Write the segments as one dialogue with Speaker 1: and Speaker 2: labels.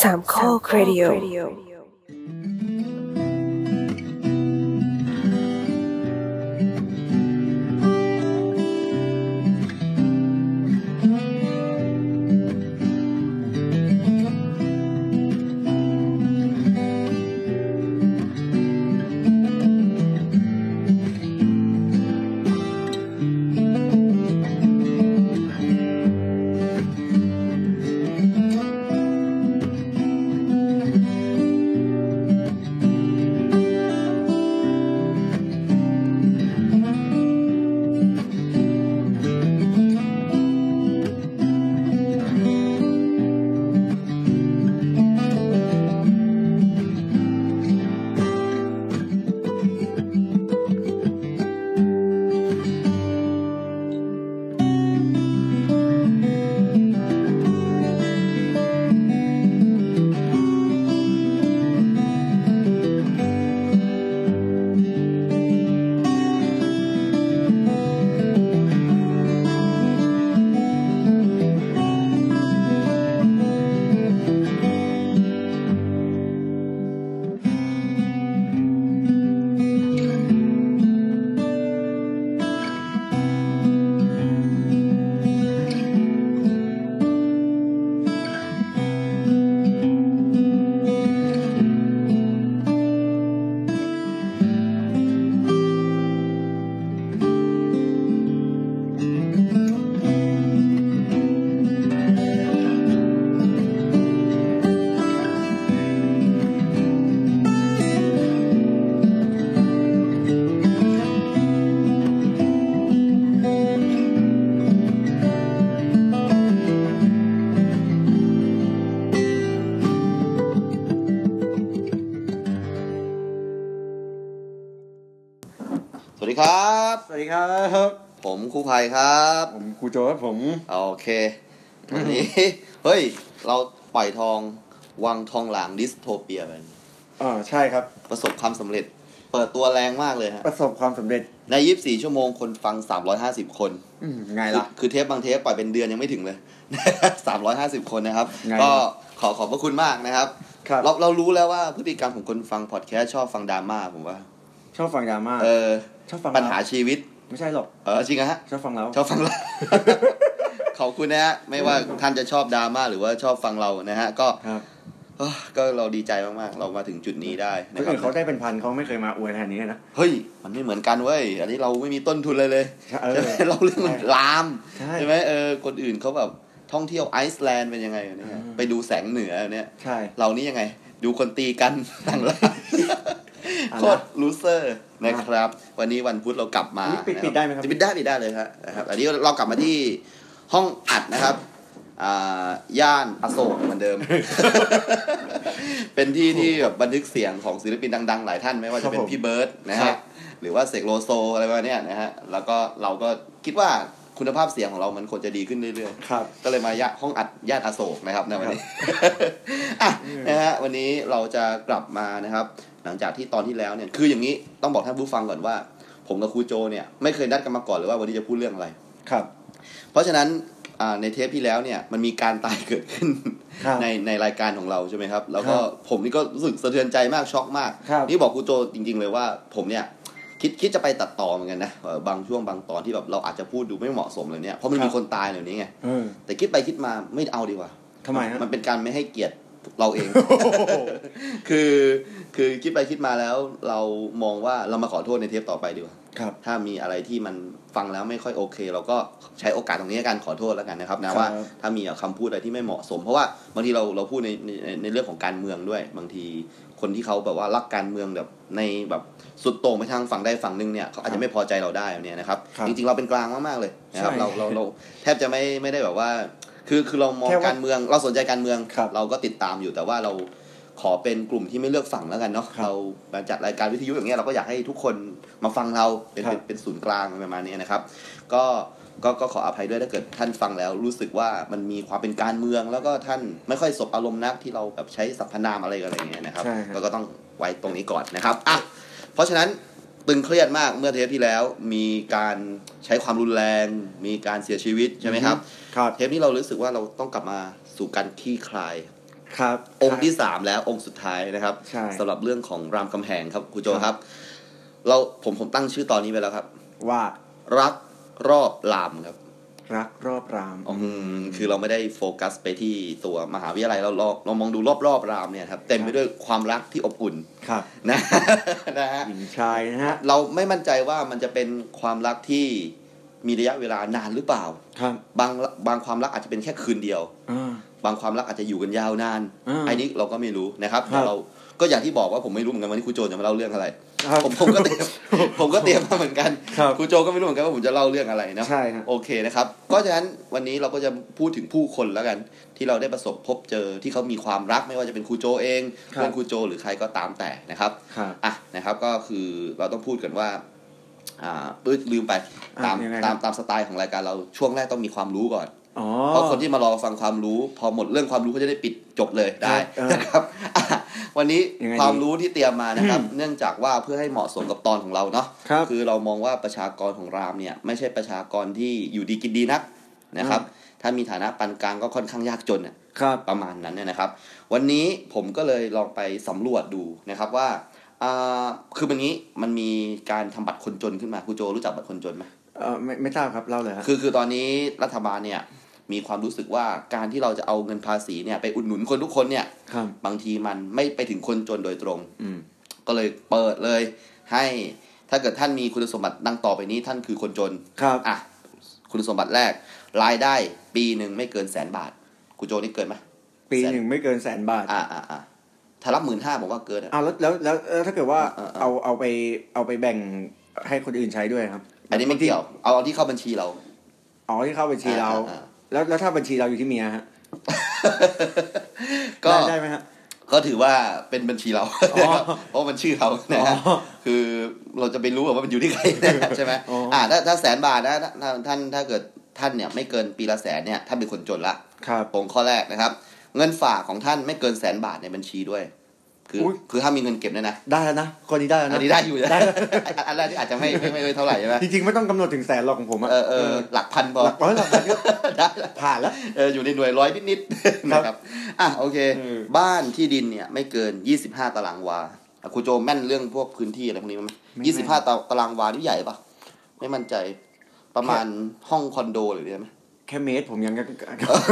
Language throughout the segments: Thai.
Speaker 1: สามข้อครดิโอ
Speaker 2: สวัสดีครับ
Speaker 3: สวัสดีครับ
Speaker 2: ผมครูภัยครับ
Speaker 3: ผมครูโจครับผม
Speaker 2: โอเควันนี้ เฮ้ย เราปล่อยทองวังทองหลางดิสโทเปียเป็น
Speaker 3: อ่าใช่ครับ
Speaker 2: ประสบความสำเร็จ เปิดตัวแรงมากเลยฮะ
Speaker 3: ประสบความสำเร็จ
Speaker 2: ใน 24 ชั่วโมงคนฟัง 350 คน
Speaker 3: อืมไง
Speaker 2: คือ
Speaker 3: ล่ะ
Speaker 2: คือเทปบางเทปปล่อยเป็นเดือนยังไม่ถึงเลย 350 คนนะครับ
Speaker 3: ไง
Speaker 2: ก็
Speaker 3: ล่ะ
Speaker 2: ขอขอบพระคุณมากนะครับ
Speaker 3: ครับ
Speaker 2: เราเรารู้แล้วว่าพฤติกรรมของคนฟังพอดแคสต์ชอบฟังดราม่าผมว่า
Speaker 3: ชอบฟังดราม่า
Speaker 2: เออ
Speaker 3: ชอบฟัง
Speaker 2: ปัญหา
Speaker 3: เร
Speaker 2: ชีวิต
Speaker 3: ไม่ใช่หรอก
Speaker 2: เออจริงนะฮะ
Speaker 3: ชอบฟังเรา
Speaker 2: ชอบฟัง เรา ขอบคุณนะฮะ ไม่ว่าท่านจะชอบดราม่าหรือว่าชอบฟังเรานะฮะ ก็
Speaker 3: ครับ
Speaker 2: เอ้อก็เราดีใจมากๆ เรามาถึงจุดนี้ได้
Speaker 3: ค
Speaker 2: นะ
Speaker 3: น
Speaker 2: ครั
Speaker 3: อื่นเขา
Speaker 2: บ
Speaker 3: ได้เป็นพันเขาไม่เคยมาอวยแทนนี้เลยนะ
Speaker 2: เฮ้ย มันไม่เหมือนกันเว้ย อันนี้เราไม่มีต้นทุนเลยเลย
Speaker 3: เออ
Speaker 2: ใช่ไหม เราเรื่องมันลาม
Speaker 3: ใช่
Speaker 2: ใช่ไหมเออ คนอื่นเขาแบบท่องเที่ยวไอซ์แลนด์เป็นยังไงเนี่ย
Speaker 3: อืม
Speaker 2: ไปดูแสงเหนือเนี่ย
Speaker 3: ใช่
Speaker 2: เรานี่ยังไง ดูคนตีกัน ต่างละ
Speaker 3: อ่ะนะ
Speaker 2: โคตรลูเซอร์นะครับ วันนี้วันพุธเรากลับมา
Speaker 3: นี่ปิด
Speaker 2: นะ
Speaker 3: ปิดได้ไหมครับ
Speaker 2: จะปิดได้ปิดได้เลยครับนะครับ อันนี้เรากลับมาที่ห้องอัดนะครับอ่าย่านอโศกเหมือนเดิ ม เป็นที่ที่แบบบันทึกเสียงของศิลปินดัง ๆ หลายท่านไม่ว่าจะเป็นพี่เบิร์ดนะ
Speaker 3: ครั
Speaker 2: ฮะ
Speaker 3: บ
Speaker 2: หรือว่าเสกโลโซอะไรประมาณเนี้ยนะฮะแล้วก็เราก็คิดว่าคุณภาพเสียงของเรามันควรจะดีขึ้นเรื่อยๆ
Speaker 3: ครับ
Speaker 2: ก็เลยมายะห้องอัดย่านอโศกนะครับในวันนี้ อ่ะนะฮะวันนี้เราจะกลับมานะครับ หลังจากที่ตอนที่แล้วเนี่ยคืออย่างนี้ต้องบอกท่านผู้ฟังก่อนว่า ผมกับครูโจเนี่ยไม่เคยนัดกันมาก่อนเลยว่าวันนี้จะพูดเรื่องอะไร
Speaker 3: ครับ
Speaker 2: เพราะฉะนั้นอ่าในเทปที่แล้วเนี่ยมันมีการตายเกิดขึ้น
Speaker 3: ครับ
Speaker 2: ในในรายการของเราใช่ไหมครับ แล้วก็ผมนี่ก็รู้สึกสะเทือนใจมากช็อกมาก
Speaker 3: ครับ
Speaker 2: นี่บอกครูโจจริง ๆ เลยว่าผมเนี่ยคิดคิดจะไปตัดต่อเหมือนกันนะเอ่อบางช่วงบางตอนที่แบบเราอาจจะพูดดูไม่เหมาะสมเลยเนี่ยเพราะมันมีคนตายเดี๋ยวนี้ไง
Speaker 3: เออ
Speaker 2: แต่คิดไปคิดมาไม่เอาดีกว่า
Speaker 3: ทำไมฮะ
Speaker 2: มัน เป็นการไม่ให้เกียรติเรา เอง คือคือคิดไปคิดมาแล้วเรามองว่าเรามาขอโทษในเทปต่อไปดีกว่า
Speaker 3: ครับ
Speaker 2: ถ้ามีอะไรที่มันฟังแล้วไม่ค่อยโอเค เราก็ใช้โอกาสตรงนี้ในการขอโทษแล้วกันนะครับ
Speaker 3: ค
Speaker 2: นะ
Speaker 3: รับ
Speaker 2: ว่าถ้ามีคำพูดอะไรที่ไม่เหมาะสม เพราะว่าบางทีเราเราพูดในในในเรื่องของการเมืองด้วย บางทีคนที่เขาแบบว่ารักการเมืองแบบในแบบสุดโต่งไปทางฝั่งใดฝั่งหนึ่งเนี่ยเขาอาจจะไม่พอใจเราได้เนี่ยนะครับ
Speaker 3: ครับ
Speaker 2: จริงๆเราเป็นกลางมากๆเลยนะครับ
Speaker 3: ใช่
Speaker 2: เราเราเราแทบจะไม่ไม่ได้แบบว่า คือคือเรามอง
Speaker 3: แค่ว่า
Speaker 2: การเมืองเราสนใจการเมือง
Speaker 3: ครับ
Speaker 2: เราก็ติดตามอยู่แต่ว่าเราขอเป็นกลุ่มที่ไม่เลือกฝั่งแล้วกันเนาะ
Speaker 3: ครับ
Speaker 2: เรามาจัดรายการวิทยุอย่างเงี้ยเราก็อยากให้ทุกคนมาฟังเราเป็น
Speaker 3: ครับ
Speaker 2: เป็น เป็นศูนย์กลางประมาณนี้นะครับ ก็ก็ก็ขออภัยด้วยถ้าเกิดท่านฟังแล้วรู้สึกว่ามันมีความเป็นการเมือง แล้วก็ท่านไม่ค่อยสบอารมณ์นักที่เราแบบใช้สรรพนามอะไรกันอะไรอย่างเงี้ยนะครับ
Speaker 3: ใช่ครับ
Speaker 2: ก็ก็ต้องไว้ตรงนี้ก่อนนะครับอ่ะเพราะฉะนั้นตึงเครียดมากเมื่อเทปที่แล้วมีการใช้ความรุนแรง มีการเสียชีวิตใช่ไหมครับ
Speaker 3: ครับ
Speaker 2: เทปนี้เรารู้สึกว่าเราต้องกลับมาสู่การขี้คลาย
Speaker 3: ครับ
Speaker 2: องค์ที่สามแล้วองค์สุดท้ายนะครับ
Speaker 3: ใช่
Speaker 2: สำหรับเรื่องของรามคำแหงครับครูโจครับ เราผมผมตั้งชื่อตอนนี้ไปแล้วครับ
Speaker 3: ว่า
Speaker 2: รักรอบรามครับ
Speaker 3: รักรอบราม
Speaker 2: อืมคือเราไม่ได้โฟกัสไปที่ตัวมหาวิทยาลัยเราลองเรามองดูรอบรอบๆรามเนี่ยครับเต็มไปด้วยความรักที่อบอุ่น
Speaker 3: ครับ
Speaker 2: นะ นะฮะ
Speaker 3: หญิงชายนะฮะ
Speaker 2: เราไม่มั่นใจว่ามันจะเป็นความรักที่มีระยะเวลานานหรือเปล่า
Speaker 3: ครับ
Speaker 2: บางบางความรักอาจจะเป็นแค่คืนเดียว
Speaker 3: อ่า
Speaker 2: บางความรักอาจจะอยู่กันยาวนาน
Speaker 3: อืม
Speaker 2: ไอ้นี้เราก็ไม่รู้นะครับแต่
Speaker 3: ครับ
Speaker 2: เราก็อย่างที่บอกว่าผมไม่รู้เหมือนกันวันนี้ครูโจจะมาเล่าเรื่องอะไร
Speaker 3: ครับ
Speaker 2: ผมผมก็เตรียม ผมก็เตรียมมาเหมือนกัน
Speaker 3: ครับ
Speaker 2: ครูโจก็ไม่รู้เหมือนกันว่าผมจะเล่าเรื่องอะไรเนาะ
Speaker 3: ใช่ครับ
Speaker 2: โอเคนะครับก็ฉะนั้นวันนี้เราก็จะพูดถึงผู้คนแล้วกัน ที่เราได้ประสบพบเจอที่เขามีความรักไม่ว่าจะเป็นครูโจเอง
Speaker 3: ครับ
Speaker 2: เพื่อนครูโจหรือใครก็ตามแต่นะครับ
Speaker 3: ครับ
Speaker 2: อ่ะนะครับก็คือเราต้องพูดกันว่าอ่าปื๊ดลืมไป
Speaker 3: อ่ะ
Speaker 2: ตาม
Speaker 3: ยังไงค
Speaker 2: ตา
Speaker 3: รับ
Speaker 2: มตามสไตล์ของรายการเราช่วงแรกต้องมีความรู้ก่อน
Speaker 3: อ๋อ
Speaker 2: เพราะคนที่มารอฟังความรู้ พอหมดเรื่องความรู้เขาจะได้ปิดจบเลยได้
Speaker 3: เออ
Speaker 2: นะครับ อ่ะวันนี้
Speaker 3: ยังไงดี
Speaker 2: ความรู้ที่เตรียมมานะครับ เนื่องจากว่าเพื่อให้เหมาะสมกับตอนของเราเนาะ
Speaker 3: ครับ
Speaker 2: คือเรามองว่าประชากรของรามเนี่ยไม่ใช่ประชากรที่อยู่ดีกินดีนักนะครับ ถ้ามีฐานะปานกลางก็ค่อนข้างยากจนน่ะ
Speaker 3: ครับ
Speaker 2: ประมาณนั้นเนี่ยนะครับ วันนี้ผมก็เลยลองไปสำรวจดูนะครับว่าอ่าคือวันนี้มันมีการทำบัตรคนจนขึ้นมาครูโจรู้จักบัตรคนจนไหม
Speaker 3: เออไม่ไม่ทราบครับเล่าเลยฮะ
Speaker 2: คือคือตอนนี้รัฐบาลเนี่ยมีความรู้สึกว่าการที่เราจะเอาเงินภาษีเนี่ยไปอุดหนุนคนทุกคนเนี่ย
Speaker 3: ครับ
Speaker 2: บางทีมันไม่ไปถึงคนจนโดยตรง
Speaker 3: อืม
Speaker 2: ก็เลยเปิดเลย ให้ถ้าเกิดท่านมีคุณสมบัติดังต่อไปนี้ท่านคือคนจน
Speaker 3: ครับ
Speaker 2: อ่ะคุณสมบัติแรก รายได้ปีหนึ่งไม่เกินแสนบาทกูโจนี่เกินไหม
Speaker 3: ปีหนึ่งไม่เกินแสนบาท
Speaker 2: อ่าอ่าอ่าถ้ารับหมื่นห้าผมว่าเกินอะ
Speaker 3: อ้าวแล้วแล้วแล้วแล้วถ้าเกิดว่า
Speaker 2: อ่าอ่า
Speaker 3: เอาเอาไปเอาไปแบ่งให้คนอื่นใช้ด้วยครับ
Speaker 2: อันนี้ไม่เกี่ยวเอาเอาที่เข้าบัญชีเรา
Speaker 3: อ๋อที่เข้าบัญชีเรา
Speaker 2: อ่าอ่า
Speaker 3: แล้วแล้วถ้าบัญชีเราอยู่ที่เมียฮะ
Speaker 2: ก็
Speaker 3: ได้ได้ไหมฮะ
Speaker 2: ก็ถือว่าเป็นบัญชีเรา
Speaker 3: อ๋อ
Speaker 2: เพราะมันชื่อเรานะฮะ
Speaker 3: อ๋อ
Speaker 2: คือเราจะไปรู้เหรอว่ามันอยู่ที่ใคร นะครับใช่ไหม
Speaker 3: อ๋ออ่
Speaker 2: อ่าถ้าถ้าแสนบาทนะถ้าถ้าท่านถ้าเกิดท่านเนี่ยไม่เกินปีละแสนเนี่ยท่านเป็นคนจนละ
Speaker 3: ครับ
Speaker 2: ปงข้อแรกนะครับ เงินฝากของท่านไม่เกินแสนบาทในบัญชีด้วย คืออย คือถ้ามมีเงินเก็บเนี่ยนะ
Speaker 3: ได้แล้วนะคนนี้ได้แล้ว
Speaker 2: อั
Speaker 3: นะ
Speaker 2: นนี้ได้อยู่นะอันแรกที่อาจจะไม่ไม่ไม่ไม่เท่าไหร่ใช่ไหม
Speaker 3: จริงๆ ไม่ต้องกำหนดถึงแสนหรอกของผมอะ
Speaker 2: เออเออหลักพันพอ
Speaker 3: หลักร้อยหลักพันก็
Speaker 2: ได้
Speaker 3: ผ่านแล้ว
Speaker 2: เอออยู่ในหน่วยร้อยนิดๆนะครับอ่ะโอเค
Speaker 3: เออ
Speaker 2: บ้านที่ดินเนี่ยไม่เกินยี่สิบห้าตารางวาอ่ะครูโจแม่นเรื่องพวกพื้นที่อะไรพวกนี้ไหม ยี่สิบห้าตารางวานี่ใหญ่ปะไม่มั่นใจประมาณห้องคอนโดหรือไง ไหม
Speaker 3: แค่เมตรผมยังก็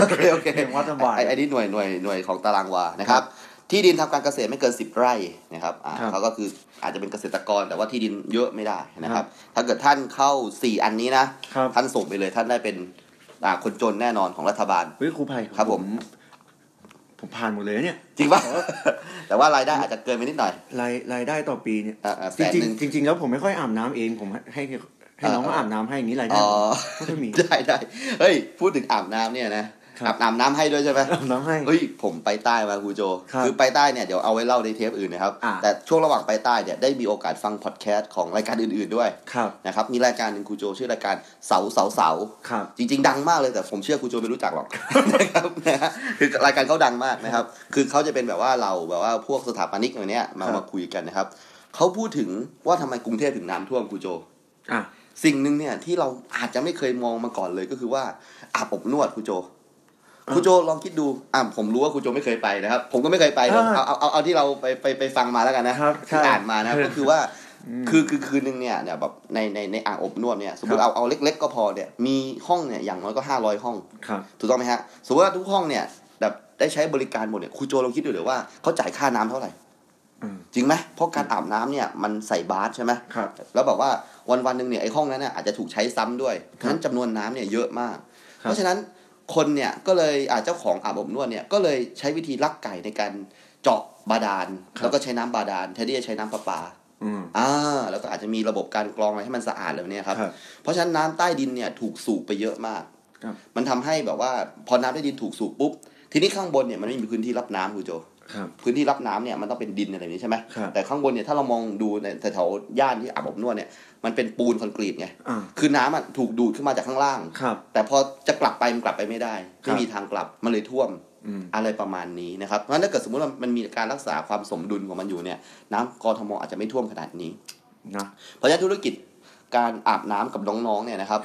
Speaker 2: โอเคโอเค
Speaker 3: เรียกว่าสบาย
Speaker 2: ไอ้ไอ้นี่หน่วยหน่วยหน่วยของตารางวานะครับ ที่ดินทำการเกษตรไม่เกินสิบไร่นะครับอ่า
Speaker 3: ครับ
Speaker 2: เขาก็คืออาจจะเป็นเกษตรกรแต่ว่าที่ดินเยอะไม่ได้นะค
Speaker 3: ครั
Speaker 2: รับ
Speaker 3: บ
Speaker 2: ถ้าเกิดท่านเข้าสี่อันนี้นะครับ ท่านส่งไปเลยท่านได้เป็นอ่าคนจนแน่นอนของรัฐบาล
Speaker 3: เฮ้ยครูไผ่
Speaker 2: ครับผม
Speaker 3: ผมผ่านหมดเลยเนี่ย
Speaker 2: จริงปะ แต่ว่ารายได้อาจจะเกินไปนิดหน่อย
Speaker 3: รายรายได้ต่อปีเนี่ย
Speaker 2: อ่าอ่าแส
Speaker 3: จริ
Speaker 2: นห
Speaker 3: ง
Speaker 2: นึ่ง
Speaker 3: จริงๆจริง ๆ แล้วผมไม่ค่อยอาบน้ำเองผมให้ให้น้อง
Speaker 2: อ่า
Speaker 3: มาอาบน้ำให้อย่างนี้รายได้
Speaker 2: อ๋อ
Speaker 3: ไม่ค่อยมี
Speaker 2: ได้ได้เฮ้ยพูดถึงอาบน้ำเนี่ยนะครับ อาบอาบน้ำให้ด้วยใช่ไหม
Speaker 3: อาบน้ำให้
Speaker 2: เฮ้ยผมไปใต้มาครูโจ
Speaker 3: ครับ
Speaker 2: อไปใต้เนี่ยเดี๋ยวเอาไว้เล่าในเทปอื่นนะครับ
Speaker 3: อ่า
Speaker 2: แต่ช่วงระหว่างไปใต้เนี่ยได้มีโอกาสฟังพอดแคสต์ของรายการอื่นๆด้วย
Speaker 3: ครับ
Speaker 2: นะครับมีรายการหนึ่งครูโจชื่อรายการเสาเสาเสา
Speaker 3: ครับ
Speaker 2: จริง ๆ ดังมากเลยแต่ผมเชื่อครูโจไม่รู้จักหร อก นะครับนะฮะคือรายการเขาดังมากนะครับ คือเขาจะเป็นแบบว่าเราแบบว่าพวกสถาปนิกอย่างเนี้ยมา
Speaker 3: ครับ
Speaker 2: มาคุยกันนะครับเขาพูดถึงว่าทำไมกรุงเทพถึงน้ำท่วมครูโจ
Speaker 3: อ่ะ
Speaker 2: สิ่งหนึ่งเนี่ยที่เราอาจจะไม่เคยมองมาก่อนเลยก็คือว่าอาบอบนวดครูโจ
Speaker 3: อ่า
Speaker 2: ครูโจลองคิดดูอ่าผมรู้ว่าครูโจไม่เคยไปนะครับ ผมก็ไม่เคยไปหรอก
Speaker 3: อ่า
Speaker 2: เอาเอาเอาเอาที่เราไปไปไปฟังมาแล้วกันนะครับ
Speaker 3: ใช่
Speaker 2: ที่อ่านมานะก็คือว่าคือคือคืนหนึ่งเนี่ยเนี่ยแบบในในในอ่างอบนวดเนี่ยสมมติ
Speaker 3: ครับ
Speaker 2: เอาเอาเล็ก ๆ ก็พอเนี่ยมีห้องเนี่ยอย่างน้อยก็ห้าร้อยห้อง
Speaker 3: ครับ
Speaker 2: ถูกต้องไหมฮะสมมติว่าทุกห้องเนี่ยแบบได้ใช้บริการหมดเนี่ยครูโจลองคิดดูเดี๋ยวว่าเขาจ่ายค่าน้ำเท่าไหร่
Speaker 3: อืม
Speaker 2: จริงไหมเพราะการอาบน้ำเนี่ยมันใส่บาสใช่ไหม
Speaker 3: ครับ
Speaker 2: แล้วบอกว่าวันวันๆหนึ่งเนี่ยไอ้ห้องนั้นน่ะอาจจะถูกใช้ซ้ำด้วยเพ
Speaker 3: ครับ
Speaker 2: ราะฉะนั้นจำนวนน้ำเนี่ยเยอะมาก
Speaker 3: ครับ
Speaker 2: เพราะฉะนั้นคนเนี่ยก็เลยอาเจ้าของอาบอบนวดเนี่ยก็เลยใช้วิธีลักไก่ในการเจาะบาดาลแล้วก็ใช้น้ำบาดาลแทนที่จะใช้น้ำประปา
Speaker 3: อืม
Speaker 2: อ่าแล้วก็อาจจะมีระบบการกรองอะไรให้มันสะอาดแล้วเนี่ยครับ
Speaker 3: ครับ
Speaker 2: เพราะฉะนั้นน้ำใต้ดินเนี่ยถูกสูบไปเยอะมาก
Speaker 3: ครับ
Speaker 2: มันทำให้แบบว่าพอน้ำใต้ดินถูกสูบปุ๊บทีนี้ข้างบนเนี่ยมันไม่มีพื้นที่รับน้ำคุณโจ
Speaker 3: ครับ
Speaker 2: พื้นที่รับน้ำเนี่ยมันต้องเป็นดินอะไรแบบนี้ใช่ไหม
Speaker 3: ครับ
Speaker 2: แต่ข้างบนเนี่ยถ้าเรามองดูในแถวๆย่านที่อาบอบนวดเนี่ยมันเป็นปูนคอนกรีตไง
Speaker 3: อ่า
Speaker 2: คือน้ำอ่ะถูกดูดขึ้นมาจากข้างล่าง
Speaker 3: ครับ
Speaker 2: แต่พอจะกลับไปมันกลับไปไม่ได้
Speaker 3: ครั
Speaker 2: ไม่
Speaker 3: บ
Speaker 2: มีทางกลับมันเลยท่วม
Speaker 3: อืม
Speaker 2: อะไรประมาณนี้นะครับ เพราะฉะนั้นถ้าเกิดสมมติว่ามันมีการรักษาความสมดุลของมันอยู่เนี่ยน้ำกรทมอาจจะไม่ท่วมขนาดนี้
Speaker 3: นะ
Speaker 2: เพราะฉะนั้นธุรกิจ การอาบน้ำกับน้องๆเนี่ยนะครับ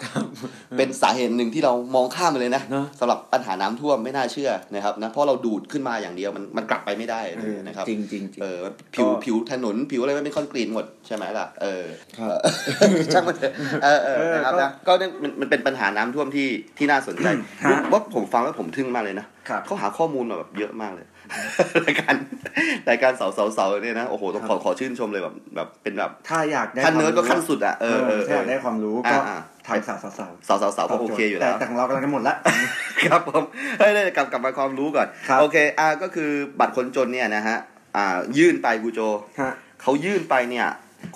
Speaker 2: เป็นสาเหตุหนึ่งที่เรามองข้ามไปเลยนะ
Speaker 3: เนอะ
Speaker 2: สำหรับปัญหาน้ำท่วมไม่น่าเชื่อนะครับนะเพราะเราดูดขึ้นมาอย่างเดียวมันมันกลับไปไม่ได้เลยนะครับ
Speaker 3: จริงจริงจริง
Speaker 2: เออผิว
Speaker 3: ก็
Speaker 2: ผิวถนนผิวอะไรไม่เป็นคอนกรีตหมดใช่ไหมล่ะเออ ช่างมันเถอะเออเออนะครับนะก็เนี่ยมันมันเป็นปัญหาน้ำท่วมที่ที่น่าสนใจ
Speaker 3: ฮะ
Speaker 2: ว่าผมฟังแล้วผมทึ่งมากเลยนะครับ เขาหาข้อมูลมาแบบเยอะมากเลย รายการรายการเสาเสาเสาเนี่ยนะโอ้โหต้องขอขอชื่นชมเลยแบบแบบเป็นแบบ
Speaker 3: ถ้าอยากได้
Speaker 2: ขั้นเนิร์ดก็
Speaker 3: วาม
Speaker 2: ขั้นสุดอ่ะเออเออ
Speaker 3: ถ้าอยาก
Speaker 2: เอ
Speaker 3: ได้
Speaker 2: อ
Speaker 3: ความรู้ก็
Speaker 2: อ่า
Speaker 3: ทางสาวสาว
Speaker 2: เสาเสาเสาก็โอเคอยู่แล้ว
Speaker 3: แต่ของเรากำลังจะหมดละ
Speaker 2: ครับผมเฮ้ยเดี๋ยวกลับกลับมาความรู้ก่อน
Speaker 3: ครับ
Speaker 2: โอเคอ่าก็คือบัตรคนจนเนี่ยนะฮะอ่ายื่นไปกูโจ
Speaker 3: ฮะ
Speaker 2: เขายื่นไปเนี่ย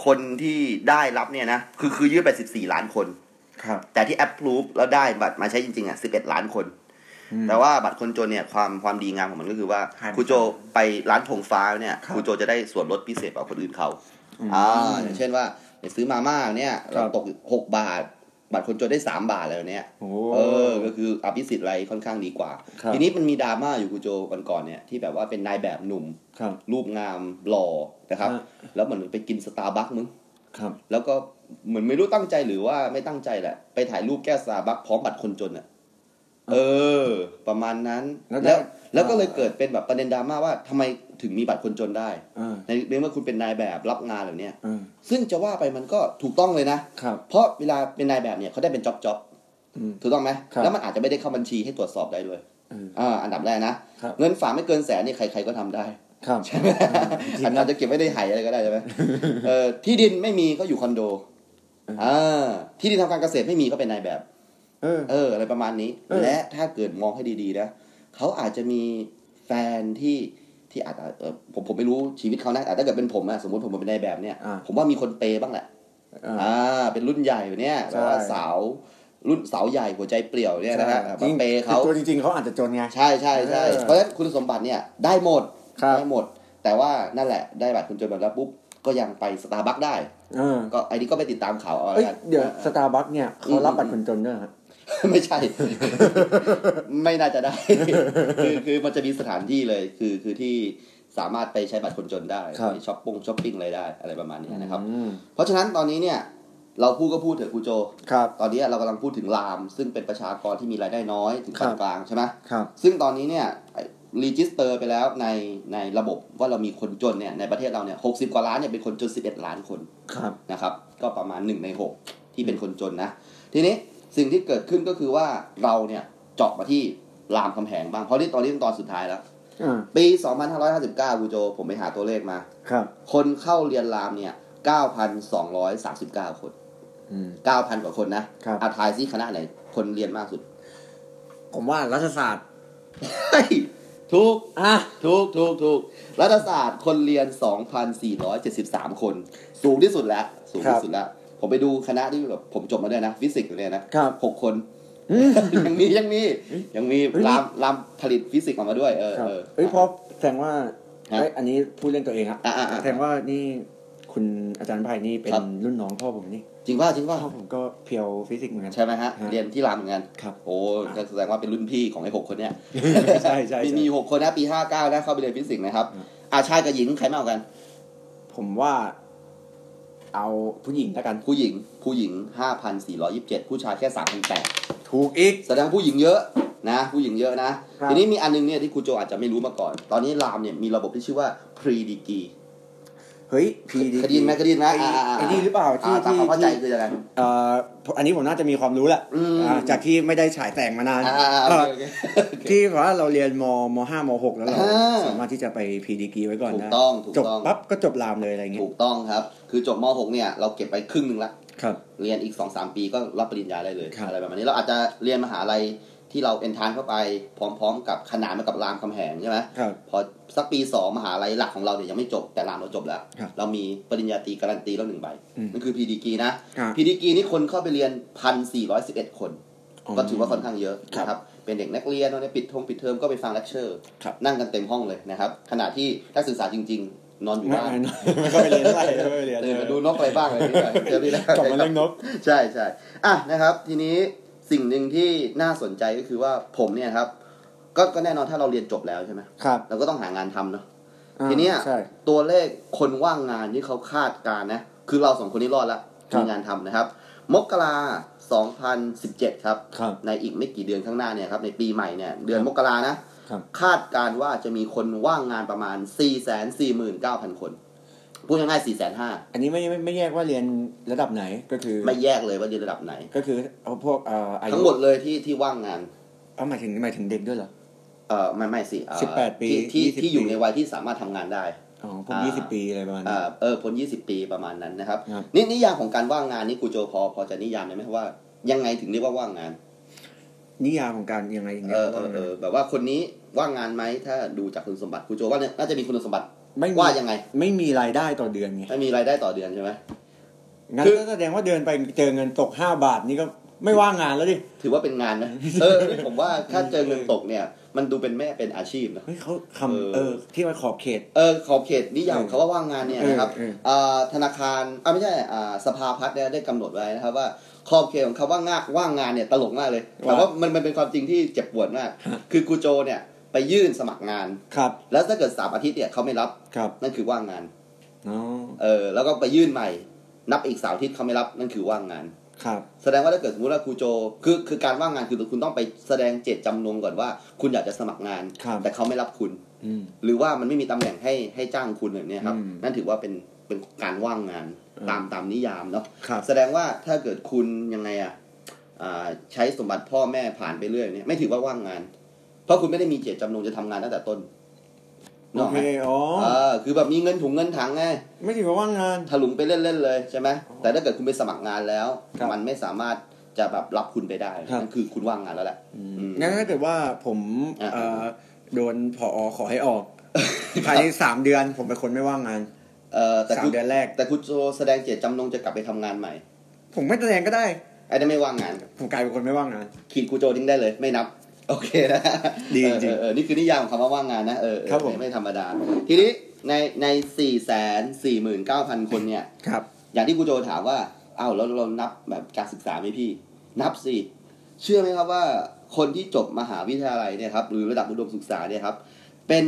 Speaker 2: คนที่ได้รับเนี่ยนะ คือคือยื่นไป 14 ล้านคน
Speaker 3: ครับ
Speaker 2: แต่ที่แอปพลูฟแล้วได้บัตรมาใช้จริงๆอ่ะ 11 ล้านคน
Speaker 3: อืม
Speaker 2: แต่ว่าบัตรคนจนเนี่ยความความดีงามของมันก็คือว่า
Speaker 3: หายไป
Speaker 2: ครูโจไปร้านธงฟ้าเนี่ย
Speaker 3: ครับ
Speaker 2: ครูโจจะได้ส่วนลดพิเศษกว่าคนอื่นเขา
Speaker 3: อืม
Speaker 2: อ่าอย่างเช่นว่าเนี่ยซื้อมาม่าเนี่ย
Speaker 3: ครั
Speaker 2: เรา
Speaker 3: บ
Speaker 2: ตก 6 บาท บัตรคนจนได้ 3 บาทแล้วเนี่ย
Speaker 3: โอ้
Speaker 2: เออ ก็คืออภิสิทธิ์อะไรค่อนข้างดีกว่า
Speaker 3: ครับ
Speaker 2: ทีนี้มันมีดราม่าอยู่ครูโจวันก่อนเนี่ยที่แบบว่าเป็นนายแบบหนุ่ม
Speaker 3: ครับ
Speaker 2: รูปงามหล่อนะครับ
Speaker 3: ฮะ
Speaker 2: แล้วเหมือนไปกินสตาร์บัคมึง
Speaker 3: ครับ
Speaker 2: แล้วก็เหมือนไม่รู้ตั้งใจหรือว่าไม่ตั้งใจแหละ ไปถ่ายรูปแก้วสตาร์บัคพร้อมบัตรคนจนอ่ะ เออ ประมาณนั้นแล้
Speaker 3: แล้ว
Speaker 2: วแล้วก็เลยเกิดเป็นแบบประเด็นดราม่าว่าทำไมถึงมีบัตรคนจนได้
Speaker 3: เออ
Speaker 2: ในในเมื่อคุณเป็นนายแบบรับงานเหล่าเนี้ย
Speaker 3: เออ
Speaker 2: ซึ่งจะว่าไปมันก็ถูกต้องเลยนะ
Speaker 3: ครับ
Speaker 2: เพราะเวลาเป็นนายแบบเนี่ยเขาได้เป็นจ็อบจ็อบ
Speaker 3: อืม
Speaker 2: ถูกต้องไหม
Speaker 3: ครับ
Speaker 2: แล้วมันอาจจะไม่ได้เข้าบัญชีให้ตรวจสอบได้ด้วย
Speaker 3: เออ
Speaker 2: อ่าอันดับแรกนะครับ เงินฝากไม่เกินแสนเนี่ยใครๆก็ทำได้
Speaker 3: ครับ
Speaker 2: ใช่ไหมอาจจะเก็บไว้ในไหายอะไรก็ได้ใช่ไหม เออที่ดินไม่มีก็อยู่คอนโดอ่าที่ดินทำการเกษตรไม่มีก็เป็นนายแบบ
Speaker 3: เออ
Speaker 2: เออ อะไรประมาณนี้
Speaker 3: เออ
Speaker 2: และถ้าเกิดมองให้ดีๆนะเขาอาจจะมีแฟนที่ที่อาจจะเออผมผมไม่รู้ชีวิตเขานะแต่ถ้าเกิดเป็นผมอะสมมติผมเป็นนายแบบเนี่ย
Speaker 3: อ่า
Speaker 2: ผมว่ามีคนเปย์บ้างแหละ
Speaker 3: เออ
Speaker 2: อ่า เป็นรุ่นใหญ่อยู่เนี่ย
Speaker 3: ใช่
Speaker 2: แบบว่าสาวรุ่นสาวใหญ่หัวใจเปรี่ยวเนี่ยนะฮะแบบ
Speaker 3: จริง
Speaker 2: เปย์เขา
Speaker 3: คือตัวจริงๆเขาอาจจะจนไง
Speaker 2: ใช่ใช่ใช่
Speaker 3: เออ
Speaker 2: เพราะฉะนั้นคุณสมบัติเนี่ยได้หมด
Speaker 3: ครับ
Speaker 2: ได้หมด แต่ว่านั่นแหละได้บัตรคุณจนบัตรแล้วปุ๊บก็ยังไปสตาร์บัคได้
Speaker 3: เออ
Speaker 2: ก็ไอ้นี่ก็ไปติดตามข่าวเอา
Speaker 3: เอ้ย
Speaker 2: แล้วกัน
Speaker 3: เดี๋ยวสตาร์บัคเนี่ย
Speaker 2: อืม
Speaker 3: เขารับบัตรคนจนด้วยครับ
Speaker 2: ไม่ใช่ ไม่น่าจะได้ คือคือมันจะมีสถานที่เลยคือคือที่สามารถไปใช้บัตรคนจนได้
Speaker 3: ครับ
Speaker 2: ไปช้อปปิ้งช้อปปิ้งอะไรได้อะไรประมาณเนี้ยนะครับ
Speaker 3: อืม
Speaker 2: เพราะฉะนั้นตอนนี้เนี่ยเราพูดก็พูดเถอะครูโจ
Speaker 3: ครับ
Speaker 2: ตอนนี้เรากำลังพูดถึงลาม ซึ่งเป็นประชากรที่มีรายได้น้อยถึงปา
Speaker 3: ครั
Speaker 2: น
Speaker 3: บ
Speaker 2: กลางใช่ไหม
Speaker 3: ครับ
Speaker 2: ซึ่งตอนนี้เนี่ยรีจิสเตอร์ไปแล้วในในระบบว่าเรามีคนจนเนี่ยในประเทศเราเนี่ยหกสิบกว่าล้านเนี่ยเป็นคนจนสิบเอ็ดล้านคน
Speaker 3: ครับ
Speaker 2: นะครับก็ประมาณหนึ่งในหกที่เป็นคนจนนะ ทีนี้สิ่งที่เกิดขึ้นก็คือว่าเราเนี่ยเจาะมาที่รามคำแหงบ้าง เพราะที่ตอนนี้เป็นตอนสุดท้ายแล้ว
Speaker 3: อ่า
Speaker 2: ปี 2559กูโจ ผมไปหาตัวเลขมา
Speaker 3: ครับ
Speaker 2: คนเข้าเรียนรามเนี่ย 9,239 คน
Speaker 3: อืม
Speaker 2: 9,000 กว่าคนนะครับ อาทายซิคณะไหนคนเรียนมากสุด
Speaker 3: ผมว่ารัฐศาสตร์
Speaker 2: เฮ้ยถูก
Speaker 3: อ่ะ
Speaker 2: ถูกถูกถูกรัฐศาสตร์คนเรียน 2,473 คน สูงที่สุดแล้ว สูง
Speaker 3: ครั
Speaker 2: ที่
Speaker 3: บ
Speaker 2: สุดแล้ว ผมไปดูคณะที่แบบผมจบมาด้วยนะ ฟิสิกส์อยู่เนี่ยนะครับ หกคน
Speaker 3: อืม
Speaker 2: ยังมียังมียังมี
Speaker 3: เฮ้ย
Speaker 2: รามรามผลิตฟิสิกส์ออกมาด้วยเออ
Speaker 3: ครับ
Speaker 2: เออ
Speaker 3: เอ้ยเพราะแสดงว่า
Speaker 2: ฮะ
Speaker 3: เอ้ยอันนี้พูดเรื่องตัวเองครับ
Speaker 2: อ่ะอ่ะอ่ะ
Speaker 3: แสดงว่านี่คุณอาจารย์ไพ่นี่เป็น
Speaker 2: ครับ
Speaker 3: รุ่นน้องพ่อผมนี่
Speaker 2: จริงว่าจริงว่า
Speaker 3: พ่อผมก็เพียวฟิสิกส์เหมือนกัน
Speaker 2: ใช่ไหมฮะ
Speaker 3: ฮะ
Speaker 2: เรียนที่รามเหมือนกัน
Speaker 3: ครับ
Speaker 2: โอ้ก็แสดงว่าเป็นรุ่นพี่ของไอ้หกคนเนี้ย
Speaker 3: ใช่ใช่
Speaker 2: มี
Speaker 3: ใช่
Speaker 2: มีหกคนนะปีห้าเก้านะเข้าไปเรียนฟิสิกส์นะครับอาชายกับหญิงใครมากกว่ากัน
Speaker 3: ผมว่า เอาผู้หญิงแล้วกัน
Speaker 2: ผู้หญิงผู้หญิงห้าพันสี่ร้อยยี่สิบเจ็ดผู้ชายแค่สามพันแปด
Speaker 3: ถูกอีก
Speaker 2: แสดงผู้หญิงเยอะนะ ผู้หญิงเยอะนะ
Speaker 3: ครับ
Speaker 2: ทีนี้มีอันนึงเนี่ยที่ครูโจอาจจะไม่รู้มาก่อน ตอนนี้รามเนี่ยมีระบบที่ชื่อว่า pre degree
Speaker 3: เฮ้ยพีดี
Speaker 2: เคยไดีนไหมเคยไดีนไหม
Speaker 3: ไอ้
Speaker 2: อ่าาา
Speaker 3: ไอ้นี่หรือเปล่าที่
Speaker 2: อ่ตามค
Speaker 3: ที่
Speaker 2: วามเข้าใจ
Speaker 3: ที่
Speaker 2: คืออะไร
Speaker 3: เอ่ออันนี้ผมน่าจะมีความรู้แหละ
Speaker 2: อืม
Speaker 3: อ่าจากที่ไม่ได้ฉายแสงมานาน
Speaker 2: อ่าอ่าอ่า
Speaker 3: เอ่อ
Speaker 2: โอเคโอเค
Speaker 3: ที่เพราะว่าเราเรียนมมห้ามหกแล้วเรา
Speaker 2: อ่า
Speaker 3: สามารถที่จะไปพีดีกีไว้ก่อน
Speaker 2: ถูก
Speaker 3: ได้
Speaker 2: ต้องถูก
Speaker 3: จบ
Speaker 2: ต้อง
Speaker 3: ปั๊บก็จบรามเลยอะไรอย่างเงี้ย
Speaker 2: ถูกต้องครับ คือจบม .6 เนี่ยเราเก็บไปครึ่งหนึ่งละ
Speaker 3: ครับ
Speaker 2: เรียนอีก 2-3 ปีก็รับปริญญาได้เลย
Speaker 3: ครับ
Speaker 2: อะไรประมาณนี้เราอาจจะเรียนมหาลัยที่เราเอนทานเข้าไปพร้อม ๆ กับขนานมากับรามคำแหงใช่ไหม
Speaker 3: ครับ
Speaker 2: พอสักปีสองมหาลัยหลักของเราเนี่ยยังไม่จบแต่รามเราจบแล้ว
Speaker 3: ครับ
Speaker 2: เรามีปริญญาตรีการันตีแล้วหนึ่งใบ
Speaker 3: อืม
Speaker 2: นั่นคือพีดีกีนะครับ พีดีกีนี่คนเข้าไปเรียนพันสี่ร้อยสิบเอ็ดคน
Speaker 3: อ๋อ
Speaker 2: ก็ถือว่าค่อนข้างเยอะ
Speaker 3: ครับ
Speaker 2: นะครับเป็นเด็กนักเรียนเนี่ยปิดทงปิดเทอมก็ไปฟังเลคเชอร์
Speaker 3: ครับ
Speaker 2: นั่งกันเต็มห้องเลยนะครับ ขณะที่นักศึกษาจริง ๆ นอนอยู่
Speaker 3: ไม่
Speaker 2: บ้าน
Speaker 3: ไม่ไม่ก็ไปเรียนอะไรก็ไปเรียน
Speaker 2: เดินมาดูนกอะไรบ้างอะไรนี่หน่อยเจอพี่แล้ว
Speaker 3: กลับมาเรื่องนก
Speaker 2: ใช่ใช่อ่ะนะครับ ทีนี้สิ่งหนึ่งที่น่าสนใจก็คือว่าผมเนี่ยครับก็ก็แน่นอนถ้าเราเรียนจบแล้วใช่ไหม
Speaker 3: ครับ
Speaker 2: เราก็ต้องหางานทำเนาะ
Speaker 3: อ่า
Speaker 2: ทีเนี้ย
Speaker 3: ใช่
Speaker 2: ตัวเลขคนว่างงานที่เขาคาดการณ์นะ คือเราสองคนนี้รอดละ
Speaker 3: ครับ
Speaker 2: มีงานทำนะครับ มกราสองพันสิบเจ็ดครับ
Speaker 3: ครับ
Speaker 2: ในอีกไม่กี่เดือนข้างหน้าเนี่ยครับในปีใหม่เนี่ยเดือนมกรานะครับ คาดการณ์ว่าจะมีคนว่างงานประมาณ 4 4 9 0 0 0 คน พูดง่ายๆ4 5 0 0
Speaker 3: อันนี้ไม่ไม่ไม่แยกว่าเรียนระดับไหนก็คือ
Speaker 2: 0ไม่แยกเลยว่าเรียนระดับไหน
Speaker 3: ก็คือเอาพวกเอ่ออายุ
Speaker 2: ทั้งหมดเลยที่ที่ว่างงาน
Speaker 3: เอาหมายถึงหมายถึงเด็กด้วยเหรอ
Speaker 2: เออไม่ไม่สิเอ่อ
Speaker 3: 18ปี
Speaker 2: ที่ที่
Speaker 3: 20
Speaker 2: ที่อยู่ในวัยที่สามารถทำงานได้
Speaker 3: อ๋อพวก
Speaker 2: อ่า
Speaker 3: ยี่สิบปีอะไรประมาณ
Speaker 2: เอ
Speaker 3: นี้
Speaker 2: อเออพ้น20 ปีประมาณนั้นนะครับ
Speaker 3: ครับ
Speaker 2: นี่นิยามของการว่างงานนี่ครูโจพอพอจะนิยามได้ไหมว่า ยังไงถึงเรียกว่าว่างงาน
Speaker 3: นิยามของการยังไงอย่างเงี้
Speaker 2: เอย อเออเออแบบว่าคนนี้ว่างงานไหมถ้าดูจากคุณสมบัติครูโจว่าเนี่ยน่าจะมีคุณสมบัติ
Speaker 3: ไม่มี
Speaker 2: ว่ายังไง
Speaker 3: ไม่มีรายได้ต่อเดือนไง
Speaker 2: ไม่มีรายได้ต่อเดือนใช่ไหม
Speaker 3: งั้น
Speaker 2: คือ
Speaker 3: ก็แสดงว่าเดินไปเจอเงินตกห้าบาทนี่ก็ไม่ว่างงานแล้วดิ
Speaker 2: ถือว่าเป็นงานนะ เออผมว่าถ้าเจอเงินตกเนี่ย มันดูเป็นแม่เป็นอาชีพนะ
Speaker 3: เฮ้ยเขาค
Speaker 2: เออ
Speaker 3: ำเออ ที่มันขอบเขต
Speaker 2: เออขอบเขตนิยามของเขาว่าว่างงานเนี่ยนะครับ
Speaker 3: เออเออ
Speaker 2: อ่าธนาคารอ่าไม่ใช่อ่าสภาพัฒน์เนี่ยได้กำหนดไว้นะครับว่าขอบเขตของคำว่างานว่างงานเนี่ยตลกมากเลยแต่ว่ามันมันเป็นความจริงที่เจ็บปวดมาก คือกูโจเนี่ยไปยื่นสมัครงาน
Speaker 3: ครับ
Speaker 2: แล้วถ้าเกิดสามอาทิตย์เนี่ยเขาไม่รับ
Speaker 3: ครับ
Speaker 2: นั่นคือว่างงาน
Speaker 3: อ๋อ
Speaker 2: เออแล้วก็ไปยื่นใหม่ นับอีกสามอาทิตย์เขาไม่รับนั่นคือว่างงาน
Speaker 3: ครับ
Speaker 2: แสดงว่าถ้าเกิดสมมติว่าครูโจคือคือการว่างงานคือคุณต้องไปแสดงเจตจำนงก่อนว่า คุณอยากจะสมัครงาน
Speaker 3: ครับ
Speaker 2: แต่เขาไม่รับคุณ
Speaker 3: อืม
Speaker 2: หรือว่ามันไม่มีตำแหน่งให้ให้จ้างคุณแบบเนี้ยครับ
Speaker 3: อืม
Speaker 2: นั่นถือว่าเป็นเป็นการว่างงาน
Speaker 3: อืม
Speaker 2: ตามตามนิยามเนาะ
Speaker 3: ครับ
Speaker 2: แสดงว่าถ้าเกิดคุณยังไงอ่ะอ่าใช้สมบัติพ่อแม่ผ่านไปเรื่อยเนี่ยไม่ถือว่าว่างงาน เพราะคุณไม่ได้มีเจตจำนงจะทำงานตั้งแต่ต้นนึกออ
Speaker 3: โอ
Speaker 2: ก
Speaker 3: เค
Speaker 2: ไหม
Speaker 3: อ๋อ
Speaker 2: เออคือแบบมีเงินถุงเงินถังไง
Speaker 3: ไม่ถือว่าว่างงาน
Speaker 2: ถลุงไปเล่นๆเลยใช่ไหมแต่ถ้าเกิดคุณไปสมัครงานแล้ว
Speaker 3: ครับ
Speaker 2: มันไม่สามารถจะแบบรับคุณไปได้
Speaker 3: ครับ
Speaker 2: นั่นคือคุณว่างงานแล้วแหละ อืม
Speaker 3: งั้นถ้าเกิดว่าผม
Speaker 2: อ่ะ
Speaker 3: เอ่อโดนผอขอให้อ อกภายในสามเดือน ผมเป็นคนไม่ว่างงาน
Speaker 2: เออแต่
Speaker 3: สาม
Speaker 2: คุณ
Speaker 3: เดือนแรก
Speaker 2: แต่คุณโจแสดงเจตจำนงจะกลับไปทำงานใหม่
Speaker 3: ผมไม่แสดงก็ได้
Speaker 2: ไอ้นั่นไม่ว่างงาน
Speaker 3: ผมกลายเป็นคนไม่ว่างงาน
Speaker 2: ขีดกูโจทิ้งได้เลยไม่นับ โอเคนะ
Speaker 3: ดี
Speaker 2: เออ
Speaker 3: จริง
Speaker 2: เออเออนี่คือนิยามของคำว่าว่างงานนะเออเออ
Speaker 3: ครับผม
Speaker 2: ไม่ไม่ธรรมดา ทีนี้ในในสี่แสนสี่หมื่นเก้าพันคนเนี่ย
Speaker 3: ครับ
Speaker 2: อย่างที่กูโจถามว่า เอ้าแล้วเรานับแบบการศึกษาไหมพี่ นับสิ เชื่อไหมครับว่า คนที่จบมหาวิทยาลัยเนี่ยครับ หรือระดับอุดมศึกษาเนี่ยครับ เป็น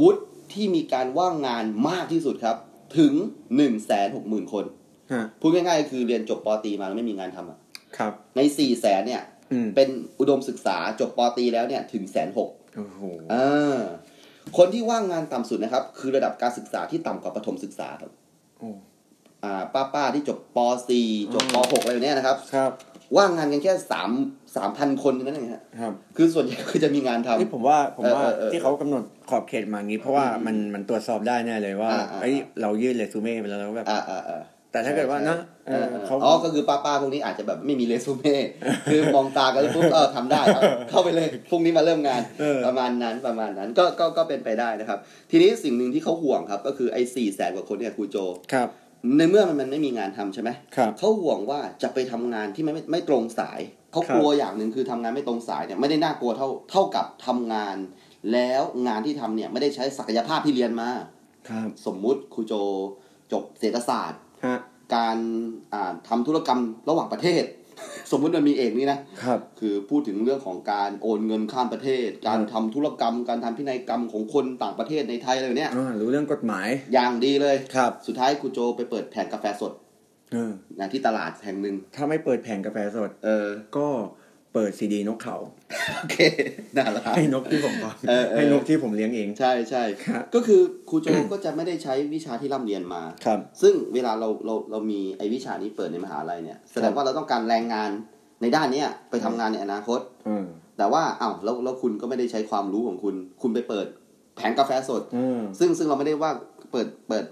Speaker 2: วุฒิที่มีการว่างงานมากที่สุดครับ ถึง1นึ่งแสนหกหมื่นคน
Speaker 3: ฮะ
Speaker 2: พูดง่ายๆ คือเรียนจบปอตรีมาแล้วไม่มีงานทำอะ
Speaker 3: ครับ
Speaker 2: ใน4ี่แสนเนี่ย
Speaker 3: อืม
Speaker 2: เป็นอุดมศึกษาจบปอตรีแล้วเนี่ย ถึงแสนหก
Speaker 3: โอ้โห
Speaker 2: อ่าคนที่ว่างงานต่ำสุดนะครับ คือระดับการศึกษาที่ต่ำกว่าประถมศึกษาครับ
Speaker 3: โอ้
Speaker 2: อ่าป้าป้าที่จบป .4 จบป .6 อะไรแบบเนี้ยนะครับ
Speaker 3: ครับ
Speaker 2: ว่างงานกันแค่สามสามพันคนเท่านั้นเองฮะ
Speaker 3: ครับ
Speaker 2: คือส่วนใหญ่คือจะมีงานทำ
Speaker 3: นี่ผมว่า ผมว่า
Speaker 2: เออเออเออ
Speaker 3: ที่เขากำหนดขอบเขตมาอย่างงี้ เพราะว่า
Speaker 2: อืม
Speaker 3: มันมันตรวจสอบได้แน่เลยว่า
Speaker 2: อ่าอ่า
Speaker 3: เอ้ยเรายื่นเรซูเม่ไปแล้วแล้วแบบ
Speaker 2: อ่าอ่าอ่า
Speaker 3: แต่ถ้าเกิดว่านะเออเขา
Speaker 2: อ๋อก็คือป้าป้าพวกนี้อาจจะแบบไม่มีเรซูเม่ คือมองตากันแล้วปุ๊บเออทำได้ครับเข้าไปเลยพรุ่งนี้มาเริ่มงาน
Speaker 3: เออ
Speaker 2: ประมาณนั้นประมาณนั้นก็ก็ก็เป็นไปได้นะครับ ทีนี้สิ่งหนึ่งที่เขาห่วงครับ ก็คือไอ้สี่แสนกว่าคนเนี่ยครูโจ
Speaker 3: ครับ
Speaker 2: ในเมื่อมันมันไม่มีงานทำใช่ไหม
Speaker 3: ครับ
Speaker 2: เขาห่วงว่าจะไปทำงานที่ไม่ไม่ไม่ตรงสาย เขา
Speaker 3: ครั
Speaker 2: ก
Speaker 3: บ
Speaker 2: ลัวอย่างหนึ่งคือทำงานไม่ตรงสายเนี่ยไม่ได้น่ากลัวเท่าเท่ากับทำงาน แล้วงานที่ทำเนี่ยไม่ได้ใช้ศักยภาพที่เรียนมา
Speaker 3: ครับ
Speaker 2: สมมุติครูโจจบเศรษฐศาสตร์
Speaker 3: ฮะ
Speaker 2: การอ่าทำธุรกรรมระหว่างประเทศ สมมุติมันมีเอกนี่นะ
Speaker 3: ครับ
Speaker 2: คือพูดถึงเรื่องของการโอนเงินข้ามประเทศ การทำธุรกรรม การทำพินัยกรรมของคนต่างประเทศในไทยอะไรแบบเนี่ย
Speaker 3: อ่า รู้เรื่องกฎหมาย
Speaker 2: อย่างดีเลย
Speaker 3: ครับ
Speaker 2: สุดท้ายครูโจไปเปิดแผงกาแฟสด
Speaker 3: เออ
Speaker 2: นะที่ตลาดแห่งหนึ่ง
Speaker 3: ถ้าไม่เปิดแผงกาแฟสด
Speaker 2: เออ
Speaker 3: ก็เปิดซีดีนก เขา
Speaker 2: โอเค น่ารัก
Speaker 3: ให้นกที่ผมฟัง
Speaker 2: เออเออ
Speaker 3: ให้นกที่ผมเลี้ยงเอง
Speaker 2: ใช่ใช่
Speaker 3: ครับ
Speaker 2: ก็คือครูโจก็จะไม่ได้ใช้วิชาที่ร่ำเรียนมา
Speaker 3: ครับ
Speaker 2: ซึ่งเวลาเราเราเรามีไอ้วิชานี้เปิดในมหาลัยเนี่ย แสดงว่าเราต้องการแรงงานในด้านเนี้ยไปทำงานในอนาคต
Speaker 3: เออ
Speaker 2: แต่ว่าอ้าวแล้วแล้วคุณก็ไม่ได้ใช้ความรู้ของคุณ คุณไปเปิดแผงกาแฟสด
Speaker 3: เออ
Speaker 2: ซึ่งซึ่งเราไม่ได้ว่าเปิดเปิด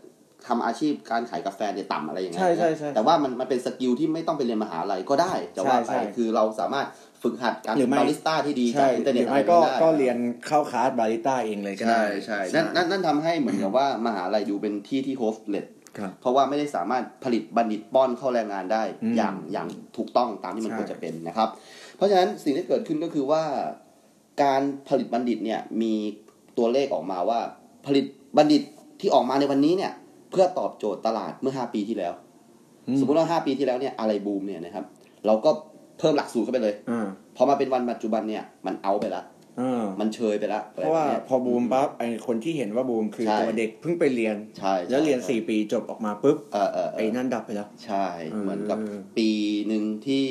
Speaker 2: ทำอาชีพการขายกาแฟเนี่ยต่ำอะไรอย่างเงี้ย
Speaker 3: ใช่ใช่ใช่
Speaker 2: แต่ว่ามันมันเป็นสกิลที่ไม่ต้องไปเรียนมหาลัยก็ได้จะว่า
Speaker 3: ใช่
Speaker 2: ไป
Speaker 3: ใช่
Speaker 2: คือเราสามารถฝึกหัดการ
Speaker 3: หรื
Speaker 2: เป็
Speaker 3: อน ไม่
Speaker 2: บาริสต้าที่ดีจา
Speaker 3: ใช่
Speaker 2: กอินเทอร์
Speaker 3: ห
Speaker 2: เน็ต
Speaker 3: รือ
Speaker 2: อะไร
Speaker 3: ไม่ก็
Speaker 2: ก็ได้
Speaker 3: ก็เรียนเข้าคลาสบาริสต้าเองเลยก็ได้
Speaker 2: ใช่ใช่นั่นนั่นนั่นทำให้เหมือนกับว่า มหาลัยดูเป็นที่ที่โฮสเลด
Speaker 3: ครับ
Speaker 2: เพราะว่าไม่ได้สามารถผลิตบัณฑิตป้อนเข้าแรงงานได้
Speaker 3: อืม
Speaker 2: อย่างอย่างถูกต้องตามที่มัน
Speaker 3: ใช่
Speaker 2: ควรจะเป็นนะครับ เพราะฉะนั้นสิ่งที่เกิดขึ้นก็คือว่าการผลิตบัณฑิตเนี่ยมีตัวเลขออกมาว่า ผลิตบัณฑิตที่ออกมาในวันนี้เนี่ย เพื่อตอบโจทย์ตลาดเมื่อ 5 ปีที่แล้ว สมมติว่า 5 ปีที่แล้วเนี่ยอะไรบูมเนี่ยนะครับ เราก็เพิ่มหลักสูตรเข้าไปเลย
Speaker 3: อ่า
Speaker 2: พอมาเป็นวันปัจจุบันเนี่ยมันเอาไปละ
Speaker 3: อ่า
Speaker 2: มันเชยไปละอ
Speaker 3: เพ
Speaker 2: ไ
Speaker 3: ราะว่า
Speaker 2: แบบนี้ย
Speaker 3: พอบูมปั๊บไอคนที่เห็นว่าบูมคือ
Speaker 2: ใช่
Speaker 3: ตัวเด็กเพิ่งไปเรียน
Speaker 2: ใช่ใช่
Speaker 3: แล้วเรียนสี่ปีจบออกมาปุ๊บ
Speaker 2: เออเออเอ
Speaker 3: ไอ้
Speaker 2: อ
Speaker 3: นั่นดับไปแล้ว
Speaker 2: ใช่
Speaker 3: เออ
Speaker 2: เหมือนกับปีหนึ่งที่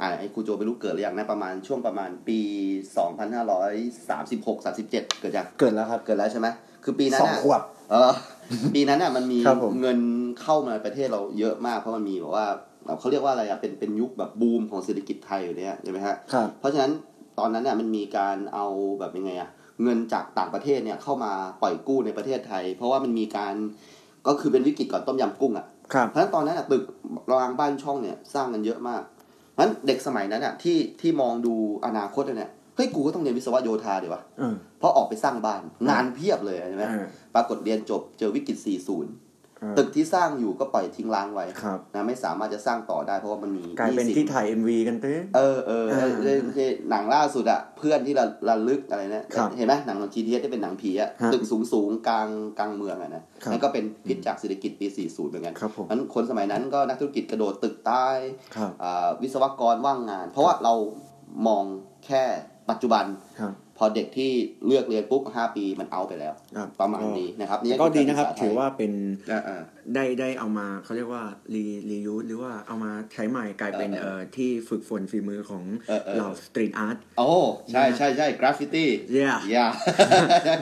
Speaker 2: อ่าไอ้ครูโจไปรู้เกิดหรือยังนะประมาณช่วงประมาณปี 2536 37 เกิดจาก
Speaker 3: เกิดแล้วครับ
Speaker 2: เกิดแล้วใช่ไหมคือปีนั้น
Speaker 3: สอง
Speaker 2: น่ะ
Speaker 3: ขวบ
Speaker 2: เออ ปีนั้นน่ะมันมี
Speaker 3: ครับผม
Speaker 2: เงินเข้ามาประเทศเราเยอะมาก เพราะมันมีแบบว่าเขาเรียกว่าอะไรอ่ะเป็นเป็นยุคแบบบูมของเศรษฐกิจไทยอยู่เนี่ยใช่ไหมฮะ
Speaker 3: ครับ
Speaker 2: เพราะฉะนั้นตอนนั้นน่ะมันมีการเอาแบบยังไงอ่ะเงินจากต่างประเทศเนี่ยเข้ามาปล่อยกู้ในประเทศไทย เพราะว่ามันมีการก็คือเป็นวิกฤตก่อนต้มยำกุ้งอ่ะ
Speaker 3: ครับ
Speaker 2: เพราะฉะนั้นตอนนั้นน่ะตึกรางบ้านช่องเนี่ยสร้างกันเยอะมากเพราะฉะนั้นเด็กสมัยนั้นอ่ะที่ที่มองดูอนาคตเนี่ยเฮ้ยกูก็ต้องเรียนวิศวะโยธาดีวะ
Speaker 3: เออ
Speaker 2: เพราะออกไปสร้างบ้านงานเพียบเลยใช่ไหม
Speaker 3: เออ
Speaker 2: ปรากฏเรียนจบเจอวิกฤต
Speaker 3: เออ
Speaker 2: 40 ตึกที่สร้างอยู่ก็ปล่อยทิ้งร้างไว้
Speaker 3: ครับ
Speaker 2: นะไม่สามารถจะสร้างต่อได้เพราะว่ามันมี
Speaker 3: กลายเป็น
Speaker 2: หสิ
Speaker 3: ที่ถ่าย MV กันเต้
Speaker 2: เออเออ
Speaker 3: เออ
Speaker 2: เรื่องที่หนังล่าสุดอะเพื่อนที่ระระลึกอะไรนะครับ เห็นไหมหนังของ GTS ที่เป็นหนังผีอะ
Speaker 3: ฮะ
Speaker 2: ตึกสูงสูงๆกลางกลางเมืองอะนะครับ นั่นก็เป็นพิษจากเศรษฐกิจปี 40 เหมือนกัน
Speaker 3: ครับผม
Speaker 2: นั้นคนสมัยนั้นก็นักธุรกิจกระโดดตึกตาย
Speaker 3: ครับ
Speaker 2: อ่าวิศวกรว่างงาน เพราะว่าเรามองแค่ปัจจุบัน
Speaker 3: ครับ
Speaker 2: พอเด็กที่เลือกเรียนปุ๊บ5ปีมันเอาไปแล้ว
Speaker 3: ครับ
Speaker 2: ประมาณนี้นะครับนี่
Speaker 3: ก็
Speaker 2: อ
Speaker 3: ดีนะครับ
Speaker 2: กศึกษไทย
Speaker 3: ถือว่าเป็น
Speaker 2: อ่าอ่า
Speaker 3: ได้ได้เอามาเขาเรียกว่ารีรียูหรือว่าเอามาใช้ใหม่กลายเป็น
Speaker 2: เออเอ
Speaker 3: เอ่
Speaker 2: อ
Speaker 3: อที่ฝึกฝนฝีมือของ
Speaker 2: เออเออ
Speaker 3: เหล่าสตรีทอาร์ต
Speaker 2: โอ้ใช่ใช่ใช่กราฟฟิตี้
Speaker 3: Yeah
Speaker 2: ย่า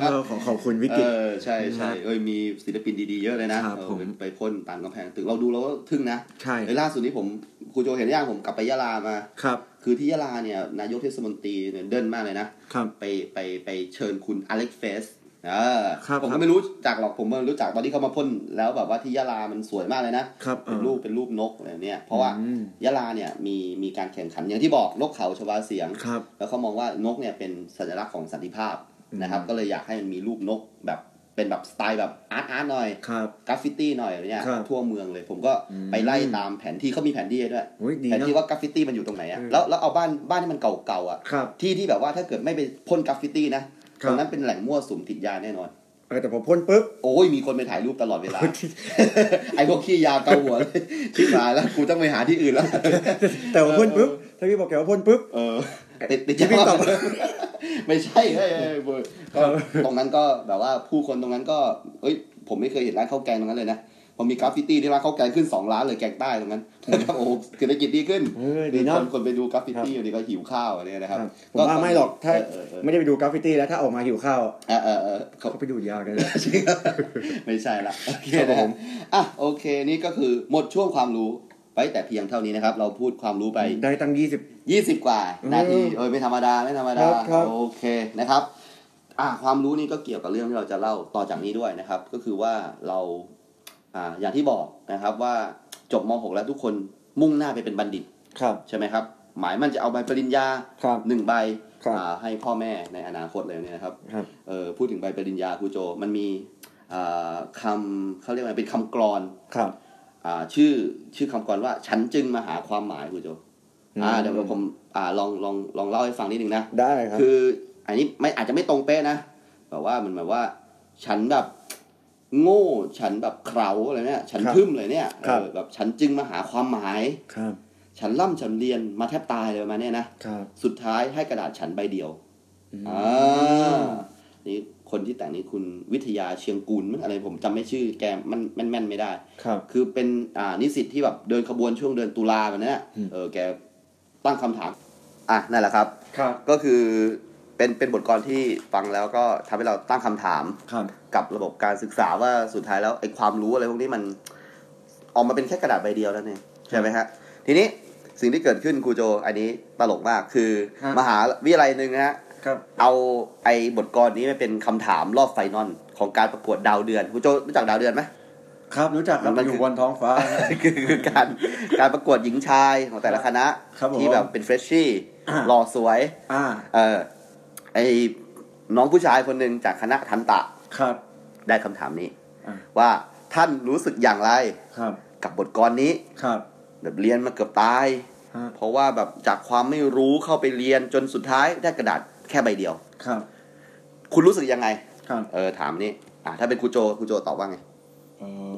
Speaker 3: เออขอขอบคุณวิ
Speaker 2: เอก
Speaker 3: ฤต
Speaker 2: อใช่ใช่เอ้ยมีศิลปินดีๆเยอะเลยนะครับ เออ
Speaker 3: ผม
Speaker 2: ไปไปพ่นตามกำแพงตึกเราดูแล้วก็ทึ่งนะ
Speaker 3: ใช่
Speaker 2: เอ้ยล่าสุดนี้ผมครูโจเห็นหรือยังผมกลับไปยะลามา
Speaker 3: ครับ
Speaker 2: คือที่ยะลาเนี่ยนายกเทศมนตรีเนี่ยเดินมากเลยนะ
Speaker 3: ครับ
Speaker 2: ไปไปไปเชิญคุณอเล็กเฟสเออ
Speaker 3: ครับ
Speaker 2: ผม
Speaker 3: ครั
Speaker 2: ก็
Speaker 3: บ
Speaker 2: ไม่รู้จักหรอกผมเพิ่งรู้จักตอนที่เขามาพ่นแล้วแบบว่าที่ยะลามันสวยมากเลยนะครับ เป็น
Speaker 3: เออ
Speaker 2: รูปเป็นรูปนกอะไรเนี่ยเพราะว่า
Speaker 3: อืม
Speaker 2: ยะลาเนี่ยมีมีการแข่งขันอย่างที่บอกนกเขาชวาเสียง
Speaker 3: ครับ
Speaker 2: แล้วเขามองว่านกเนี่ยเป็นสัญลักษณ์ของสันติภาพนะครับ ก็เลยอยากให้มันมีรูปนกแบบเป็นแบบสไตล์แบบอาร์ตอาร์ตหน่อย
Speaker 3: ครับ
Speaker 2: กราฟฟิตี้หน่อยอะไรเนี่ย
Speaker 3: ครับ
Speaker 2: ทั่วเมืองเลย ผมก็ไปไล่ตามแผนที่เขามีแผนที่ให้ด้วย
Speaker 3: โอ้ยดีนะ
Speaker 2: แผนที่ว่ากราฟฟิตี้มันอยู่ตรงไหนอะ
Speaker 3: อืม
Speaker 2: แล้วแล้วเอาบ้านบ้านที่มันเก่าๆอ่ะ
Speaker 3: ครับ
Speaker 2: ที่ที่แบบว่าถ้าเกิดไม่ไปพ่นกราฟฟิตี้นะ
Speaker 3: ค
Speaker 2: ต
Speaker 3: รับ
Speaker 2: รงนั้นเป็นแหล่งมั่วสุมติดยาแน่นอน
Speaker 3: เออแต่พอพ่นปุ๊บ
Speaker 2: โอ้ยมีคนไปถ่ายรูปตลอดเวลา ไอ้พวกขี้ยาเกาหัวเลยที่มายแล้วกูต้องไปหาที่อื่นแล้ว
Speaker 3: แต่พอพ่นปุ๊บ ถ้าพี่บอกแกว่าพ่นปุ๊บ
Speaker 2: เออติดติด
Speaker 3: ที่พี่
Speaker 2: ยา
Speaker 3: ตอบ
Speaker 2: ไม่ใช่เฮ้ยเฮ้ยเว้ยก็ตรงนั้นก็แบบว่าผู้คนตรงนั้นก็ เอ้ย ผมไม่เคยเห็นร้านข้าวแกงตรงนั้นเลยนะพอมีกราฟฟิตี้ที่ร้านข้าวแกงขึ้นสองร้านเลยแกงใต้ตรงนั้นนะครับโอ้โหเศรษฐกิจดีขึ้น
Speaker 3: เออดีเนาะ
Speaker 2: คนคนไปดูกราฟฟิตี้อยู่ดีก็หิวข้าวอะไรเนี่ยนะครับ
Speaker 3: ผมว่าไม่หรอก ถ้า
Speaker 2: เออเออ
Speaker 3: ไม่ได้ไปดูกราฟฟิตี้แล้วถ้าออกมาหิวข้าว
Speaker 2: เออเออเออเขา
Speaker 3: เขาไปดูดยากัน
Speaker 2: ไม่ใช่ละโอเค
Speaker 3: ครับ
Speaker 2: นะ
Speaker 3: ผ
Speaker 2: ฮะ
Speaker 3: ม
Speaker 2: อ่ะโอเคนี่ก็คือหมดช่วงความรู้ไปแต่เพียงเท่านี้นะครับ เราพูดความรู้ไป
Speaker 3: ได้ตั้งยี่สิบ
Speaker 2: 20 กว่านาทีเอ้ยไม่ธรรมดาไม่ธรรมดา
Speaker 3: ครับครับ
Speaker 2: โอเคนะครับ อ่ะความรู้นี่ก็เกี่ยวกับเรื่องที่เราจะเล่าต่อจากนี้ด้วยนะครับ ก็คือว่าเราอ่าอย่างที่บอกนะครับว่าจบม .6 แล้วทุกคนมุ่งหน้าไปเป็นบัณฑิต
Speaker 3: ครับ
Speaker 2: ใช่ไหมครับ หมายมันจะเอาใบปริญญา
Speaker 3: ครับ
Speaker 2: หนึ่งใบ
Speaker 3: ครับ
Speaker 2: อ่าให้พ่อแม่ในอนาคตเลยเนี่ยนะครับ
Speaker 3: ครับ
Speaker 2: เออพูดถึงใบปริญญาครูโจ มันมีเอ่อคำเขาเรียกว่าอะไรเป็นคำกรอน
Speaker 3: ครับ
Speaker 2: อ่าชื่อชื่อคำกรอนว่าฉันจึงมาหาความหมายครูโจอ่า
Speaker 3: อืม
Speaker 2: เดี๋ยวผมอ่าลองลองลองเล่าให้ฟังนิดนึงนะ
Speaker 3: ได้ครับ
Speaker 2: คืออันนี้ไม่อาจจะไม่ตรงเป๊ะนะแบบว่ามันแบบว่า ฉันแบบโง่ฉันแบบเคราอะไรเนี่ยฉัน
Speaker 3: ครับ
Speaker 2: พึ่มเลยเนี่ย
Speaker 3: ครับ
Speaker 2: เออแบบฉันจึงมาหาความหมาย
Speaker 3: ครับ
Speaker 2: ฉันล่ำฉันเรียนมาแทบตายเลยประมาณเนี้ยนะ
Speaker 3: ครับ
Speaker 2: สุดท้ายให้กระดาษฉันใบเดียว อ่า นี่คนที่แต่งนี่คุณวิทยาเชียงกูลมั้งอะไรผมจำไม่ชื่อแกมันแม่นแม่นๆไม่ได้
Speaker 3: ครับ
Speaker 2: คือเป็นอ่านิสิตที่แบบเดินขบวนช่วงเดือนตุลาแบบเนี้ย
Speaker 3: อืม
Speaker 2: เออแกตั้งคำถาม อ่ะนั่นแหละครับ
Speaker 3: ครับ
Speaker 2: ก็คือเป็นเป็นบทกลอนที่ฟังแล้วก็ทำให้เราตั้งคำถาม
Speaker 3: ครับ
Speaker 2: กับระบบการศึกษาว่าสุดท้ายแล้วไอ้ความรู้อะไรพวกนี้มันออกมาเป็นแค่กระดาษใบเดียวนั่นเองใช่ไหมฮะทีนี้สิ่งที่เกิดขึ้นครูโจอันนี้ตลกมากคือ
Speaker 3: ฮะ
Speaker 2: มหาวิทยาลัยหนึ่งนะฮะ
Speaker 3: ครับ
Speaker 2: เอาไอ้บทกรนี้มาเป็นคำถามรอบไฟนอลของการประกวดดาวเดือนคุณโจรู้จักดาวเดือนไหม
Speaker 3: ครับ รู้จักครับ
Speaker 2: มันคือ
Speaker 3: อ
Speaker 2: อ
Speaker 3: ยู่บนท้องฟ้า
Speaker 2: คือคือการการประกวดหญิงชายของแต่ละคณะ
Speaker 3: ครับผม
Speaker 2: ที่แบบเป็นเฟรช ชี่
Speaker 3: อ่า
Speaker 2: หล่อสวย
Speaker 3: อ่า
Speaker 2: เออไอ้น้องผู้ชายคนหนึ่งจากคณะทันตะ
Speaker 3: ครับ
Speaker 2: ได้คำถามนี้
Speaker 3: อ่า
Speaker 2: ว่าท่านรู้สึกอย่างไร
Speaker 3: ครับ
Speaker 2: กับบทกรนี้
Speaker 3: ครับ
Speaker 2: แบบเรียนมาเกือบตาย
Speaker 3: ฮะ
Speaker 2: เพราะว่าแบบจากความไม่รู้เข้าไปเรียนจนสุดท้ายได้กระดาษแค่ใบเดียว
Speaker 3: ครับ
Speaker 2: คุณรู้สึกยังไง
Speaker 3: ครับ
Speaker 2: เออถามนี้อ่ะถ้าเป็นครูโจครูโจตอบว่าไง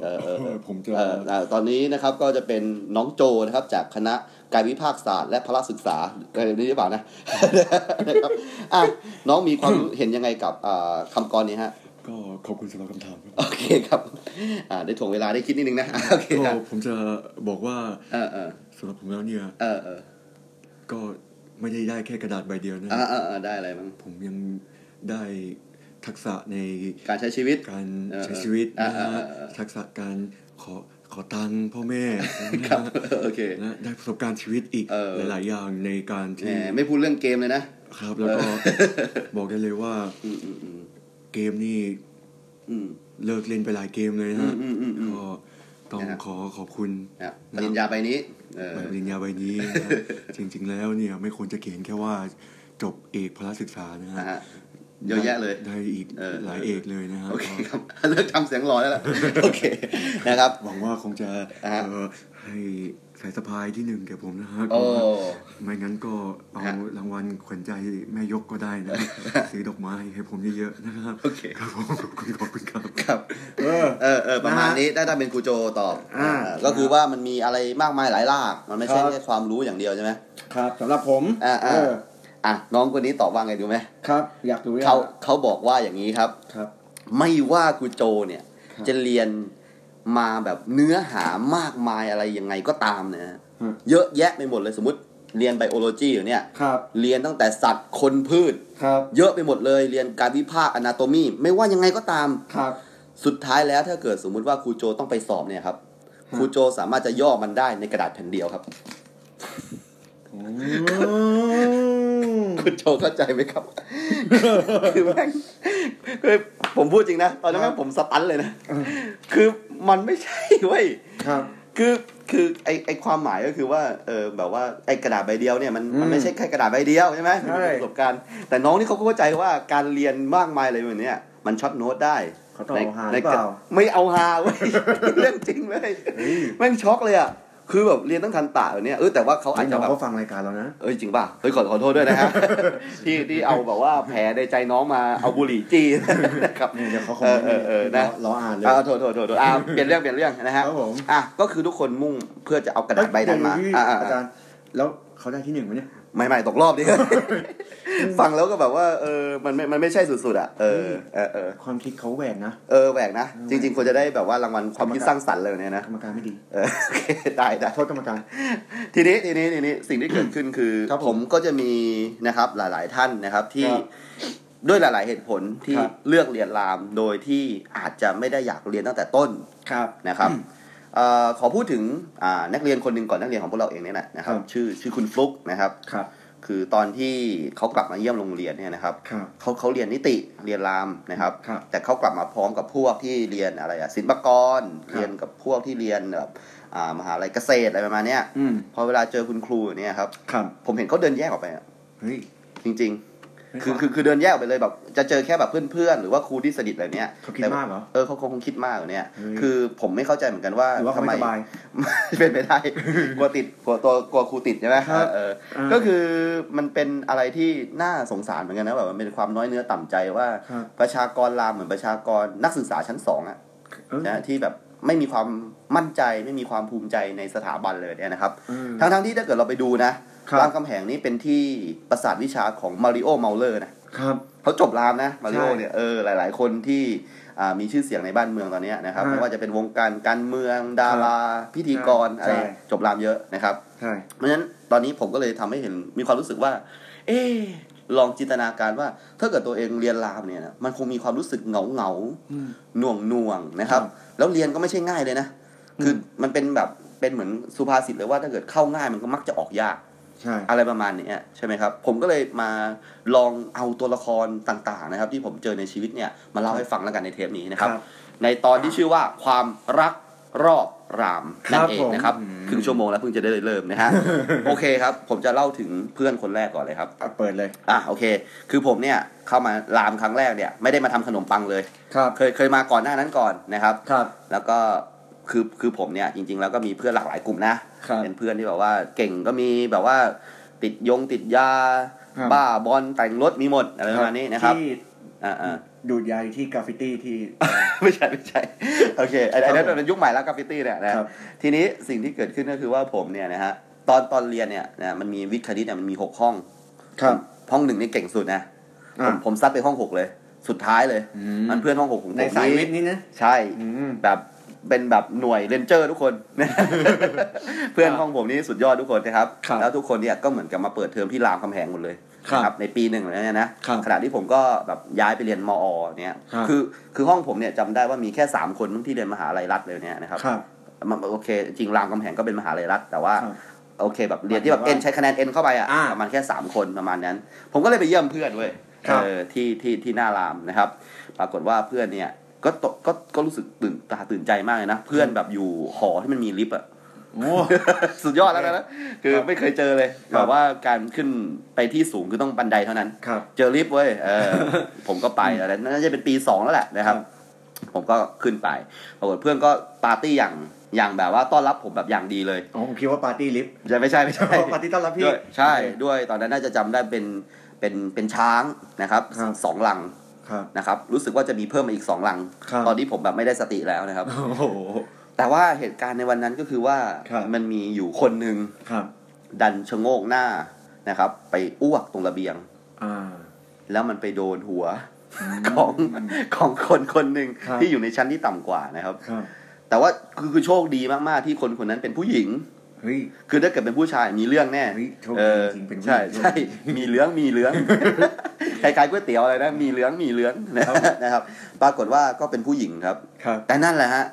Speaker 3: เออ
Speaker 2: เออเออเออ
Speaker 3: ผมจะ
Speaker 2: เอ่อตอนนี้นะครับก็จะเป็นน้องโจนะครับจากคณะ กายวิภาคศาสตร์และพละศึกษาอะไรแบบนี้หรือเปล่านะ นะครับอ่ะน้องมีความรู้เห็นยังไงกับอ่าคำากรนี้ฮะ
Speaker 1: ก็ขอบคุณสำหรับคำถามครับ
Speaker 2: โอเคครับ อ่าได้ถ่วงเวลาได้คิดนิดนึงนะอ่ะ โอเค
Speaker 1: ก็
Speaker 2: ครับ
Speaker 1: ผมจะบอกว่า
Speaker 2: เออเออ
Speaker 1: สำหรับผมแล้วเนี่ย
Speaker 2: เออเออ
Speaker 1: ก็ไม่ได้ได้แค่กระดาษใบเดียวนะ
Speaker 2: อ่ะอ่ะอ่ะได้อะไรมั้ง
Speaker 1: ผมยังได้ทักษะใน
Speaker 2: การใช้ชีวิต
Speaker 1: การ
Speaker 2: เออ
Speaker 1: ใช้ชีวิตนะ
Speaker 2: อ่า
Speaker 1: ฮะ
Speaker 2: อ่าอ่า
Speaker 1: ทักษะการขอขอตังค์พ่อแม่นะ
Speaker 2: ครั
Speaker 1: ฮะ
Speaker 2: บ โอ เค
Speaker 1: นะได้ประสบการณ์ชีวิตอีก
Speaker 2: เออ
Speaker 1: หลาย ๆ อย่างในการ
Speaker 2: แหม
Speaker 1: ที่
Speaker 2: ไม่พูดเรื่องเกมเลยนะครับ
Speaker 1: แล้วก็บอกได้เลยว่า
Speaker 2: อืมอืมอืม
Speaker 1: เกมนี่
Speaker 2: อืม
Speaker 1: เลิกเล่นไปหลายเกมเลยนะฮะ
Speaker 2: อืมอืมอืมอืม
Speaker 1: ก็ต้อง
Speaker 2: นะครับ
Speaker 1: ขอขอบคุณ
Speaker 2: นะครับปริญญาใบนี้เออ
Speaker 1: ใบปริญญาใบนี้นะ ฮะ จริง ๆ แล้วเนี่ยไม่ควรจะเขียนแค่ว่าจบเอกพละศึกษานะฮะ
Speaker 2: นะฮะเยอะแยะเลย
Speaker 1: ได้อีก
Speaker 2: เออ
Speaker 1: หลายเอกเลยนะฮะ
Speaker 2: โอเค
Speaker 1: ก็
Speaker 2: ครับ เลิกทำเสียงหลอแล้วล่ะ โอเคนะครับ
Speaker 1: หวังว่าคงจะ
Speaker 2: อ่าฮะ
Speaker 1: เอ่อให้สายสะพายที่หนึ่งแก่ผมนะฮะ
Speaker 2: โอ้
Speaker 1: ก็ไม่งั้นก็เอา
Speaker 2: ฮะ
Speaker 1: รางวัลขวัญใจแม่ยกก็ได้นะ ซื้อดอกไม้ให้ผมเยอะๆนะครับ
Speaker 2: โอเค
Speaker 1: ครับผมขอบคุณขอบคุณครับ
Speaker 2: ครับ
Speaker 3: เออ
Speaker 2: เออเออประมาณนี้ได้ได้เป็นครูโจตอบ
Speaker 3: อ่า
Speaker 2: อ่าก็คือว่ามันมีอะไรมากมายหลายลาก มันไม่ใช่
Speaker 3: ครับ
Speaker 2: แค่ความรู้อย่างเดียวใช่ไหม
Speaker 3: ครับสำหรับผม
Speaker 2: อ่าๆ
Speaker 3: เออ
Speaker 2: อ่ะน้องคนนี้ตอบว่าไงดูไหม
Speaker 3: ครับ อยากรู้ยัง
Speaker 2: เขาเขาบอกว่าอย่างนี้ครับ
Speaker 3: ครับ
Speaker 2: ไม่ว่าครูโจเนี่ย
Speaker 3: ครับ
Speaker 2: จะเรียนมาแบบเนื้อหามากมายอะไรยังไงก็ตามนะฮะ
Speaker 3: ฮะ
Speaker 2: เยอะแยะไปหมดเลยสมมติเรียนไบโอโลจีอยู่เนี่ย
Speaker 3: ครับ
Speaker 2: เรียนตั้งแต่สัตว์คนพืช
Speaker 3: ครับ
Speaker 2: เยอะไปหมดเลยเรียนการวิภาคอนาโตมีไม่ว่ายังไงก็ตาม
Speaker 3: ครับ
Speaker 2: สุดท้ายแล้วถ้าเกิดสมมุติว่าครูโจต้องไปสอบเนี่ยครับ
Speaker 3: ฮะ
Speaker 2: ครูโจสามารถจะย่อมันได้ในกระดาษแผ่นเดียวครับครูโจเข้าใจไหม ครับ คือแม่งคือผมพูดจริงนะ ตอนนั้นแม่งผมสตันเลยนะ คือมันไม่ใช่เว้ย
Speaker 3: ครับ
Speaker 2: คือคือไอไอความหมายก็คือว่าเออแบบว่าไอกระดาษใบเดียวเนี่ยมันมัน
Speaker 3: อืม
Speaker 2: ไม่ใช่แค่กระดาษใบเดียวใช่ไหม
Speaker 3: ใช่
Speaker 2: มันเป็นประสบการณ์ แต่น้องนี่เขาก็เข้าใจว่าการเรียนมากมายอะไรแบบเนี้ยมันช็อตโน้ตได้
Speaker 3: เขาตอบหาห
Speaker 2: ใน
Speaker 3: รือเปล่า
Speaker 2: ไม่เอาฮาเว้ย เรื่องจริงเลยแม่งช็อกเลยอ่ะคือแบบเรียนตั้งทันตะแบบเนี้ยเออแต่ว่าเขาอาจ
Speaker 3: นี่
Speaker 2: จะ
Speaker 3: น้อง
Speaker 2: แบบ
Speaker 3: ก็ฟังรายการเรานะ
Speaker 2: เอ้ยจริงป่ะเฮ้ยขอขอโทษด้วยนะฮะ ที่ที่เอาแบบว่าแผลในใจน้องมาเอาบุหรี่ จี้ นะครับ
Speaker 3: เนี่ยเดี๋ยวเขาคอม
Speaker 2: เอ
Speaker 3: เม
Speaker 2: อน
Speaker 3: ต์
Speaker 2: เออเออนะ
Speaker 3: นะรออ่านเลย
Speaker 2: อ่าโทษโทษโทษโทษอ่าเปลี่ยนเรื่องเปลี่ยนเรื่องนะฮะ
Speaker 3: ครับผม
Speaker 2: อ่ะก็คือทุกคนมุ่งเพื่อจะเอากระดาษใบนั้นมา
Speaker 3: เดี๋ยว
Speaker 2: อ่า
Speaker 3: อาจารย์แล้วเขาได้ที่หนึ่งไหมเนี่ย
Speaker 2: ไม่ไม่ตกรอบ ดิ ฟังแล้วก็แบบว่าเออมันไม่มันไม่ใช่สุดๆอ่ะเออเออเออ
Speaker 3: ความคิดเขาแหวนนะ
Speaker 2: เออแหวกนะ จริง ๆควรจะได้แบบว่ารางวัลความคิดสร้างสรรค์เลยเนี่ยนะ
Speaker 3: กรรมการไม่ดี
Speaker 2: เออโอเคได้ได้
Speaker 3: โทษกรรมการ
Speaker 2: ทีนี้ทีนี้ทีนี้สิ่งที่เกิดขึ้นคือ
Speaker 3: ครับผม
Speaker 2: ผมก็จะมีนะครับหลาย ๆ ท่านนะครับที่
Speaker 3: ครับ
Speaker 2: ด้วยหลาย ๆ เหตุผลที่
Speaker 3: ครับ
Speaker 2: เลือกเรียนรามโดยที่อาจจะไม่ได้อยากเรียนตั้งแต่ต้น
Speaker 3: ครับ
Speaker 2: นะครับเอ่อขอพูดถึงอ่านักเรียนคนหนึ่งก่อนนักเรียนของพวกเราเองเนี่ยแหละนะครับ
Speaker 3: ครับ
Speaker 2: ชื่อชื่อคุณฟลุกนะครับ
Speaker 3: ครับ
Speaker 2: คือตอนที่เขากลับมาเยี่ยมโรงเรียนเนี่ยนะครับ
Speaker 3: ครับ
Speaker 2: เขาเขาเรียนนิติเรียนรามนะครับ
Speaker 3: ครับ
Speaker 2: แต่เขากลับมาพร้อมกับพวกที่เรียนอะไรอะศิลปากร
Speaker 3: ครับ
Speaker 2: เรียนกับพวกที่เรียนแบบอ่ามหาลัยเกษตรอะไรประมาณเนี้ย
Speaker 3: อืม
Speaker 2: พอเวลาเจอคุณครูเนี่ยครับ
Speaker 3: ครับ
Speaker 2: ผมเห็นเขาเดินแยกออกไปอะ
Speaker 3: เฮ้ย
Speaker 2: จริง ๆ คือคือคือเดินแยกออกไปเลยแบบจะเจอแค่แบบเพื่อนๆหรือว่าครูที่สนิทอะไรเนี้ย
Speaker 3: เขาคิด
Speaker 2: แต่
Speaker 3: มากเหรอ
Speaker 2: เออเขาคงคิดมากอยู่เนี่ย
Speaker 3: เฮ้ย
Speaker 2: คือผมไม่เข้าใจเหมือนกันว่า
Speaker 3: หรือว่าเขา
Speaker 2: ทำ
Speaker 3: ไม่สบาย
Speaker 2: เป็น ไปได้กลัวติดกลัวตัวกลัวครูติดใช่ไหม
Speaker 3: ครับ
Speaker 2: เออเออ
Speaker 3: อ่า
Speaker 2: ก็คือมันเป็นอะไรที่น่าสงสารเหมือนกันนะแบบมันเป็นความน้อยเนื้อต่ำใจว่า
Speaker 3: ครับ
Speaker 2: ประชากรลามเหมือนประชากรนักศึกษาชั้นสองอะ
Speaker 3: เออ
Speaker 2: นะที่แบบไม่มีความมั่นใจไม่มีความภูมิใจในสถาบันเลยเนี่ยนะครับ
Speaker 3: เออ
Speaker 2: ทั้งทั้งๆที่ถ้าเกิดเราไปดูนะครับ รามคำแหงนี่เป็นที่ประสาทวิชาของมาริโอเมาเลอร์นะครับ เขาจบรามนะมาริโอ
Speaker 3: ใช่
Speaker 2: เนี่ยเออหลาย ๆ คนที่อ่ามีชื่อเสียงในบ้านเมืองตอนเนี้ยนะครับ
Speaker 3: ฮะ
Speaker 2: ไม่ว่าจะเป็นวงการการเมืองดาราพิธีกร
Speaker 3: ใช่
Speaker 2: อะไร
Speaker 3: ใช่
Speaker 2: จบรามเยอะนะครับ
Speaker 3: ใช่
Speaker 2: เพราะฉะนั้นตอนนี้ผมก็เลยทำให้เห็นมีความรู้สึกว่า เอ๊ะลองจินตนาการว่า ถ้าเกิดตัวเองเรียนรามเนี่ยนะมันคงมีความรู้สึกเหงาเหงาๆ
Speaker 3: อืม
Speaker 2: หน่วงหน่วงๆนะครับ แล้วเรียนก็ไม่ใช่ง่ายเลยนะ คืออมันเป็นแบบเป็นเหมือนสุภาษิตเลยว่าถ้าเกิดเข้าง่ายมันก็มักจะออกยาก
Speaker 3: ใช่
Speaker 2: อะไรประมาณเนี้ยใช่ไหมครับ ผมก็เลยมาลองเอาตัวละครต่างๆนะครับ ที่ผมเจอในชีวิตเนี่ยมาเล่าให้ฟังแล้วกันในเทปนี้นะครับ
Speaker 3: ครับ
Speaker 2: ในตอนที่ชื่อว่าความรักรอบรามนั่นเอง
Speaker 3: ครับผม
Speaker 2: นะครับครึ่งชั่วโมงแล้วเพิ่งจะได้เริ่ม นะฮะ โอเคครับ ผมจะเล่าถึงเพื่อนคนแรกก่อนเลยครับ
Speaker 3: อ่ะเปิดเลย
Speaker 2: อ่ะโอเค คือผมเนี่ยเข้ามารามครั้งแรกเนี่ยไม่ได้มาทำขนมปังเลย
Speaker 3: ครับ
Speaker 2: เคยเคยมาก่อนหน้านั้นก่อนนะครับ
Speaker 3: ครับ
Speaker 2: แล้วก็คือคือผมเนี่ยจริง ๆ แล้วก็มีเพื่อนหลากหลายกลุ่มนะ
Speaker 3: ครับ
Speaker 2: เป็นเพื่อนที่แบบว่าเก่งก็มีแบบว่าติดยงติดยา
Speaker 3: ครับ
Speaker 2: บ้าบอลแต่งรถมีหมดอะไรประมาณนี้นะครับ
Speaker 3: ที่
Speaker 2: อ่าอ่า
Speaker 3: ดูดยาอยู่ที่กราฟฟิตี้ที่
Speaker 2: ๆ ไม่ใช่ไม่ใช่โอเคไอ้ไอ้นั่น
Speaker 3: ครับผม
Speaker 2: มันยุคใหม่แล้วกราฟฟิตี้เนี่ยนะครับ ทีนี้สิ่งที่เกิดขึ้นก็คือว่าผมเนี่ยนะฮะ ตอนตอนเรียนเนี่ยนะมันมีวิทย์คณิตเนี่ยมันมีหกห้อง
Speaker 3: ครับ
Speaker 2: ห้องหนึ่งนี่เก่งสุดนะผ
Speaker 3: อ่ะ
Speaker 2: มผมซัดไปห้องหกเลย สุดท้ายเลยมันเพื่อนห้องหกของผม
Speaker 3: ในสายวิทย์นี่นะ
Speaker 2: ใช่แบบเป็นแบบหน่วยเรนเจอร์ทุกคน เพื่อนห้องผมนี่สุดยอดทุกคนนะครับ
Speaker 1: ครับ
Speaker 2: แล้วทุกคนเนี่ยก็เหมือนกับมาเปิดเทอมที่รามคำแหงหมดเลย
Speaker 1: ครับ
Speaker 2: นะในปีหนึ่งแล้วเนี่ยนะครับ ขณะที่ผมก็แบบย้ายไปเรียนมอเนี่ย
Speaker 1: ครับ
Speaker 2: อคือห้องผมเนี่ยจำได้ว่ามีแค่สามคนที่เรียนมหาลัยรัฐเลยเนี่ยนะครับ มันโอเค จริงรามคำแหงก็เป็นมหาลัยรัฐแต่ว่า
Speaker 1: ครับ
Speaker 2: โอเคแบบเรียนที่แบบ
Speaker 3: หมายถึ
Speaker 2: เอ็น
Speaker 3: งว่า
Speaker 2: ใช้คะแนนเอ็นเข้าไปอ่ะ
Speaker 3: อ่า
Speaker 2: ประมาณแค่ 3 คนประมาณนั้น ผมก็เลยไปเยี่ยมเพื่อนเว้ย
Speaker 3: ครับ
Speaker 2: เออที่ที่ที่หน้ารามนะครับ ปรากฏว่าเพื่อนเนี่ยก็ตกก็ก็รู้สึกตื่นตาตื่นใจมากเลยนะ เพื่อนแบบอยู่หอที่มันมีลิฟต์อ่ะ
Speaker 1: โอ้
Speaker 2: สุดยอดแล้วนะคือ
Speaker 3: ครับ
Speaker 2: ไม่เคยเจอเลย
Speaker 3: ครับ
Speaker 2: แบบว่าการขึ้นไปที่สูงคือต้องบันไดเท่านั้น
Speaker 3: ครับ
Speaker 2: เจอลิฟต์เว้ยเออ ผมก็ไปอะไรน่าจะเป็นปีสองแล้วแหละนะครับ ผมก็ขึ้นไปปรากฏเพื่อนก็ปาร์ตี้อย่างอย่างแบบว่าต้อนรับผมแบบอย่างดีเลย
Speaker 3: อ๋อผมคิดว่าปาร์ตี้ลิฟต์
Speaker 2: จะไม่ใช่ไม่ใช่
Speaker 3: อ๋อปาร์ตี้ต้อนรับพี่
Speaker 2: ด้วยใช่ด้วยตอนนั้นน่าจะจำได้เป็นเป็นเป็นช้างนะครับ
Speaker 1: ครับ
Speaker 2: สองลัง
Speaker 1: ครับ
Speaker 2: นะครับ รู้สึกว่าจะมีเพิ่มมาอีกสองลัง
Speaker 1: ครับ
Speaker 2: ตอนนี้ผมแบบไม่ได้สติแล้วนะครับ
Speaker 1: โอ้โห
Speaker 2: แต่ว่าเหตุการณ์ในวันนั้นก็คือว่า
Speaker 1: ครับ
Speaker 2: มันมีอยู่คนหนึ่ง
Speaker 1: ครับ
Speaker 2: ดันชะโงกหน้านะครับ ไปอ้วกตรงระเบียง
Speaker 1: อ่า
Speaker 2: แล้วมันไปโดนหัวของของคนคนหนึ่ง
Speaker 1: ครับ
Speaker 2: ที่อยู่ในชั้นที่ต่ำกว่านะครับ
Speaker 1: ครับ
Speaker 2: แต่ว่าคือคือโชคดีมากๆที่คนคนนั้นเป็นผู้หญิง
Speaker 1: เฮ้ย
Speaker 2: คือถ้าเกิดเป็นผู้ชายมีเรื่องแน่
Speaker 1: เฮ้ยโชคดี
Speaker 2: เออ
Speaker 1: จริงๆเป็นผู้หญิงโชคดี
Speaker 2: ใช่ใช่มีเรื่องมีเรื่อง คล้ายๆก๋วยเตี๋ยวอะไรนะมีเรื่องมีเรื่องนะครับ นะครับ ปรากฏว่าก็เป็นผู้หญิงครับ
Speaker 1: ครับ
Speaker 2: แต่นั่นแหละฮะ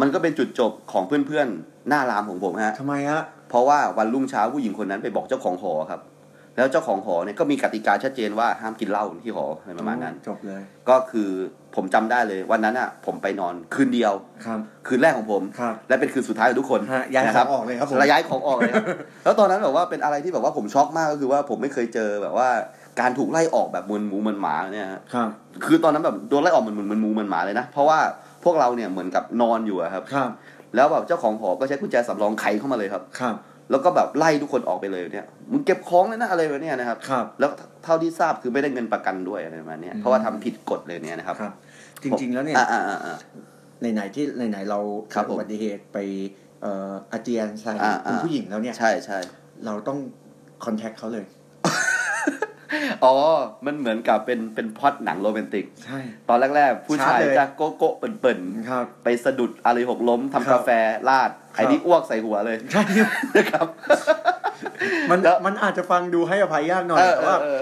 Speaker 2: มันก็เป็นจุดจบของเพื่อนๆหน้ารามของผมฮะ
Speaker 1: ทำไมฮะ
Speaker 2: เพราะว่าวันรุ่งเช้าผู้หญิงคนนั้นไปบอกเจ้าของหอครับ แล้วเจ้าของหอเนี่ยก็มีกติกาชัดเจนว่าห้ามกินเหล้าที่หออะไรประมาณนั้น
Speaker 1: จบเลย
Speaker 2: ก็คือผมจำได้เลยวันนั้นอ่ะ ผมไปนอนคืนเดียว
Speaker 1: ครับ
Speaker 2: คืนแรกของผม
Speaker 1: ครับ
Speaker 2: และเป็นคืนสุดท้ายของทุกคน
Speaker 3: ฮะย้ายของ
Speaker 2: นะครั
Speaker 3: ออกเลยครับผม
Speaker 2: ย้ายของออกเลยครับ แล้วตอนนั้นแบบว่าเป็นอะไรที่แบบว่าผมช็อกมากก็คือว่าผมไม่เคยเจอแบบว่าการถูกไล่ออกแบบเหมือนหมูเหมือนหมาเนี่ยฮะ
Speaker 1: ครับ
Speaker 2: คือตอนนั้นแบบโดนไล่ออกเหมือนเหมือนหมูเหมือนหมาเลยนะเพราะว่าพวกเราเนี่ยเหมือนกับนอนอยู่อะครับ
Speaker 1: ครับ
Speaker 2: แล้วแบบเจ้าของหอก็ใช้กุญแจสำรองไขเข้ามาเลยครับ
Speaker 1: ครับ
Speaker 2: แล้วก็แบบไล่ทุกคนออกไปเลยเนี่ยมึงเก็บของเลยนะอะไรแบบเนี้ยนะครับ
Speaker 1: ครับ
Speaker 2: แล้วเท่าที่ทราบคือไม่ได้เงินประกันด้วยอะไรประมาณเนี้ยเพราะว่าทำผิดกฎเลยเนี่ยนะครับ
Speaker 3: ครับ จริง ๆ แล้วเนี่ย
Speaker 2: อ่าอ่าอ่าอ่า
Speaker 3: ไหนๆที่ไหนๆเรา
Speaker 2: ครับผม
Speaker 3: อุบัติเหตุไปเอ่ออาเจียนใส่
Speaker 2: อ่า
Speaker 3: คุณ
Speaker 2: อ่า
Speaker 3: ผู้หญิงแล้วเนี่ย
Speaker 2: ใช่ใช่
Speaker 3: เราต้องคอนแทคเขาเลย
Speaker 2: อ๋อ มันเหมือนกับเป็นเป็นพล็อดหนังโรแมนติก
Speaker 3: ใช่
Speaker 2: ตอนแรกๆ ผู้ชาย
Speaker 3: ชาร์จเลย
Speaker 2: จะโกโก้เปิ่น
Speaker 3: ครับ
Speaker 2: ๆ ไปสะดุดอะไรหกล้มทำกาแฟราดไอ้นี่อ้วกใส่หัวเลย
Speaker 3: ใช่
Speaker 2: นะครับ
Speaker 3: มัน
Speaker 2: แล้ว
Speaker 3: มันอาจจะฟังดูให้อภัยยากหน่อย
Speaker 2: เออ
Speaker 3: แต่
Speaker 2: เอ
Speaker 3: ว่า
Speaker 2: อเออ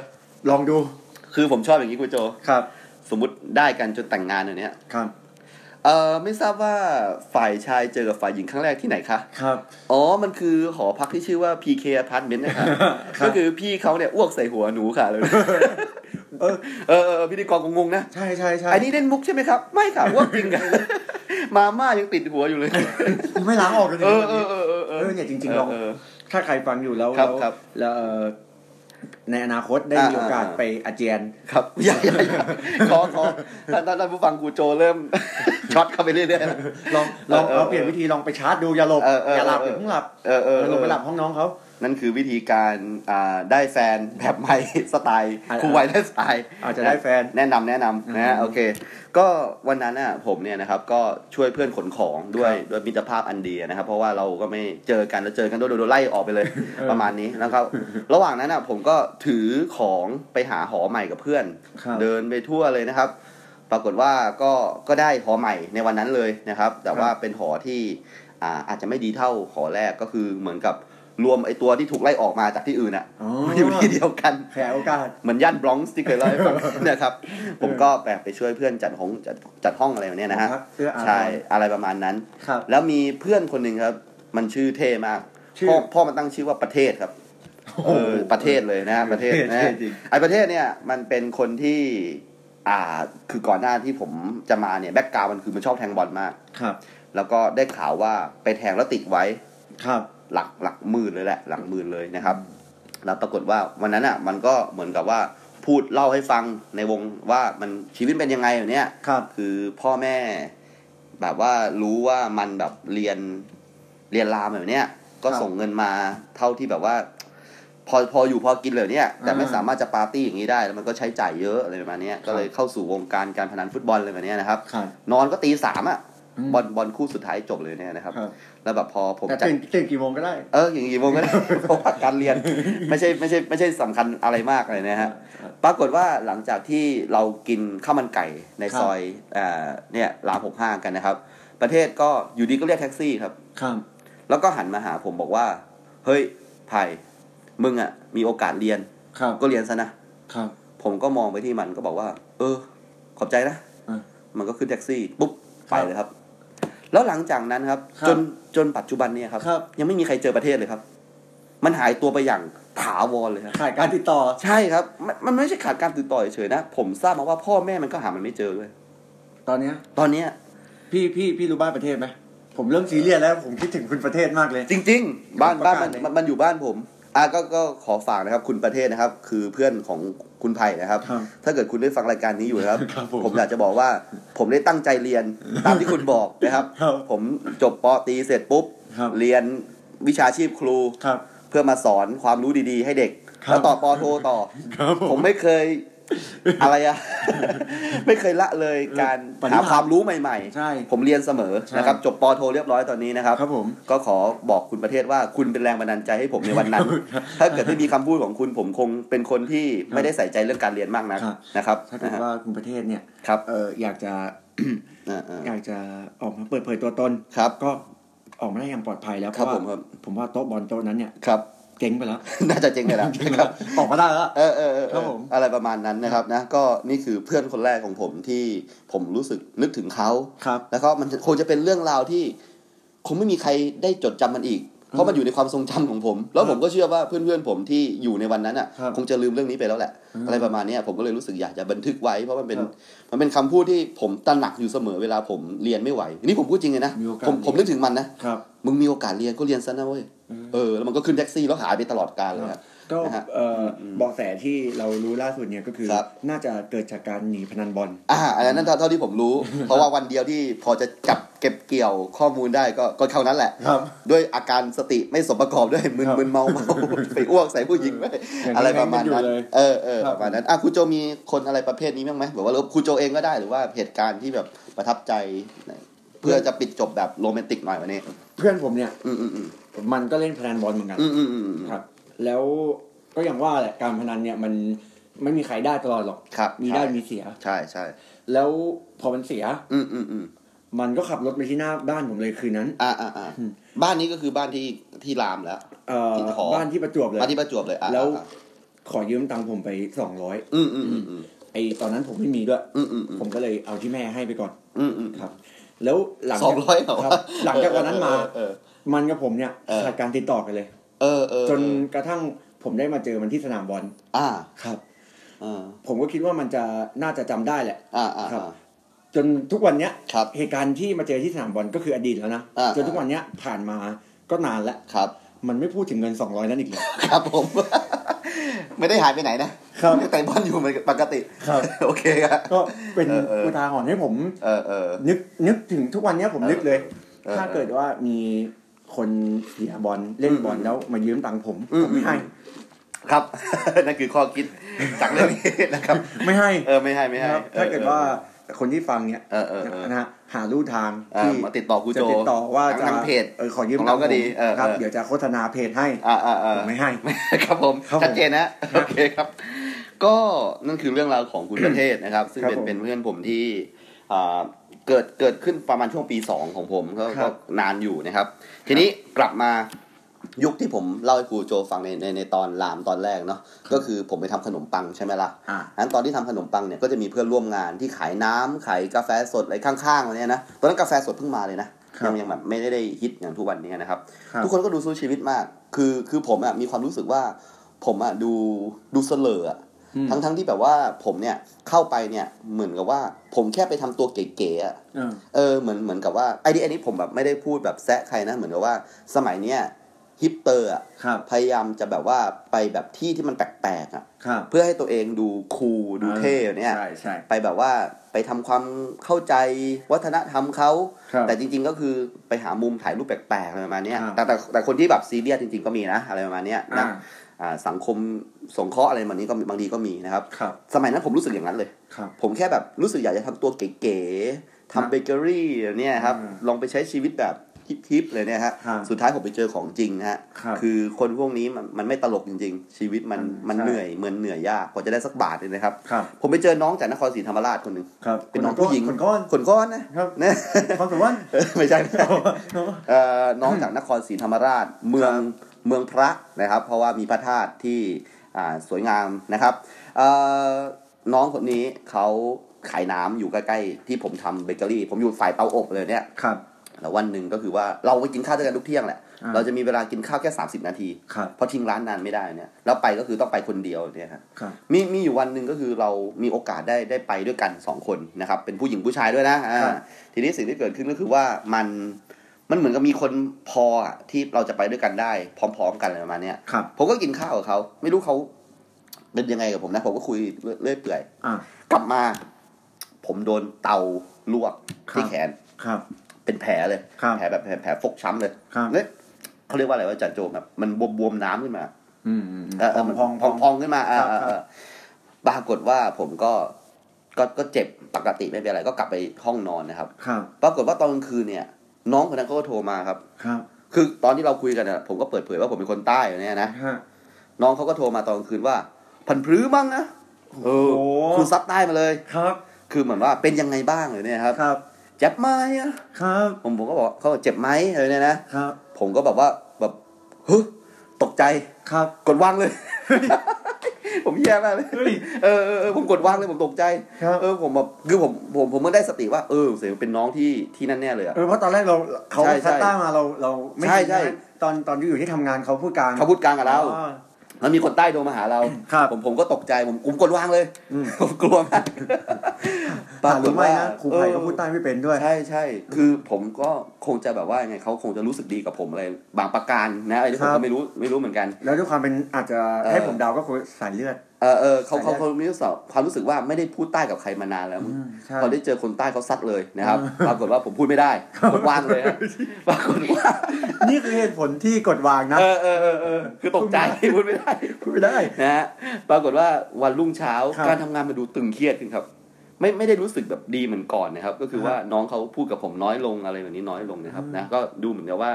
Speaker 3: ลองดู
Speaker 2: คือผมชอบอย่างนี้คุณโจ
Speaker 3: ครับ
Speaker 2: สมมติได้กันจนแต่งงานอย่างเนี้ย
Speaker 3: ครับ
Speaker 2: เออไม่ทราบว่าฝ่ายชายเจอกับฝ่ายหญิงครั้งแรกที่ไหนคะ
Speaker 3: ครับ
Speaker 2: อ๋อ มันคือหอพักที่ชื่อว่า PK Apartment นะครับ
Speaker 3: ครับ
Speaker 2: ก็คือพี่เขาเนี่ยอ้วกใส่หัวหนูค่ะเลย
Speaker 3: เออ
Speaker 2: เออเออเออพิธีกรคงงงนะ
Speaker 3: ใช่ใช่ใช่
Speaker 2: อันนี้เล่นมุกใช่ไหมครับ ไม่ค่ะอ้วกจริง ค่ะ มาม่ายังติดหัวอยู่เลย
Speaker 3: ไม่ล้างออกกันเล
Speaker 2: เอย อเออเออเออ
Speaker 3: เออเนี่ยจริงๆลอง
Speaker 2: เอ
Speaker 3: ถ้าใครฟังอยู่แล้ว
Speaker 2: ครับ
Speaker 3: แล้ว
Speaker 2: ครับ
Speaker 3: แล้วเอ่อในอนาคตได้
Speaker 2: อ่ามี
Speaker 3: มีโอกาส
Speaker 2: อ่า
Speaker 3: ไปอาเจียน
Speaker 2: ครับอย่าอย่าอย่าขอขอท่านท่านท่านผู้ฟังกูโจเริ่ม ช็อตเข้าไปเรื่อยๆแล้ว
Speaker 3: ลองลอง
Speaker 2: เออเออ
Speaker 3: เอาเปลี่ยนวิธีลองไปชาร์จดูอย่าหลบ
Speaker 2: เออเออ
Speaker 3: อย่าหลับ
Speaker 2: เออ
Speaker 3: อย่าเพิ่งหลับ
Speaker 2: เออเอ
Speaker 3: เอ
Speaker 2: อ
Speaker 3: อ
Speaker 2: เออ
Speaker 3: ลงไปหลับห้องน้องเขา
Speaker 2: นั่นคือวิธีการอ่าได้แฟนแบบใหม่ สไตล์
Speaker 3: อ่า
Speaker 2: ครูไวยได้สไตล์
Speaker 3: อาจจะได้แฟน
Speaker 2: แนะนำแนะนำนะฮะ
Speaker 3: อืม
Speaker 2: โอเค ก็วันนั้นน่ะผมเนี่ยนะครับก็ช่วยเพื่อนขนของด้วยด้วยมิตรภาพอันดีนะครับ เพราะว่าเราก็ไม่เจอกันแล้วเจอกันโดนโดนไล่ออกไปเลยประมาณนี้นะครับ ระหว่างนั้นน่ะผมก็ถือของไปหาหอใหม่กับเพื่อน
Speaker 3: ครับ
Speaker 2: เดินไปทั่วเลยนะครับ ปรากฏว่าก็ก็ได้หอใหม่ในวันนั้นเลยนะครับ แต่ว่าเป็นหอที่อ่าอาจจะไม่ดีเท่าหอแรกก็คือเหมือนกับรวมไอตัวที่ถูกไล่ออกมาจากที่อื่นอ่ะ
Speaker 3: อ๋อ
Speaker 2: มาอยู่ที่เดียวกัน
Speaker 3: แผลโอกาส
Speaker 2: เหมือนย่านบรอนซ์ที่เคยเล่าให้ฟัง นะครับ ผมก็แปไปช่วยเพื่อนจัดห้องจัดจัดห้องอะไรแบบเนี้ยนะฮะ
Speaker 3: หอพักเอื้ออาทร
Speaker 2: ใช่อะไรประมาณนั้น
Speaker 3: ครับ
Speaker 2: แล้วมีเพื่อนคนหนึ่งครับ มันชื่อเท่มาก
Speaker 3: ชื่อ
Speaker 2: พ่อพ่อมันตั้งชื่อว่าประเทศครับเออประเทศเลยนะฮะประเทศนะ
Speaker 3: เท่
Speaker 2: ฮะ
Speaker 3: จริง
Speaker 2: ไอประเทศเนี่ยมันเป็นคนที่ อ่าคือก่อนหน้าที่ผมจะมาเนี่ยแบ็กกราวมันคือมันชอบแทงบอลมาก
Speaker 3: ครับ
Speaker 2: แล้วก็ได้ข่าวว่าไปแทงแล้วติดไว้
Speaker 3: ครับ
Speaker 2: หลักหลักหมื่นเลยแหละ หลักหมื่นเลยนะครับ แล้วปรากฏว่าวันนั้นอ่ะมันก็เหมือนกับว่าพูดเล่าให้ฟังในวงว่ามันชีวิตเป็นยังไงอย่างเนี้ย
Speaker 3: ครับ
Speaker 2: คือพ่อแม่แบบว่ารู้ว่ามันแบบเรียนเรียนรามแบบเนี้ยก็
Speaker 3: ครับ
Speaker 2: ส่งเงินมาเท่าที่แบบว่า พอพออยู่พอกินเลยเนี่ยแต่ไม่
Speaker 3: อ่า
Speaker 2: สามารถจะปาร์ตี้อย่างนี้ได้แล้วมันก็ใช้จ่ายเยอะอะไรประมาณเนี้ยก็เลยเข้าสู่วงการการพนันฟุตบอลอะไรแบบเนี้ยนะครับ
Speaker 3: ครับ
Speaker 2: นอนก็ตีสามอ่ะ
Speaker 3: อื
Speaker 4: อืม
Speaker 2: บอลบอลคู่สุดท้ายจบเลยเนี่ยนะครับ
Speaker 4: ครับ
Speaker 2: แล้วแบบพอผม
Speaker 4: แต่
Speaker 2: จัด
Speaker 4: ตื่นตื่นกี่โมงก็ได้
Speaker 2: เอออย่างกี่โมงก็ได้ เพราะว่าการเรียน ไม่ใช่ไม่ใช่ไม่ใช่สำคัญอะไรมากเลยนะฮะปรากฏว่าหลังจากที่เรากินข้าวมันไก่ใน
Speaker 4: ครับ
Speaker 2: ซอยเอ่อเนี่ยรามหกห้ากันนะครับ ประเทศก็อยู่ดีก็เรียกแท็กซี่ครับ
Speaker 3: ครับ
Speaker 2: แล้วก็หันมาหาผมบอกว่า เฮ้ยไผ่มึงอะมีโอกาสเรียน
Speaker 3: ครับ
Speaker 2: ก็เรียนซะนะ
Speaker 3: ครับ
Speaker 2: ผมก็มองไปที่มันก็บอกว่า เออ ขอบใจนะ
Speaker 3: อ่ะ
Speaker 2: มันก็ขึ้นแท็กซี่ปุ๊บ
Speaker 3: ครั
Speaker 2: ไป
Speaker 3: บ
Speaker 2: เลยครับ แล้วหลังจากนั้นครับ
Speaker 3: ครับ
Speaker 2: จนจนปัจจุบันเนี่ยครับ
Speaker 3: ครับ
Speaker 2: ยังไม่มีใครเจอประเทศเลยครับ มันหายตัวไปอย่างถาวรเลยครับ
Speaker 4: ขาดการติดต่อ
Speaker 2: ใช่ครับ มันมันไม่ใช่ขาดการติดต่อเฉยๆนะ ผมทราบมาว่าพ่อแม่มันก็หามันไม่เจอเลย
Speaker 4: ตอนเนี้ย
Speaker 2: ตอนเนี้ย
Speaker 4: พี่พี่พี่รู้บ้านประเทศไหมผมเริ่มซีเรียสแล้วผมคิดถึงคุณประเทศมากเลย
Speaker 2: จริง ๆ บ้าน
Speaker 4: ผมประ
Speaker 2: บ้าน
Speaker 4: กาศ
Speaker 2: มัน
Speaker 4: เลย
Speaker 2: มันมันอยู่บ้านผมอ่ะก็ก็ขอฝากนะครับ คุณประเทศนะครับ คือเพื่อนของคุณไผ่นะครับ
Speaker 3: ครับ
Speaker 2: ถ้าเกิดคุณได้ฟังรายการนี้อยู่นะครับ
Speaker 3: ครับผม
Speaker 2: ผมอยากจะบอกว่า ผมได้ตั้งใจเรียนตามที่คุณบอกนะครับ
Speaker 4: ครับ
Speaker 2: ผมจบปตรีเสร็จปุ๊บ
Speaker 3: ครับ
Speaker 2: เรียนวิชาชีพครู
Speaker 3: ครับ
Speaker 2: เพื่อมาสอนความรู้ดีๆ ให้เด็ก
Speaker 3: ครับ
Speaker 2: แล้วต่อปอโทต่อ
Speaker 3: ครับผ
Speaker 2: ผม มไม่เค ย อะไรอะ ไม่เคยละเลยการ
Speaker 3: ปฏิบั
Speaker 2: หา
Speaker 3: ติ
Speaker 2: ความรู้ใหม่
Speaker 3: ใช่
Speaker 2: ผมเรียนเสมอ
Speaker 3: ใช่
Speaker 2: นะครับ จบปอโทเรียบร้อยตอนนี้นะครับ
Speaker 3: ครับผม
Speaker 2: ก็ขอบอกคุณประเทศว่าคุณเป็นแรงบันดาลใจให้ผมในวันนั้น ถ้าเกิดไม่มีคำพูดของคุณผมคงเป็นคนที่ไม่ได้ใส่ใจเรื่องการเรียนมากนัก
Speaker 3: ครับ
Speaker 2: นะครับ
Speaker 3: ถ้าเกิดว่าคุณประเทศเนี่ย
Speaker 2: ครับ
Speaker 3: เอออยากจะ
Speaker 2: อ่าอ่า
Speaker 3: อยากจะออกมาเปิดเผยตัวตน
Speaker 2: ครับ
Speaker 3: ก็ออกมาได้อย่างปลอดภัยแล้ว
Speaker 2: ครับ
Speaker 3: เพาะ
Speaker 2: ผมครับ
Speaker 3: ว่าผมว่าโต๊ะบอลโต๊ะนั้นเนี่ย
Speaker 2: ครับ
Speaker 3: เจ๊งไปแล้ว
Speaker 2: น่าจะเจ๊งเลยละครับ
Speaker 4: ออกมาได้แล้ว
Speaker 2: เออเออเออ
Speaker 3: ครับผม
Speaker 2: อะไรประมาณนั้นนะครับนะก็นี่คือเพื่อนคนแรกของผมที่ผมรู้สึกนึกถึงเขา
Speaker 3: ครับ
Speaker 2: แล้วก็มันคงจะเป็นเรื่องราวที่คงไม่มีใครได้จดจำมันอีก เพราะมันอยู่ในความทรงจำของผม แล้วผมก็เชื่อว่าเพื่อนๆผมที่อยู่ในวันนั้นอ่ะ
Speaker 3: ครับ
Speaker 2: คงจะลืมเรื่องนี้ไปแล้วแหละ อะไรประมาณเนี้ยผมก็เลยรู้สึกอยากจะบันทึกไว้ เพราะมันเป็น
Speaker 3: ครับ
Speaker 2: มันเป็นคำพูดที่ผมตระหนักอยู่เสมอเวลาผมเรียนไม่ไหวนี่ผมพูดจริงเลยนะ
Speaker 3: มีโอกาส
Speaker 2: ผมผม
Speaker 3: เรียน
Speaker 2: นึกถึงมันนะครับ มึงมีโอกาสเรียนก็เรียนซะนะเว้ยเออแล้วมันก็ขึ้นแท็กซี่แล้วหายไปตลอดกาลเลยอะ
Speaker 3: ก็
Speaker 2: นะฮะ
Speaker 3: เอ่ออเบอกแสที่เรารู้ล่าสุดเนี่ยก็คือ
Speaker 2: ครับ
Speaker 3: น่าจะเกิดจากการหนีพนันบอล
Speaker 2: อ่าอันนั้นเท่าเท่าที่ผม รู้ เพราะว่าวันเดียวที่พอจะจับเก็บเกี่ยวข้อมูลได้ก็ก็เท่านั้นแหละ
Speaker 3: ครับ
Speaker 2: ด้วยอาการสติไม่สมประกอบด้วยมึน
Speaker 3: ครับ
Speaker 2: มึนเมาเมา ไปอ้วกใส่ผู้หญิงไป
Speaker 3: อย่างนั้น
Speaker 2: อะไรประมาณนั้น
Speaker 3: ยังอยู่เลย
Speaker 2: เออเออ
Speaker 3: ครับ
Speaker 2: ประมาณนั้นอ่ะครูโจมีคนอะไรประเภทนี้บ้างไหมแบบว่าหรือครูโจเองก็ได้หรือว่าเหตุการณ์ที่แบบประทับใจ เพื่อจะปิดจบแบบโรแมนติกหน่อยวันนี้
Speaker 3: เพื่อนผมเนี่ย
Speaker 2: อืมอืมอืม
Speaker 3: มันก็เล่นพนันบอลเหมือนกัน
Speaker 2: อืมอืมอืมอืม
Speaker 3: ครับ แล้วก็อย่างว่าแหละการพนันเนี่ยมันไม่มีใครได้ตลอดหรอก
Speaker 2: ครับ
Speaker 3: มีได้มีเสีย
Speaker 2: ใช่ใช่
Speaker 3: แล้วพอมันเสีย
Speaker 2: อืมอืมอืม
Speaker 3: มันก็ขับรถไปที่หน้าบ้านผมเลยคืนนั้น
Speaker 2: อ่าอ่าอ่าบ้านนี้ก็คือบ้านที่ที่รามแล้ว
Speaker 3: เอ่อ
Speaker 2: ที่ขอ
Speaker 3: บ้านที่ประจวบเลย
Speaker 2: บ้านที่ประจวบเลยอ่ะ
Speaker 3: แล้ว
Speaker 2: อ่ะอ่ะ
Speaker 3: ขอยืมตังค์ผมไปสองร้อย
Speaker 2: อืมอืมอืมอืม
Speaker 3: ไอตอนนั้นผมไม่มีด้วย
Speaker 2: อืมอืมอืม
Speaker 3: ผมก็เลยเอาที่แม่ให้ไปก่อน
Speaker 2: อืมอืม
Speaker 3: ครับ แล้วหลัง
Speaker 2: สอง
Speaker 3: จาก
Speaker 2: ร้อยเหรอ
Speaker 3: ครับ
Speaker 2: วะ
Speaker 3: หลังจากวันนั้นมา
Speaker 2: เออ
Speaker 3: มันกับผมเนี่ย
Speaker 2: เออ
Speaker 3: ขาดการติดต่อกันเลย
Speaker 2: เออเออเออ
Speaker 3: จนกระทั่งผมได้มาเจอมันที่สนามบอล
Speaker 2: อ่า
Speaker 3: ครับ
Speaker 2: อ่า
Speaker 3: ผมก็คิดว่ามันจะน่าจะจำได้แหละ
Speaker 2: อ่าอ่า
Speaker 3: ครับ
Speaker 2: อ่า
Speaker 3: จนทุกวันเนี้ย
Speaker 2: ครับ
Speaker 3: เหตุการณ์ที่มาเจอที่สนามบอลก็คืออดีตแล้วนะ
Speaker 2: อ่า
Speaker 3: จนทุกวันเนี้ยผ่านมาก็นานแล้ว
Speaker 2: ครับ
Speaker 3: มันไม่พูดถึงเงิน 200 นั้นอีกเลย
Speaker 2: ครับผม ไม่ได้หายไปไหนนะครับ ยังแต่งบอลอยู่เหมือนปกติ
Speaker 3: ครับ
Speaker 2: โอเคครับ
Speaker 3: ก็เป็น
Speaker 2: เออเออ
Speaker 3: อุทาหรณ์ให้ผม
Speaker 2: เออเออ
Speaker 3: นึกนึกถึงทุกวันเนี้ยผมนึกเลย
Speaker 2: เออ
Speaker 3: ถ้าเกิดว่ามีคนเสียบอลเล่นบอลแล้วมายืมตังค์ผม
Speaker 2: อืม
Speaker 3: ผมไม่ให้
Speaker 2: ครับ นั่นคือข้อคิดจากเรื่องนี้นะครับ
Speaker 3: ไม่ให้
Speaker 2: เออไม่ให้ไม่ให้
Speaker 3: นะครับถ้าเกิดว่าคนที่ฟังเนี่ย
Speaker 2: เออเออเออ
Speaker 3: นะฮะหาลู่ทาง
Speaker 2: อ่า
Speaker 3: ที่
Speaker 2: มาติดต่อครูโจ
Speaker 3: จะติดต่อว่าจะ
Speaker 2: ทางเพจ
Speaker 3: เออขอยืม
Speaker 2: ของเราก็
Speaker 3: ตัค์
Speaker 2: ดี
Speaker 3: ผม
Speaker 2: เออ
Speaker 3: ครับ
Speaker 2: เออ
Speaker 3: เดี๋ยวจะโฆษณาเพจให้
Speaker 2: อ่าอ่าอ่า
Speaker 3: ผมไม่ให้
Speaker 2: ครับผม
Speaker 3: ครับผม
Speaker 2: ชัดเจนนะโอเคครับ ก็นั่นคือเรื่องราวของคุณประเทศนะครับ ซึ่งเป็น
Speaker 3: ครับผม
Speaker 2: เป็นเพื่อนผมที่อ่าเกิดเกิดขึ้นประมาณช่วงปีสองของผมก็
Speaker 3: ครั
Speaker 2: ก็
Speaker 3: บ
Speaker 2: นานอยู่นะครับ ทีนี้กลับมายุคที่ผมเล่าให้ครูโจฟังในในในตอนลามตอนแรกเนาะก็คือผมไปทำขนมปังใช่ไหมล่ะ
Speaker 3: อ่า
Speaker 2: อันตอนที่ทำขนมปังเนี่ยก็จะมีเพื่อนร่วมงานที่ขายน้ำขายกาแฟสดอะไรข้างๆอะไรเนี่ยนะตอนนั้นกาแฟสดเพิ่งมาเลยนะ
Speaker 3: ครั
Speaker 2: ยั
Speaker 3: บ
Speaker 2: งยังแบบไม่ได้ได้ฮิตอย่างทุกวันนี้นะครับ
Speaker 3: ครับ
Speaker 2: ทุกคนก็ดูสู้ชีวิตมาก คือคือผมอ่ะมีความรู้สึกว่าผมอ่ะดูดูเสลออ่ะทั้งทั้งที่แบบว่าผมเนี่ยเข้าไปเนี่ยเหมือนกับว่าผมแค่ไปทำตัวเก๋ๆอ่ะ
Speaker 3: เออ
Speaker 2: เออเหมือนเหมือนกับว่าไอ้นี่อันนี้ผมแบบไม่ได้พูดแบบแซะใครนะ เหมือนกับว่าสมัยเนี้ยฮิปเตอร์อ่ะ
Speaker 3: ครับ
Speaker 2: พยายามจะแบบว่าไปแบบที่ที่มันแปลกๆอ่ะ
Speaker 3: ครับ
Speaker 2: เพื่อให้ตัวเองดูคูลดูเท่เนี่ย
Speaker 3: ใช่ใช่
Speaker 2: ไปแบบว่าไปทำความเข้าใจวัฒนธรรมเขา
Speaker 3: ครับ
Speaker 2: แต่จริง ๆก็คือไปหามุมถ่ายรูปแปลกๆอะไรประมาณเนี้ย
Speaker 3: ครับ
Speaker 2: แต่แต่แต่คนที่แบบซีเรียสจริง ๆก็มีนะอะไรประมาณเนี้ยนะ
Speaker 3: อ่า
Speaker 2: อ่าสังคมสงเคราะห์อะไรแบบนี้ก็มีบางทีก็มีนะครับ
Speaker 1: ครับ
Speaker 2: สมัยนั้นผมรู้สึกอย่างนั้นเลย
Speaker 1: ครับ
Speaker 2: ผมแค่แบบรู้สึกอยากจะทำตัวเก๋ๆทำเบเกอรี่แบบเนี่ยครับ
Speaker 1: อืม
Speaker 2: ลองไปใช้ชีวิตแบบทิปๆเลยเนี่ยฮะ
Speaker 1: ครับ
Speaker 2: สุดท้ายผมไปเจอของจริงฮะ
Speaker 1: ครับ
Speaker 2: อคนพวกนี้มันมันไม่ตลกจริง ๆ ชีวิตมัน
Speaker 1: อืม
Speaker 2: มัน
Speaker 1: ใช่
Speaker 2: เหนื่อยเหมือนเหนื่อยยากกว่าจะได้สักบาทเลยนะครับ
Speaker 1: ครับ
Speaker 2: ผมไปเจอน้องจากนครศรีธรรมราชคนหนึ่ง
Speaker 1: ครับ
Speaker 2: เป็นน้องผู้หญิง
Speaker 1: คนก้อน
Speaker 2: คนก้อนนะครับ เนี่ย
Speaker 1: ความสามารถ
Speaker 2: ไม่ใช่ไม่ใช่ เอ่อน้องจากนครศรีธรรมราชเมืองเมืองพระนะครับ เพราะว่ามีพระธาตุที่อ่าสวยงามนะครับเอ่อน้องคนนี้เขาขายน้ำอยู่ใกล้ๆที่ผมทำเบเกอรี่ ผมอยู่ฝ่ายเตาอบเลยเนี่ย
Speaker 1: ครับ
Speaker 2: แล้ววันหนึ่งก็คือว่าเราไปกินข้าวด้วยกันทุกเที่ยงแหละ
Speaker 1: อ่า
Speaker 2: เราจะมีเวลากินข้าวแค่ 30 นาที
Speaker 1: ครับ
Speaker 2: เพราะทิ้งร้านนานไม่ได้เนี่ยแล้วไปก็คือต้องไปคนเดียวเนี่ยฮะ
Speaker 1: ครับ
Speaker 2: มีมีอยู่วันหนึ่งก็คือเรามีโอกาสได้ได้ไปด้วยกันสองคนนะครับเป็นผู้หญิงผู้ชายด้วยนะอ่า
Speaker 1: ครับ
Speaker 2: ทีนี้สิ่งที่เกิดขึ้นก็คือว่ามัน มันเหมือนกับมีคนพออะที่เราจะไปด้วยกันได้ พร้อม ๆ กันอะไรประมาณเนี้ย
Speaker 1: ครับ
Speaker 2: ผมก็กินข้าวกับเขาไม่รู้เขาเป็นยังไงกับผมนะ ผมก็คุยเรื่อยเปื่อย
Speaker 1: อ่ะ
Speaker 2: กลับมา ผมโดนเตาลวก
Speaker 1: ครับ
Speaker 2: ที่แขน
Speaker 1: ครับ
Speaker 2: เป็นแผลเลย
Speaker 1: ครับ
Speaker 2: แผลแบบแผลแผลฟกช้ำเลย
Speaker 1: ครับ
Speaker 2: เนี่ยเขาเรียกว่าอะไรว่าจันโจมแบบมันบวมๆน้ำขึ้นมา
Speaker 1: อืมอืมอืม
Speaker 2: เออเออมัน
Speaker 3: พองๆพองๆ
Speaker 2: พองๆขึ้นมาอ่า
Speaker 3: ครับ
Speaker 2: อ่า
Speaker 3: ครับ
Speaker 2: อ่าปรากฏว่าผมก็ก็ก็เจ็บปกติไม่เป็นไรก็กลับไปห้องนอนนะครับ
Speaker 1: ครับ
Speaker 2: ปรากฏว่าตอนกลางคืนเนี่ย น้องคนนั้นเขาก็โทรมาครับ
Speaker 1: ครับ
Speaker 2: คือตอนที่เราคุยกันน่ะผมก็เปิดเผยว่าผมเป็นคนใต้อยู่เนี่ยนะ
Speaker 1: ฮะ
Speaker 2: น้องเขาก็โทรมาตอนกลางคืนว่า พันพลื้อมั่งนะเออ
Speaker 1: โอ้โห
Speaker 2: คุณซับใต้มาเลย
Speaker 1: ครับ
Speaker 2: คือเหมือนว่าเป็นยังไงบ้างเลยเนี่ยครับ
Speaker 1: ครับ
Speaker 2: เจ็บไหมอะ
Speaker 1: ครับ
Speaker 2: ผมผมก็บอกเขาบอกเจ็บไหมอะไรเนี่ยนะครับ ผมก็แบบว่าแบบเฮ้ยตกใจ
Speaker 1: ครับ
Speaker 2: กดวางเลย ผมแย่มากเลย
Speaker 1: เฮ้ย
Speaker 2: เออเออเออผมกดวางเลยผมตกใจ
Speaker 1: ครับ
Speaker 2: เออผมแบบคือผมผมผมก็ได้สติว่าเออเสียงเป็นน้องที่ที่นั่นแน่เลยอะ
Speaker 3: เออเพราะตอนแรกเราเขา
Speaker 2: ใช่ใช่
Speaker 3: คัดต้ามาเราเราไม่
Speaker 2: ใช่
Speaker 3: คิด
Speaker 2: ใช่
Speaker 3: นะตอนตอนอยู่ที่ทำงานเขาพูดกลาง
Speaker 2: เขาพูดกลางกับเรา
Speaker 3: อ๋อ
Speaker 2: แล้วมีคนใต้โทรมาหาเรา
Speaker 3: ครับ
Speaker 2: ผมผมก็ตกใจผมผมกดวางเลย
Speaker 3: อืม
Speaker 2: ผมกลัวมาก
Speaker 3: ปากหรือไม่นะครูไผ่ก็
Speaker 2: เออ
Speaker 3: พูดใต้ไม่เป็นด้วย
Speaker 2: ใช่ใช่ คือผมก็คงจะแบบว่ายังไงเขาคงจะรู้สึกดีกับผมอะไรบางประการนะอะไรที่ผม
Speaker 3: ครั
Speaker 2: ก็
Speaker 3: บ
Speaker 2: ไม่รู้ไม่รู้เหมือนกัน
Speaker 3: แล้วด้วยความเป็นอาจจะ
Speaker 2: เออ
Speaker 3: ให้ผมเดาก็คือสายเลือด
Speaker 2: เออเออเขาเขา
Speaker 3: ใช่
Speaker 2: เขามีรู้สึกความรู้สึกว่าไม่ได้พูดใต้กับใครมานานแล้ว
Speaker 3: ใช่
Speaker 2: พอได้เจอคนใต้เขาซัดเลยนะครับ ปรากฏว่าผมพูดไม่ได้กดวาง เลยฮะปรากฏว่า
Speaker 3: นี่คือเหตุผลที่กดวางนะ
Speaker 2: เออเออเออเออคือตกใจพูดไม่ได้
Speaker 3: พูดไม่ได้
Speaker 2: นะฮะปรากฏว่าวันรุ่งเช้า
Speaker 3: ครับ
Speaker 2: การทำงานมาดูตึงเครียดขึ้นครับ ไม่ไม่ได้รู้สึกแบบดีเหมือนก่อนนะครับ ก็คือว่าน้องเขาพูดกับผมน้อยลงอะไรแบบนี้น้อยลงนะครับนะก็ดูเหมือนกับว่า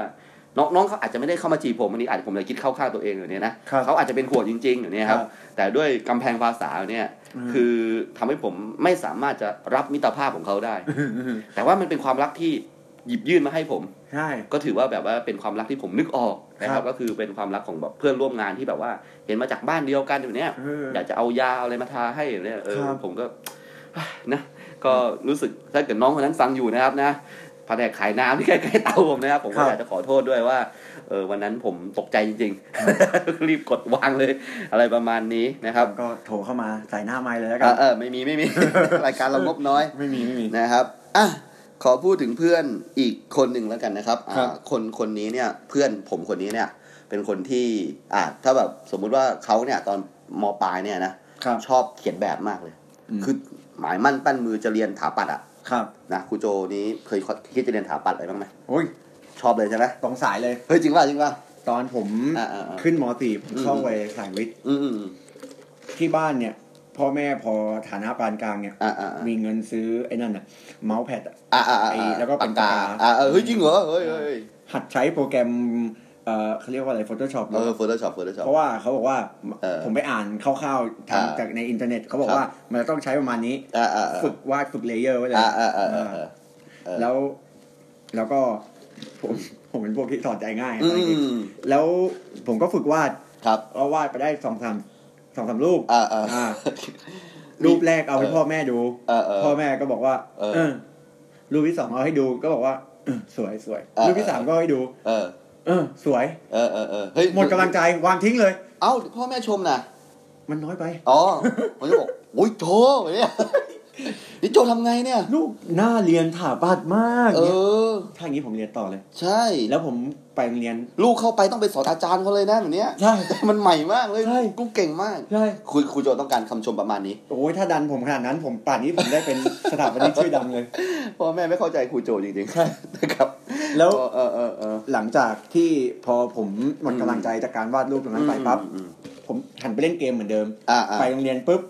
Speaker 2: น้องน้องเขาอาจจะไม่ได้เข้ามาจีบผมอันนี้อาจจะผมเลยคิดเข้าข้างตัวเองอยู่เนี่ยนะครับ เขาอาจจะเป็นห่วงจริงๆอยู่เนี่ยครับ
Speaker 3: ครั
Speaker 2: แต่ด้วยกำแพงภาษาเนี่ยคือทำให้ผมไม่สามารถจะรับมิตรภาพของเขาได้
Speaker 3: อืม
Speaker 2: แต่ว่ามันเป็นความรักที่หยิบยื่นมาให้ผม
Speaker 3: ใช่
Speaker 2: ก็ถือว่าแบบว่าเป็นความรักที่ผมนึกออกนะค
Speaker 3: ครั
Speaker 2: รับบ ก็คือเป็นความรักของแบบเพื่อนร่วมงานที่แบบว่า เห็นมาจากบ้านเดียวกันอยู่เนี้ย
Speaker 3: เอออย
Speaker 2: อากจะเอายาเอาอะไรมาทาให้อยู่เนี้ยเออ
Speaker 3: ครับ
Speaker 2: ผมก็ นะก็รู้สึกถ้าเกิดน้องคนนั้นฟังอยู่นะครับนะแผนกขายน้ำที่ใกล้ๆเตาผมนะครับผมก็อยากจะขอโทษด้วยว่าเออวันนั้นผมตกใจจริงๆ รีบกดวางเลย อะไรประมาณนี้นะครับ
Speaker 3: ก็โถเข้ามาใส่หน้าไม้เลยแล้วกั
Speaker 2: เอ่
Speaker 3: น
Speaker 2: อเออไม่มีไม่มี รายการเรางบน้อย
Speaker 1: ไม่มีไม่มี
Speaker 2: นะครับ อ่ะ ขอพูดถึงเพื่อนอีกคนหนึ่งแล้วกันนะครับ
Speaker 1: ครั
Speaker 2: อ่า
Speaker 1: บ
Speaker 2: คนคนนี้เนี่ย เพื่อนผมคนนี้เนี่ย เป็นคนที่ อ่าถ้าแบบสมมุติว่าเขาเนี่ยตอนมปลายเนี่ยนะ
Speaker 1: ครับ
Speaker 2: ชอบเขียนแบบมากเลย
Speaker 1: อืม
Speaker 2: คือหมายมั่นปั้นมือจะเรียนถาปัดอะ
Speaker 3: ครับ
Speaker 2: นะครูโจนี้เคยคิดจะเรียนถาปัดอะไรบ้างไหม
Speaker 3: โอ้ย
Speaker 2: ชอบเลยใช่ไหม
Speaker 3: ตรงสายเลย
Speaker 2: เฮ้ย จริงป่ะจริงป่ะ
Speaker 3: ตอนผม
Speaker 2: อ่าๆๆ
Speaker 3: ขึ้นมสี่ผมเข้าไปสายวิทย์
Speaker 2: อืมอืมอืม
Speaker 3: ที่บ้านเนี่ย พ่อแม่พอฐานะปานกลางเนี่ย
Speaker 2: อ่าอ่าอ่า
Speaker 3: มีเงินซื้อไอ้นั่นน่ะ เมาส์แพด
Speaker 2: อ่าอ่า
Speaker 3: ไอ้
Speaker 2: อ่า
Speaker 3: แล้วก็เป็น
Speaker 2: ปา
Speaker 3: ปาก
Speaker 2: กาก
Speaker 3: กา
Speaker 2: อ่าเออเฮ้ยจริงเหรอเฮ้ยเฮ้ยเฮ้ย
Speaker 3: หัดใช้โปรแกรม เอ่อเขาเรียกว่าอะไร Photoshop
Speaker 2: เออเฟอร์เดอร์ช็อปเฟอร์เดอร์ช็อป
Speaker 3: เพราะว่าเขาบอกว่า
Speaker 2: เออ
Speaker 3: ผมไปอ่านคร่าวๆทาง
Speaker 2: อ่า
Speaker 3: จากในอินเทอร์เน็ตเขาบอก
Speaker 2: ครับ
Speaker 3: ว่ามันจะต้องใช้ประมาณนี้
Speaker 2: อ่าอ่าอ่า
Speaker 3: ฝึกวาดฝึกเลเยอร์ไว้เลย
Speaker 2: อ่าอ่าอ่าอ่า เออ
Speaker 3: แล้ว แล้วก็ผมผมเป็นพวกที่ถอดใจง่าย
Speaker 2: อื
Speaker 3: อะ
Speaker 2: ม
Speaker 3: ไรอย่าง
Speaker 2: อื
Speaker 3: งี้
Speaker 2: ม
Speaker 3: แล้วผมก็ฝึกวาด
Speaker 2: ครับ
Speaker 3: ก็วาดไปได้สองสามสองสามรูป
Speaker 2: อ่าอ่า
Speaker 3: อ่า รูปแรกเอาให้
Speaker 2: เออ
Speaker 3: พ่อแม่ดู
Speaker 2: เออเออ
Speaker 3: พ่อแม่ก็บอกว่า
Speaker 2: เออ
Speaker 3: เออรูปที่สองเอาให้ดูก็บอกว่าเออสวยสวย
Speaker 2: เออ
Speaker 3: รูปที่สามก็ให้ดู
Speaker 2: เออ
Speaker 3: เออ สวย
Speaker 2: เออเออเออเฮ้ย
Speaker 3: หมดกำลังใจวางทิ้งเลย
Speaker 2: เอ้าพ่อแม่ชมนะ
Speaker 3: มันน้อยไป
Speaker 2: อ๋อผมจะบอกโอ้ยโจเนี่ยนี่โจทำไงเนี่ย
Speaker 3: ลูกหน้าเรียนถาปัดมาก
Speaker 2: เอ
Speaker 3: เนี่ย
Speaker 2: อ
Speaker 3: ถ้าอย่างนี้ผมเรียนต่อเลย
Speaker 2: ใช่
Speaker 3: แล้วผมไปโรงเรียน
Speaker 2: ลูกเข้าไปต้องไปสอนอาจารย์เขาเลยนะแบบเนี้ย
Speaker 3: ใช่
Speaker 2: มันใหม่มากเลย
Speaker 3: ใช่
Speaker 2: กูเก่งมาก
Speaker 3: ใช่
Speaker 2: ครูครูโจต้องการคำชมประมาณนี้
Speaker 3: โอ้ยถ้าดันผมขนาดนั้นผมป่านนี้ผมได้เป็น สถาปนิกชื่อดังเลย
Speaker 2: พ่อแม่ไม่เข้าใจครูโจจริง
Speaker 3: ใช่
Speaker 2: ๆนะครับ
Speaker 3: แล้ว
Speaker 2: เออเออเออ
Speaker 3: หลังจากที่พอผมหมดกำลังใจจากการวาดรูปตรงนั้นไปปั๊บ
Speaker 2: อืมอืม
Speaker 3: ผมหันไปเล่นเกมเหมือนเดิม
Speaker 2: อ่าอ่า
Speaker 3: ไปโรงเรียนปุ๊บ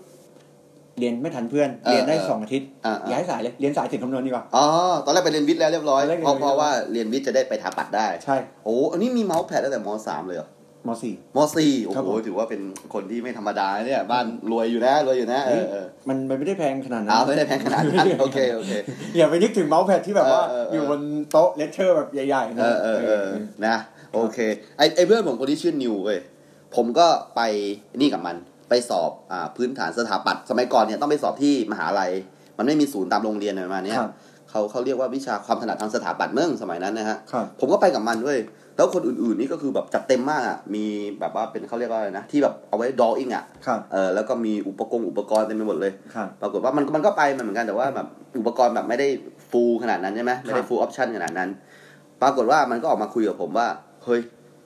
Speaker 3: เรียนไม่ทันเพื่อน
Speaker 2: เออ
Speaker 3: เรียนได้
Speaker 2: เออ
Speaker 3: สองอาทิตย์
Speaker 2: อ่าอ่า
Speaker 3: ย้ายสายเลย เรียนสายสินคำนวณดีกว่า
Speaker 2: อ๋อตอนแรกไปเรียนวิทย์แล้วเรียบร้อย
Speaker 3: ตอนแรกเรียน
Speaker 2: เพราะ
Speaker 3: วิทย์
Speaker 2: เพราะว่าเรียนวิทย์จะได้ไปถาปัดได้
Speaker 3: ใช่
Speaker 2: โอ้อันนี้มีเมาส์แพดตั้งแต่มสามเลยเหรอ
Speaker 3: มสี่
Speaker 2: มสี่โอ้
Speaker 3: ครับ
Speaker 2: โห
Speaker 3: ผม
Speaker 2: ถือว่าเป็นคนที่ไม่ธรรมดาเนี่ย บ้านรวยอยู่นะรวยอยู่นะเออเออ
Speaker 3: มันมันไม่ได้แพงขนาดนั้
Speaker 2: เอา
Speaker 3: น
Speaker 2: ไม่ได้แพงขนาด นั้นโอเคโอเค
Speaker 3: อย่าไปนึกถึงเมาส์แพดที่แบบว่า
Speaker 2: เออเออเอออ
Speaker 3: อยู่บนโต๊ะเลคเชอร์แบบใหญ่ๆ
Speaker 2: เอ
Speaker 3: นะ
Speaker 2: อเออเออนะโอเคไอไอเพื่อนผมคนที่ชื่อนิวเว้ยผมก็ไปนี่กับมันไปสอบอ่าพื้นฐานสถาปัตย์สมัยก่อนเนี่ยต้องไปสอบที่มหาลัย มันไม่มีศูนย์ตามโรงเรียนอะไรประมาณเนี้ย
Speaker 3: ครับ
Speaker 2: เขาเขาเรียกว่าวิชาความถนัดทางสถาปัตย์เมื่อสมัยนั้นนะฮะ
Speaker 3: ครับ
Speaker 2: ผมก็ไปกับมันด้วย แล้วคนอื่นๆนี่ก็คือแบบจัดเต็มมากอ่ะ มีแบบว่าเป็นเขาเรียกว่าอะไรนะ ที่แบบเอาไว้ดออิงอ่ะ
Speaker 3: ครับ
Speaker 2: เออ แล้วก็มีอุปกรณ์อุปกรณ์เต็มไปหมดเลย
Speaker 3: ครับ
Speaker 2: ปรากฏว่ามันมันก็ไปมันเหมือนกันแต่ว่าแบบอุปกรณ์แบบไม่ได้ฟูลขนาดนั้นใช่ไหมไม่ได้ฟูลออปชันขนาดนั้น ปรากฏว่ามันก็ออกมาคุยกับผมว่า เฮ้ย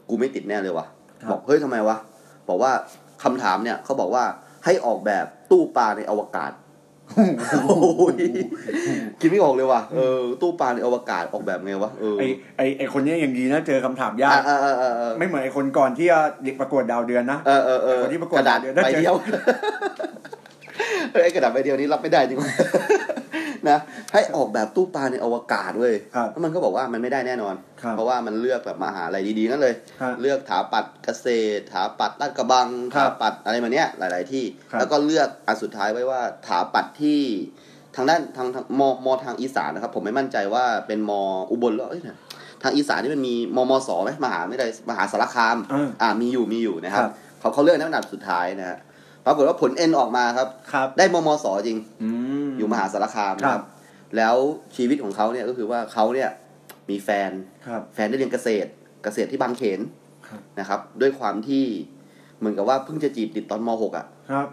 Speaker 2: กูไม่ติดแน่เลยวะ
Speaker 3: ครับ
Speaker 2: บอกเฮ้ยทำไมวะ บอกว่าคำถามเนี่ยเขาบอกว่าให้ออกแบบตู้ปลาในอวกาศโอ้ยคิดไม่ออกเลยว่ะเออตู้ปลาในอวกาศออกแบบไงวะเออ
Speaker 3: ไอไอไอคนเนี้ยอย่างดีนะเจอคำถามยาก
Speaker 2: อ่ะอ่ะอ่ะอ่ะ
Speaker 3: ไม่เหมือนไอคนก่อนที่จะประกวดดาวเดือนนะ
Speaker 2: เออเออเออ
Speaker 3: คนที่ประกวด
Speaker 2: กระดาษ
Speaker 3: เดี๋ยวได้
Speaker 2: ใบ
Speaker 3: เจอ
Speaker 2: เดียว เออไอ้กระดาษใบ เดียวนี้รับไม่ได้จริง นะให้ออกแบบตู้ปลาในอวกาศเว้ย
Speaker 3: ครับ
Speaker 2: แล้วมันก็บอกว่ามันไม่ได้แน่นอน
Speaker 3: ครับ
Speaker 2: เพราะว่ามันเลือกแบบมหาลัยดีๆนั่นเลย
Speaker 3: ฮะ
Speaker 2: เลือกถาปัดเกษตรถาปัดลาดกระบัง
Speaker 3: ครั
Speaker 2: ถา
Speaker 3: บ
Speaker 2: ปัดอะไรมาเนี้ยหลายๆที่
Speaker 3: ครับ
Speaker 2: แล้วก็เลือกอันสุดท้ายไว้ว่าถาปัดที่ทางด้านทางทางมมทางอีสานนะครับ ผมไม่มั่นใจว่าเป็นมอุบลหรือเอ้ยนะทางอีสานนี่มันมีมมสไหมมหาไม่ได้มหาสารคาม
Speaker 3: อ่า
Speaker 2: อ่ามีอยู่มีอยู่นะครับ
Speaker 3: ครับ
Speaker 2: เขาเขาเลือกนักอันดับสุดท้ายนะฮะปรากฏว่าผลเอ็นออกมาครับ
Speaker 3: ครับ
Speaker 2: ได้มมสจริง
Speaker 3: อืม
Speaker 2: อยู่มหาสารคามนะค
Speaker 3: ครั
Speaker 2: รับ
Speaker 3: บ
Speaker 2: แล้วชีวิตของเขาเนี่ยก็คือว่าเขาเนี่ยมีแฟน
Speaker 3: ครับ
Speaker 2: แฟนได้เรียนเกษตร เกษตรที่บางเขน
Speaker 3: ครับ
Speaker 2: นะครับ ด้วยความที่เหมือนกับว่าเพิ่งจะจีบติดตอนมหกอ่ะ
Speaker 3: ครับ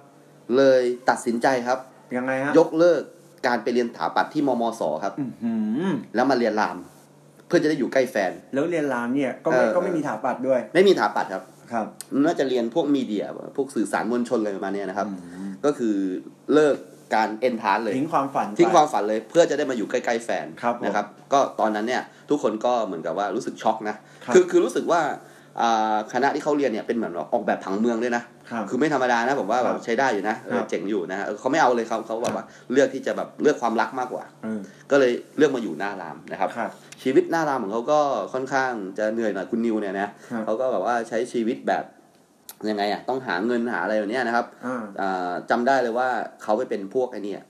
Speaker 2: เลยตัดสินใจครับ
Speaker 3: ยังไงฮะ
Speaker 2: ยกเลิกการไปเรียนถาปัตย์ที่มมสครับ
Speaker 3: อื้อหือ
Speaker 2: แล้วมาเรียนราม เพื่อจะได้อยู่ใกล้แฟน
Speaker 3: แล้วเรียนรามเนี่ยก็ไม่
Speaker 2: เออ
Speaker 3: ก็ไม่มีถาปัดด้วย
Speaker 2: ไม่มีถาปัตย์ครับ
Speaker 3: ครับ
Speaker 2: น่าจะเรียนพวกมีเดีย พวกสื่อสารมวลชนอะไรประมาณเนี้ยนะครับ ก็คือเลิกการเอนทานเลย
Speaker 3: ทิ้งความฝันไป
Speaker 2: ทิ้งความฝันเลยเพื่อจะได้มาอยู่ใกล้ๆแฟน
Speaker 3: ครับผม
Speaker 2: นะครับ ก็ตอนนั้นเนี่ยทุกคนก็เหมือนกับว่ารู้สึกช็อกนะครับ คือคือรู้สึกว่าอ่าคณะที่เขาเรียนเนี่ยเป็นเหมือนออกแบบผังเมืองด้วยนะ
Speaker 3: ครับ
Speaker 2: คือไม่ธรรมดานะผมว่าแบบ
Speaker 3: ครับ
Speaker 2: ใช้ได้อยู่นะเออ
Speaker 3: ครับ
Speaker 2: เจ๋งอยู่นะเออเขาไม่เอาเลยเขาเขาแบบว่าเลือกที่จะแบบเลือกความรักมากกว่า
Speaker 3: เออ
Speaker 2: ก็เลยเลือกมาอยู่หน้ารามนะครับ
Speaker 3: ครับ
Speaker 2: ชีวิตหน้ารามของเขาก็ค่อนข้างจะเหนื่อยหน่อยคุณนิวเนี่ยนะครับ เขาก็แบบว่าใช้ชีวิตแบบยังไงอ่ะต้องหาเงินหาอะไรแบบเนี้ยนะครับ
Speaker 3: อ่า
Speaker 2: อ่าจำได้เลยว่าเขาไปเป็นพวกไอเนี่ย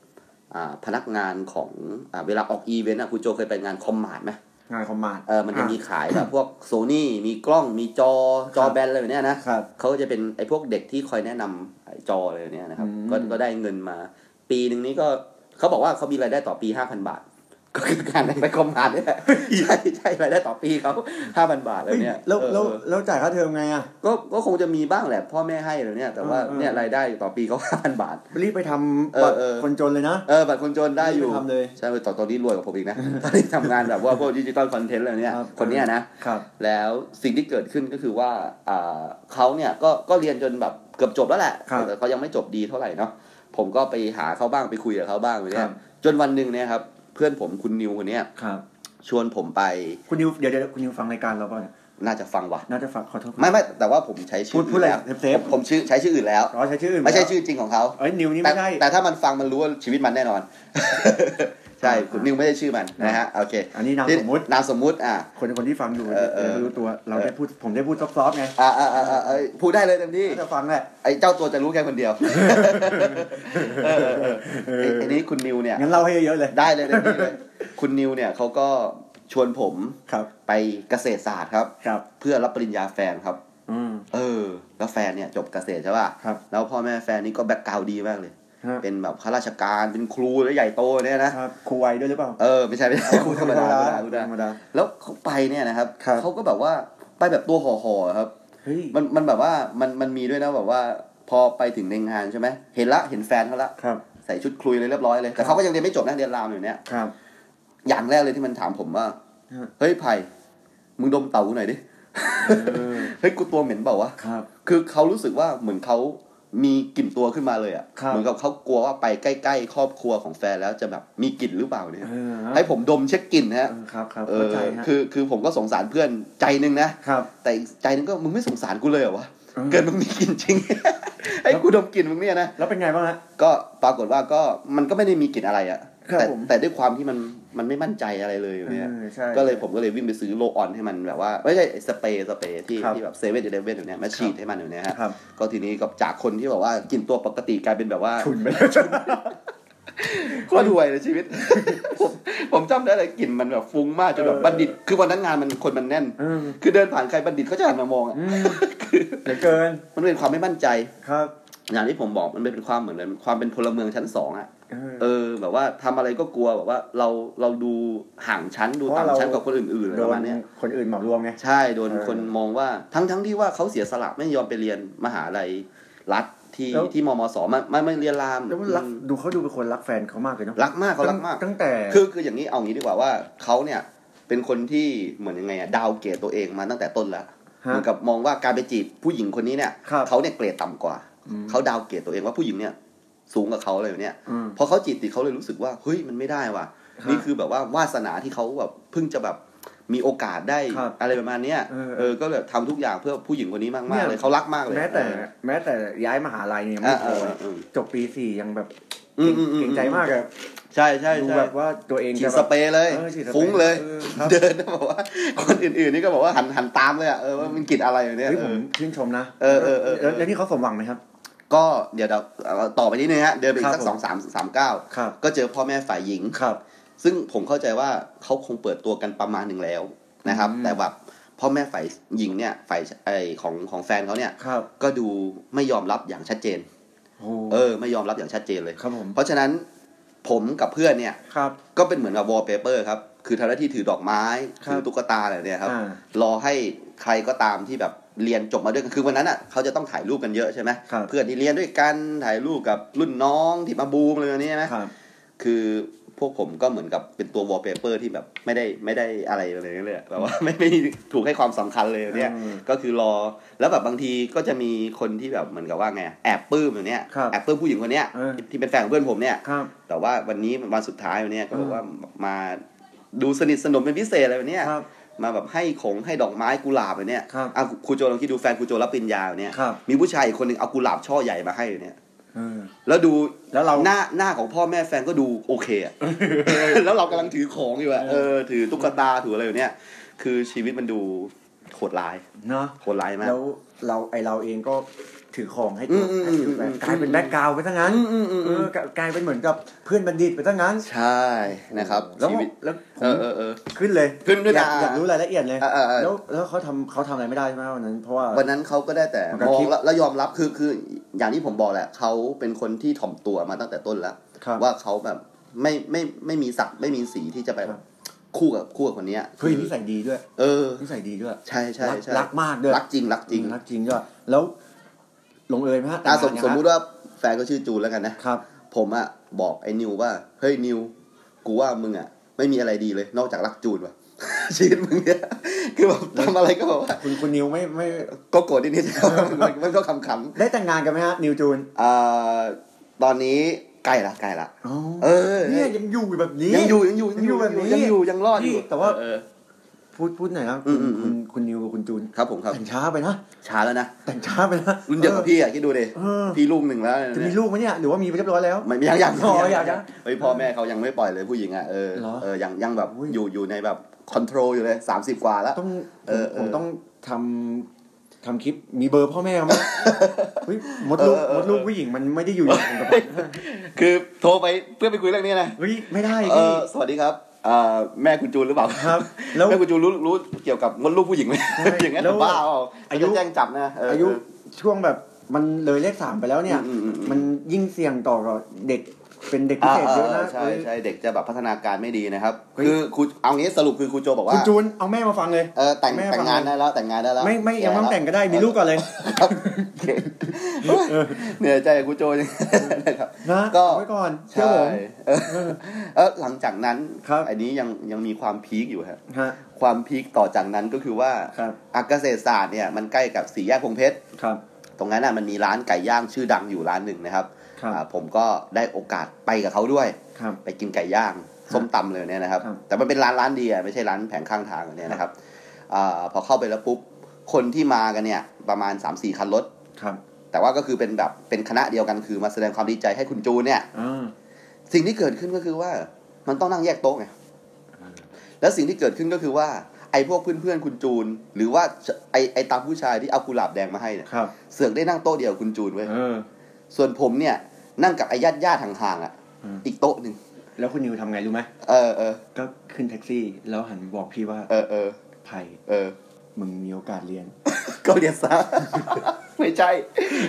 Speaker 2: อ่าพนักงานของอาเวลาออกอีเวนต์อะคุณโจเคยไปงานคอมมาดไหม
Speaker 3: งานคอมมานด์
Speaker 2: เออมันจะมีขายแบบพวกโซนี่มีกล้องมีจอจอแบนอะไรแบบเนี้ยนะ
Speaker 3: ครับ
Speaker 2: เขาก็จะเป็นไอ้พวกเด็กที่คอยแนะนำไอ้จออะไรแบบเนี้ยนะครับ
Speaker 3: อืม
Speaker 2: ก็ก็ได้เงินมา ปีหนึ่งนี้ก็เขาบอกว่าเขามีรายได้ต่อปีห้าพันบาท ก็คือการไปคอมมานด์นี่แหละใช่ใช่รายได้ต่อปีเขาห้าพันบาทอะไรเนี่ย
Speaker 3: แล้วแล้ว
Speaker 2: เออ
Speaker 3: แล้วจ่ายค่าเทอมไงอ่ะ
Speaker 2: ก็ก็คงจะมีบ้างแหละพ่อแม่ให้อะไรเนี่ยแต่ว่า
Speaker 3: เออเออ
Speaker 2: เนี่ยรายได้ต่อปีเขา ห้าพันบาท
Speaker 3: รีบไปท
Speaker 2: เอ
Speaker 3: ำ
Speaker 2: อ
Speaker 3: บัตร
Speaker 2: เออ
Speaker 3: คนจนเลยนะ
Speaker 2: เออบัตรคนจนได้อยู่
Speaker 3: ไม่ทำเลย
Speaker 2: ใช่ตอนตอนนี้รวยกว่าผมอีกนะ ตอนนี้ทำงานแบบว่าพวกดิจิตอลคอนเทนต์อะไรเนี่ย
Speaker 3: ครับ
Speaker 2: คนเนี้ยนะ
Speaker 3: ครับ
Speaker 2: แล้วสิ่งที่เกิดขึ้นก็คือว่าอ่าเขาเนี่ยก็ก็เรียนจนแบบเกือบจบแล้วแหละ
Speaker 3: ครับ
Speaker 2: แต่เขายังไม่จบดีเท่าไหร่เนาะผมก็ไปหาเขาบ้างไปคุยกับเขาบ้างเลยเนี่
Speaker 3: ครั
Speaker 2: ย
Speaker 3: บ
Speaker 2: จนวันหนึ่งเนี่ยครับเพื่อนผมคุณนิวคนเนี้ย
Speaker 3: ครับ
Speaker 2: ชวนผมไป
Speaker 3: คุณนิวเดี๋ยวเดี๋ยวคุณนิวฟังรายการเราป่ะเนี่ย
Speaker 2: น่าจะฟังว่ะ
Speaker 3: น่าจะฟังขอโทษ
Speaker 2: ไม่ไม่แต่ว่าผมใช้ชื่
Speaker 3: พูดพูดอะไร
Speaker 2: แล้ว
Speaker 3: เซฟ
Speaker 2: ผมชื่อใช้ชื่ออื่นแล้ว
Speaker 3: ๆอ๋อใช้ชื่ออื่น
Speaker 2: ไม่ใช่ชื่อจริงของเขา
Speaker 3: เอ้ยนิวนี่
Speaker 2: แต่
Speaker 3: ไม่ใช่
Speaker 2: แต่ถ้ามันฟังมันรู้ว่าชีวิตมันแน่นอน ใช่คุณนิวไม่ใช่ชื่อมันนะฮะโอเค
Speaker 3: อันนี้นามสมมติ
Speaker 2: นามสมมุติอ่ะ
Speaker 3: คนคนที่ฟังอยู่
Speaker 2: เออเออ
Speaker 3: เดี๋ยวรู้ตัวเราได้พูดผมได้พูดซอฟๆไง
Speaker 2: อ่าอ่าอ่าพูดได้เลยเต็มที่
Speaker 3: ก็จะฟังแหละ
Speaker 2: ไอ้เจ้าตัวจะรู้แค่คนเดี ยว เออเออเออไอ้ไอ้นี้คุณนิวเนี่ย
Speaker 3: งั้นเล่าให้เยอะๆเลย
Speaker 2: ได้เลยได้เลย คุณนิวเนี่ยเขาก็ชวนผม
Speaker 3: ครับ
Speaker 2: ไปเกษตรศาสตร์ครับ
Speaker 3: ครับ
Speaker 2: เพื่อรับปริญญาแฟนครับ
Speaker 3: อืม
Speaker 2: เออ แล้วแฟนเนี่ยจบเกษตรใช่ป่ะ
Speaker 3: ครับ
Speaker 2: แล้วพ่อแม่แฟนนี่ก็แบ็กกราวด์ดีมากเลย
Speaker 3: ฮะ
Speaker 2: เป็นแบบข้าราชการเป็นครูแล้วใหญ่โตเนี่ยนะครับ
Speaker 3: ครูไวด้วยหรือเปล่า
Speaker 2: เออไม่ใช่ไม่ใช่ครูธรรมดาธรรมดาธรรมดา
Speaker 3: ธรรมดา
Speaker 2: แล้วเขาไปเนี่ยนะครับ
Speaker 3: ครับ
Speaker 2: เขาก็แบบว่าไปแบบตัวห่อๆครับ
Speaker 3: เฮ้ย
Speaker 2: มันมันแบบว่ามันมันมีด้วยนะแบบว่าพอไปถึงในงานใช่ไหมเห็นละเห็นแฟนเขาละ
Speaker 3: ครับ
Speaker 2: ใส่ชุดคลุยเลยเรียบร้อยเลยแต่เขาก็ยังเรียนไม่จบนะเรียนรามอยู่เนี่ย
Speaker 3: ครับ
Speaker 2: อย่างแรกเลยที่มันถามผมว่า
Speaker 3: ฮะ
Speaker 2: เฮ้ยไผ่มึงดมเต่ากูหน่อยดิเฮ้ยกูตัวเหม็นเปล่าวะ
Speaker 3: ครับ
Speaker 2: คือเขารู้สึกว่าเหมือนเขามีกลิ่นตัวขึ้นมาเลยอ่ะ
Speaker 3: ครับ
Speaker 2: เหมือนกับเขากลัวว่าไปใกล้ๆครอบครัวของแฟนแล้วจะแบบมีกลิ่นหรือเปล่าเนี่ย
Speaker 3: เออ
Speaker 2: ให้ผมดมเช็คกลิ่นนะฮะ
Speaker 3: ครับครับ
Speaker 2: เอ
Speaker 3: เข้า
Speaker 2: อ
Speaker 3: ใจฮะ
Speaker 2: คือคือผมก็สงสารเพื่อนใจนึงนะ
Speaker 3: ครับ
Speaker 2: แต่อีกใจนึงก็มึงไม่สงสารกูเลยเหรอวะ เกิดมึงมีกลิ่นจริง ให้กูดมกลิ่นมึงเนี่ยนะ
Speaker 3: แล้วเป็นไงบ้างฮะ
Speaker 2: ก็ปรากฏว่าก็มันก็ไม่ได้มีกลิ่นอะไรอะ
Speaker 3: ครับ
Speaker 2: แต่
Speaker 3: ผม
Speaker 2: แต่ด้วยความที่มันมันไม่มั่นใจอะไรเลยอย่างเงี้ย
Speaker 3: เออใช่
Speaker 2: ก็เลยผมก็เลยวิ่งไปซื้อโลออนให้มันแบบว่าไม่ใช่สเปรย์สเปรย์ที่
Speaker 3: ครับ
Speaker 2: ที่แบบเซเว่นเอเลเว่นอย่างเนี้ยมาฉีดให้มันอย่างเนี้ยฮะ
Speaker 3: ครับ
Speaker 2: ก็ทีนี้กับจากคนที่แบบว่ากินตัวปกติกลายเป็นแบบว่า
Speaker 3: ถุนไปแล้วจ้ะ
Speaker 2: โคตรรวยเลยชีวิต ผมผมจำได้เลยกลิ่นมันแบบฟุ้งมากจนแบบ
Speaker 3: เออ
Speaker 2: บัณฑิต คือวันนั้นงานมันคนมันแน่น
Speaker 3: เออ
Speaker 2: คือเดินผ่านใครบัณฑิตเขาจะหันมามองอะ
Speaker 3: อืมเหลือเกิน
Speaker 2: มันเป็นความไม่มั่นใจ
Speaker 3: ครับ
Speaker 2: อย่างที่ผมบอกมันเป็นความเหมือนเลยความเป็นพลเมืองชั้นสองอะ
Speaker 3: เออ
Speaker 2: เออแบบว่าทำอะไรก็กลัวแบบว่าเราเราดูห่างชั้นดู
Speaker 3: เพราะเรา
Speaker 2: ต่ำชั้นกว่าคนอื่นๆอะไร
Speaker 3: โด
Speaker 2: ประ
Speaker 3: น
Speaker 2: มาณเนี้ย
Speaker 3: คนอื่นเหมารวมไง
Speaker 2: ใช่โดน
Speaker 3: เออ
Speaker 2: คนมองว่าทั้งทั้งที่ว่าเขาเสียสละไม่ยอมไปเรียนมหาลัยรัฐที่
Speaker 3: แล้ว
Speaker 2: ที่มมสมาไม่ไม่เรียนราม
Speaker 3: แล้วมันรัก
Speaker 2: อืม
Speaker 3: ดูเขาดูเป็นคนรักแฟนเขามากเลยเนาะ
Speaker 2: รักมากเขารักมาก
Speaker 3: ตั้งแต่
Speaker 2: คือคืออย่างนี้เอางี้ดีกว่าว่าเขาเนี่ยเป็นคนที่เหมือนยังไงอะดาวเกรดตัวเองมาตั้งแต่ต้นแล้วเห
Speaker 3: ฮะ
Speaker 2: มือนกับมองว่าการไปจีบผู้หญิงคนนี้เนี่ย
Speaker 3: ครับ
Speaker 2: เขาเนี่ยเกรดต่ำกว่าเขาดาวเกรดตัวเองว่าผู้หญิงเนี่ยสูงกว่าเขาอะไรแบบเนี้ย
Speaker 3: อืม
Speaker 2: พอเขาจีบติดเขาเลยรู้สึกว่าเฮ้ยมันไม่ได้ว่ะ
Speaker 3: ฮะ
Speaker 2: นี่คือแบบว่าวาสนาที่เขาแบบเพิ่งจะแบบมีโอกาสได้
Speaker 3: ครับ
Speaker 2: อะไรประมาณเนี้ย
Speaker 3: เออ
Speaker 2: เออก็แบบทำทุกอย่างเพื่อผู้หญิงคนนี้มากๆเลยเขารักมากเลย
Speaker 3: แม้แต่
Speaker 2: เออ
Speaker 3: แม้แต่ย้ายมหาลัยเนี่ยไม่พอ
Speaker 2: เออเออเออ
Speaker 3: จบปีสี่ยังแบบ
Speaker 2: อืมอืมอื
Speaker 3: เก่งใจมากอะ
Speaker 2: ใช่ใช่
Speaker 3: ดู
Speaker 2: ใช่
Speaker 3: แบบว่าตัวเอง
Speaker 2: ฉี
Speaker 3: จะ
Speaker 2: ด
Speaker 3: แบ
Speaker 2: ส
Speaker 3: บ
Speaker 2: เปรย์เลย
Speaker 3: เออฉีดสเปรย์
Speaker 2: ฟุ้งเลย
Speaker 3: เออครับ
Speaker 2: เดินนะบอกว่า คนอื่นๆนี่ก็บอกว่าหันหันตามเลยอ่ะเออว่ามันกลิ่นอะไรอยู่เนี่ย
Speaker 3: เฮ้ยผ
Speaker 2: เอ
Speaker 3: ม
Speaker 2: อ
Speaker 3: ชื่นชมนะ
Speaker 2: เออเออเออ
Speaker 3: แล้วแล้วนี่เขาสมหวังไหมครับ
Speaker 2: ก็เดี๋ยวเราเอาต่อไปนิดนึงฮะเดินไปอีกสั
Speaker 3: ครั
Speaker 2: ก
Speaker 3: บผม
Speaker 2: สองสามสามเก้า
Speaker 3: ครับ
Speaker 2: ก็เจอพ่อแม่ฝ่ายหญิง
Speaker 3: ครับ
Speaker 2: ซึ่งผมเข้าใจว่าเขาคงเปิดตัวกันประมาณหนึ่งแล้วนะครับ
Speaker 3: อืม
Speaker 2: แต่แบบพ่อแม่ฝ่ายหญิงเนี่ยฝ่ายไอของของแฟนเขาเนี่ย
Speaker 3: ครับ
Speaker 2: ก็ดูไม่ยอมรับอย่างชัดเจน
Speaker 3: โอ้
Speaker 2: เออ ไม่ยอมรับอย่างชัดเจนเลย
Speaker 3: ครับผม
Speaker 2: เพราะฉะนั้นผมกับเพื่อนเนี่ย
Speaker 3: ครับ
Speaker 2: ก็เป็นเหมือนกับวอลเปเปอร์ครับ คือทำหน้าที่ถือดอกไม้
Speaker 3: ครับ
Speaker 2: ถือตุ๊กตาอะไรเนี่ยครับ
Speaker 3: อ่าร
Speaker 2: อให้ใครก็ตามที่แบบเรียนจบมาด้วยกันคือวันนั้นอ่ะเขาจะต้องถ่ายรูปกันเยอะใช่ไหม
Speaker 3: ครับ
Speaker 2: เพื่อนที่เรียนด้วยกันถ่ายรูปกับรุ่นน้องที่มาบูมอะไรแบบนี้ใช่ไหม
Speaker 3: ครับ
Speaker 2: คือพวกผมก็เหมือนกับเป็นตัววอลเปเปอร์ที่แบบไม่ได้ไม่ได้อะไรเลยเลยอะแบบว่า ไม่ไม่ถูกให้ความสำคัญเลยเนี่ย
Speaker 3: อืม
Speaker 2: ก็คือรอแล้วแบบบางทีก็จะมีคนที่แบบเหมือนกับว่าไงแอบปลื้มอย่างเนี้ย
Speaker 3: ครับ
Speaker 2: แอบปลื้มผู้หญิงคนเนี้ย
Speaker 3: เออ
Speaker 2: ที่เป็นแฟนของเพื่อนผมเนี่ย
Speaker 3: ครับ
Speaker 2: แต่ว่าวันนี้วันสุดท้ายวันเนี้ยก็บอก
Speaker 3: เออ
Speaker 2: ว่ามาดูสนิทสนมเป็นพิเศษอะไรแบบเนี้ย
Speaker 3: ครับ
Speaker 2: มาแบบให้ของให้ดอกไม้กุหลาบแบบเนี้ย
Speaker 3: ครับ
Speaker 2: อ่ะครูโจลองคิดดูแฟนครูโจรับปริญญาแบบเนี้ย
Speaker 3: ครับ
Speaker 2: มีผู้ชายอีกคนหนึ่งเอากุหลาบช่อใหญ่มาให้แบบเนี้ย
Speaker 3: เออ
Speaker 2: แล้วดู
Speaker 3: แล้วเรา
Speaker 2: หน้าหน้าของพ่อแม่แฟนก็ดูโอเค อะ แล้วเรากำลังถือของอยู่อะเออถือตุ๊กตาถืออะไรอยู่เนี่ยคือชีวิตมันดูโหดร้าย
Speaker 3: เนาะ
Speaker 2: โหดร้ายมาก
Speaker 3: แล้วเราไอเราเองก็ถือของให้ตัว
Speaker 2: อืม
Speaker 3: ให้ถือแบ
Speaker 2: อื
Speaker 3: บ
Speaker 2: ม
Speaker 3: กลายเป็นแบ็กกราวไปซะงั้น
Speaker 2: อืมอืมอื
Speaker 3: เอ
Speaker 2: ม
Speaker 3: อกลายกลายเป็นเหมือนกับเพื่อนบัณฑิตไปซะงั้น
Speaker 2: ใช่นะครับ
Speaker 3: แล้ว
Speaker 2: ชีวิต
Speaker 3: แล้วผม
Speaker 2: เออเออเออ
Speaker 3: ขึ้นเลย
Speaker 2: ขึ้นด้วย
Speaker 3: อยาก
Speaker 2: นะ
Speaker 3: อยากรู้รายละเอียดเลย
Speaker 2: เออเออเออ
Speaker 3: แล้วแล้วเขาทำเขาทำอะไรไม่ได้ใช่ไหมวันนั้น เพราะว่า
Speaker 2: วันนั้นเขาก็ได้แต่
Speaker 3: มันก็
Speaker 2: มอง
Speaker 3: คิด
Speaker 2: แล้วแล้วยอมรับคือคืออย่างที่ผมบอกแหละเขาเป็นคนที่ถ่อมตัวมาตั้งแต่ต้นแล้ว
Speaker 3: ครับ
Speaker 2: ว่าเขาแบบไม่ไม่ไม่มีศักดิ์ไม่มีสีที่จะไป
Speaker 3: ครับ
Speaker 2: คู่กับคู่กับคนเนี้ย
Speaker 3: เฮ้ยนิสัยดีด้วย
Speaker 2: เออ
Speaker 3: นิสัยดีด้วย
Speaker 2: ใช่ใช่
Speaker 3: รัก
Speaker 2: ใช่
Speaker 3: รักมากด้วย
Speaker 2: รักจริงรักจริง
Speaker 3: อืมรักจริงด้วยแล้วลงเอยไหมฮะ
Speaker 2: อ่ะสม
Speaker 3: แต่งงน
Speaker 2: สมมุติว่าแฟนก็ชื่อจูนแล้วกันนะ
Speaker 3: ครับ
Speaker 2: ผมอะบอกไอ้นิวว่า เฮ้ยนิว กูว่ามึงอะไม่มีอะไรดีเลย นอกจากรักจูนว่ะ ชีวิตมึงเนี่ย คือ แบบทำอะไรก็แบบว่า
Speaker 3: คุณคุณนิวไม่ไม่
Speaker 2: ก็โกรธนิดนิดๆ มันมันก็ขำ
Speaker 3: ได้แต่งงานกันไหมฮะนิวจูน
Speaker 2: ๆอ่าตอนนี้ใกล้ละใกล้ละ
Speaker 3: อ๋อ
Speaker 2: เออ
Speaker 3: เนี่ยยังอยู่แบบนี้
Speaker 2: ยังอยู่ยังอยู่
Speaker 3: ยังอยู่แบบนี้
Speaker 2: ยังอยู่ยังรอดอยู่
Speaker 3: นี่แต่ว่า
Speaker 2: เออ
Speaker 3: พูดพูดหน่อยนะ
Speaker 2: อื
Speaker 3: คุ
Speaker 2: ม
Speaker 3: ณ
Speaker 2: อืมอื
Speaker 3: คุณ
Speaker 2: ม
Speaker 3: คุณนิวกับคุณจูน
Speaker 2: ครับผมครับ
Speaker 3: แต่งช้าไปนะ
Speaker 2: ช้าแล้วนะ
Speaker 3: แต่งช้าไปนะ
Speaker 2: รุ่นเดียวกับ
Speaker 3: ออ
Speaker 2: พี่อะคิดดูดิ
Speaker 3: เออ
Speaker 2: พี่ลูกหนึ่งแล้ว
Speaker 3: จะมี
Speaker 2: เนี่ย
Speaker 3: ลูกไหมเนี่ยหรือว่ามีไปเรียบร้อยแล้ว
Speaker 2: ไม่ยังยัง
Speaker 3: อ๋อยังยัง
Speaker 2: เฮ้ยพ่อแม่เขายังไม่ปล่อยเลยผู้หญิงอะเออ
Speaker 3: เหรอ
Speaker 2: เออยังยังแบบ
Speaker 3: อุ้ย
Speaker 2: อยู่อยู่ในแบบคอนโทรลอยู่เลยสามสิบกว่าแล้ว
Speaker 3: ต้อง
Speaker 2: เออเออ
Speaker 3: ผมต้องทำทำคลิปมีเบอร์พ่อแม่ไหม เฮ้ยมดลูก
Speaker 2: เออเออเออ
Speaker 3: มดลูกผู้หญิงมันไม่ได้อยู่อย่างผมกับผม
Speaker 2: คือโทรไปเพื่อไปคุยเรื่องนี้นะ
Speaker 3: เฮ้ยไม่ได้
Speaker 2: เอ
Speaker 3: พี่
Speaker 2: อสวัสดีครับเอ่อแม่คุณจูนหรือเปล่า
Speaker 3: ครับแล้ว
Speaker 2: แม่คุณจูนรู้รู้เกี่ยวกับมดลูกผู้หญิงไหม
Speaker 3: ใช่
Speaker 2: อย่างนั้น
Speaker 3: แล้ว
Speaker 2: บ้าเปล่า
Speaker 3: อา
Speaker 2: อา
Speaker 3: ยุ
Speaker 2: ยุแจ้งจับนะเ
Speaker 3: อายุช่วงแบบมันเลยเลขสามไปแล้วเนี่ย
Speaker 2: อืมอืมอืม
Speaker 3: มันยิ่งเสี่ยงต่อกับเด็กเป็นเด็กพิ
Speaker 2: อ่า
Speaker 3: เศษเยอะ
Speaker 2: อ่า
Speaker 3: นะ
Speaker 2: ใช่
Speaker 3: เออ
Speaker 2: ใช่เด็กจะแบบพัฒนาการไม่ดีนะครับ
Speaker 3: เฮ้ย
Speaker 2: คือคุณเอางี้สรุปคือครูโจบอก
Speaker 3: คุ
Speaker 2: ว่า
Speaker 3: ณจูนเอาแม่มาฟังเลย
Speaker 2: เออแต่ง
Speaker 3: แม่
Speaker 2: แต่ง
Speaker 3: ฟัง
Speaker 2: งานได้แล้วแต่งงานได้แล้ว
Speaker 3: ไม่ไม่ยังไม่ต้องแต่งก็ได้มีลูกก่อนเลย
Speaker 2: ครับโอเค เหนื่อย ใจกับครูโจจังนะครับ
Speaker 3: นะ
Speaker 2: ก็
Speaker 3: เอาไว้ก่อนเชื่อ
Speaker 2: ใช่
Speaker 3: ผม
Speaker 2: เออเออหลังจากนั้น
Speaker 3: ครับ
Speaker 2: อันนี้ยังยังมีความพีคอยู่ครับ
Speaker 3: ฮะ
Speaker 2: ความพีคต่อจากนั้นก็คือว่า
Speaker 3: ครับ
Speaker 2: อักเกษตรศาสตร์เนี่ยมันใกล้กับสี่แยกพงเพชร
Speaker 3: ครับ
Speaker 2: ตรงนั้นน่ะมันมีร้านไก่ย่างชื่อดังอยู่ร้านหนึ่งนะครับ
Speaker 3: ครับ
Speaker 2: อ่าผมก็ได้โอกาสไปกับเขาด้วย
Speaker 3: ครับ
Speaker 2: ไปกินไก่ย่างส้มตำเลยเนี่ยนะครับ
Speaker 3: ครับ
Speaker 2: แต่มันเป็นร้านร้านดีอ่ะไม่ใช่ร้านแผงข้างทางเนี่ยนะครับอ่าพอเข้าไปแล้วปุ๊บ คนที่มากันเนี่ยประมาณ 3-4 คันรถ
Speaker 3: ครับ
Speaker 2: แต่ว่าก็คือเป็นแบบเป็นคณะเดียวกันคือมาแสดงความดีใจให้คุณจูนเนี่ย
Speaker 3: อ่า
Speaker 2: สิ่งที่เกิดขึ้นก็คือว่ามันต้องนั่งแยกโต๊ะไงแล้วสิ่งที่เกิดขึ้นก็คือว่า ไอ้พวกเพื่อนๆคุณจูน หรือว่าไอ้ไอ้ตามผู้ชายที่เอากุหลาบแดงมาให้เนี่ย
Speaker 3: ครับ
Speaker 2: เสือกได้นั่งโต๊ะเดียวกับคุณจูนเว้ย
Speaker 3: เออ
Speaker 2: ส่วนผมเนี่ยนั่งกับไอ้ญาติญาติๆห่างๆอ่ะ
Speaker 3: อืม
Speaker 2: อีกโต๊ะหนึ่ง
Speaker 3: แล้วคุณนิวทำไงรู้ไหม
Speaker 2: เออเออ
Speaker 3: ก็ขึ้นแท็กซี่ แล้วหันมาบอกพี่ว่า
Speaker 2: เออเออ
Speaker 3: ไผ่
Speaker 2: เออ
Speaker 3: มึงมีโอกาสเรียน
Speaker 2: ก็เรียนซะ ไม่ใช่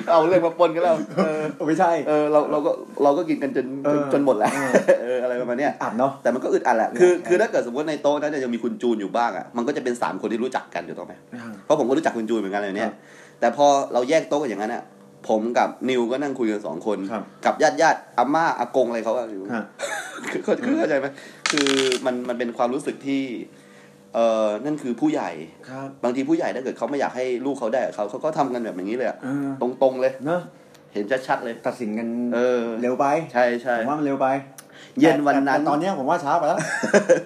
Speaker 2: เอาเรื่องมาปนกันแล้วเออ
Speaker 3: ไม่ใช่
Speaker 2: เออเราเราก็เราก็กินกันจนจน
Speaker 3: เออ
Speaker 2: จนหมดแล้ว
Speaker 3: เออ
Speaker 2: เอออะไรประมาณเนี้ย
Speaker 3: อัดเนาะ
Speaker 2: แต่มันก็อึดอัดแหละ คือ
Speaker 3: ใช่
Speaker 2: คือถ้าเกิดสมมติในโต๊ะนั้นเนี่ยยังมีคุณจูนอยู่บ้างอ่ะ มันก็จะเป็นสามคนที่รู้จักกันอยู่ตรงไหม
Speaker 3: อ่า
Speaker 2: เพราะผมก็รู้จักคุณจูนเหมือนกันเลยเนี่
Speaker 3: ค
Speaker 2: ย
Speaker 3: รับ
Speaker 2: แต่พอเราแยกโต๊ะกันอย่างนั้นอ่ะ ผมกับนิวก็นั่งคุยกันสองคน
Speaker 3: ครับ
Speaker 2: กับญาติญาติๆอาม่าอากงอะไรเขาอะอยู่
Speaker 3: ฮะ
Speaker 2: คือคือคือเข้าใจไหมคือมัน มันเป็นความรู้สึกที่ เออนั่นคือผู้ใหญ่
Speaker 3: ครับ
Speaker 2: บางทีผู้ใหญ่ถ้าเกิดเขาไม่อยากให้ลูกเขาได้กับเขาเขาก็ทำกันแบบอย่างนี้เลยอะ
Speaker 3: อ่า
Speaker 2: ตรงๆเลย
Speaker 3: เนอะ
Speaker 2: เห็นชัดๆเลย
Speaker 3: ตัดสินกัน
Speaker 2: เออ
Speaker 3: เร็วไป
Speaker 2: ใช่ใช่
Speaker 3: ผมว่ามันเร็วไป
Speaker 2: เย็นวันนั้น
Speaker 3: แต่แต่ตอนเนี้ยผมว่าช้าไป แล้ว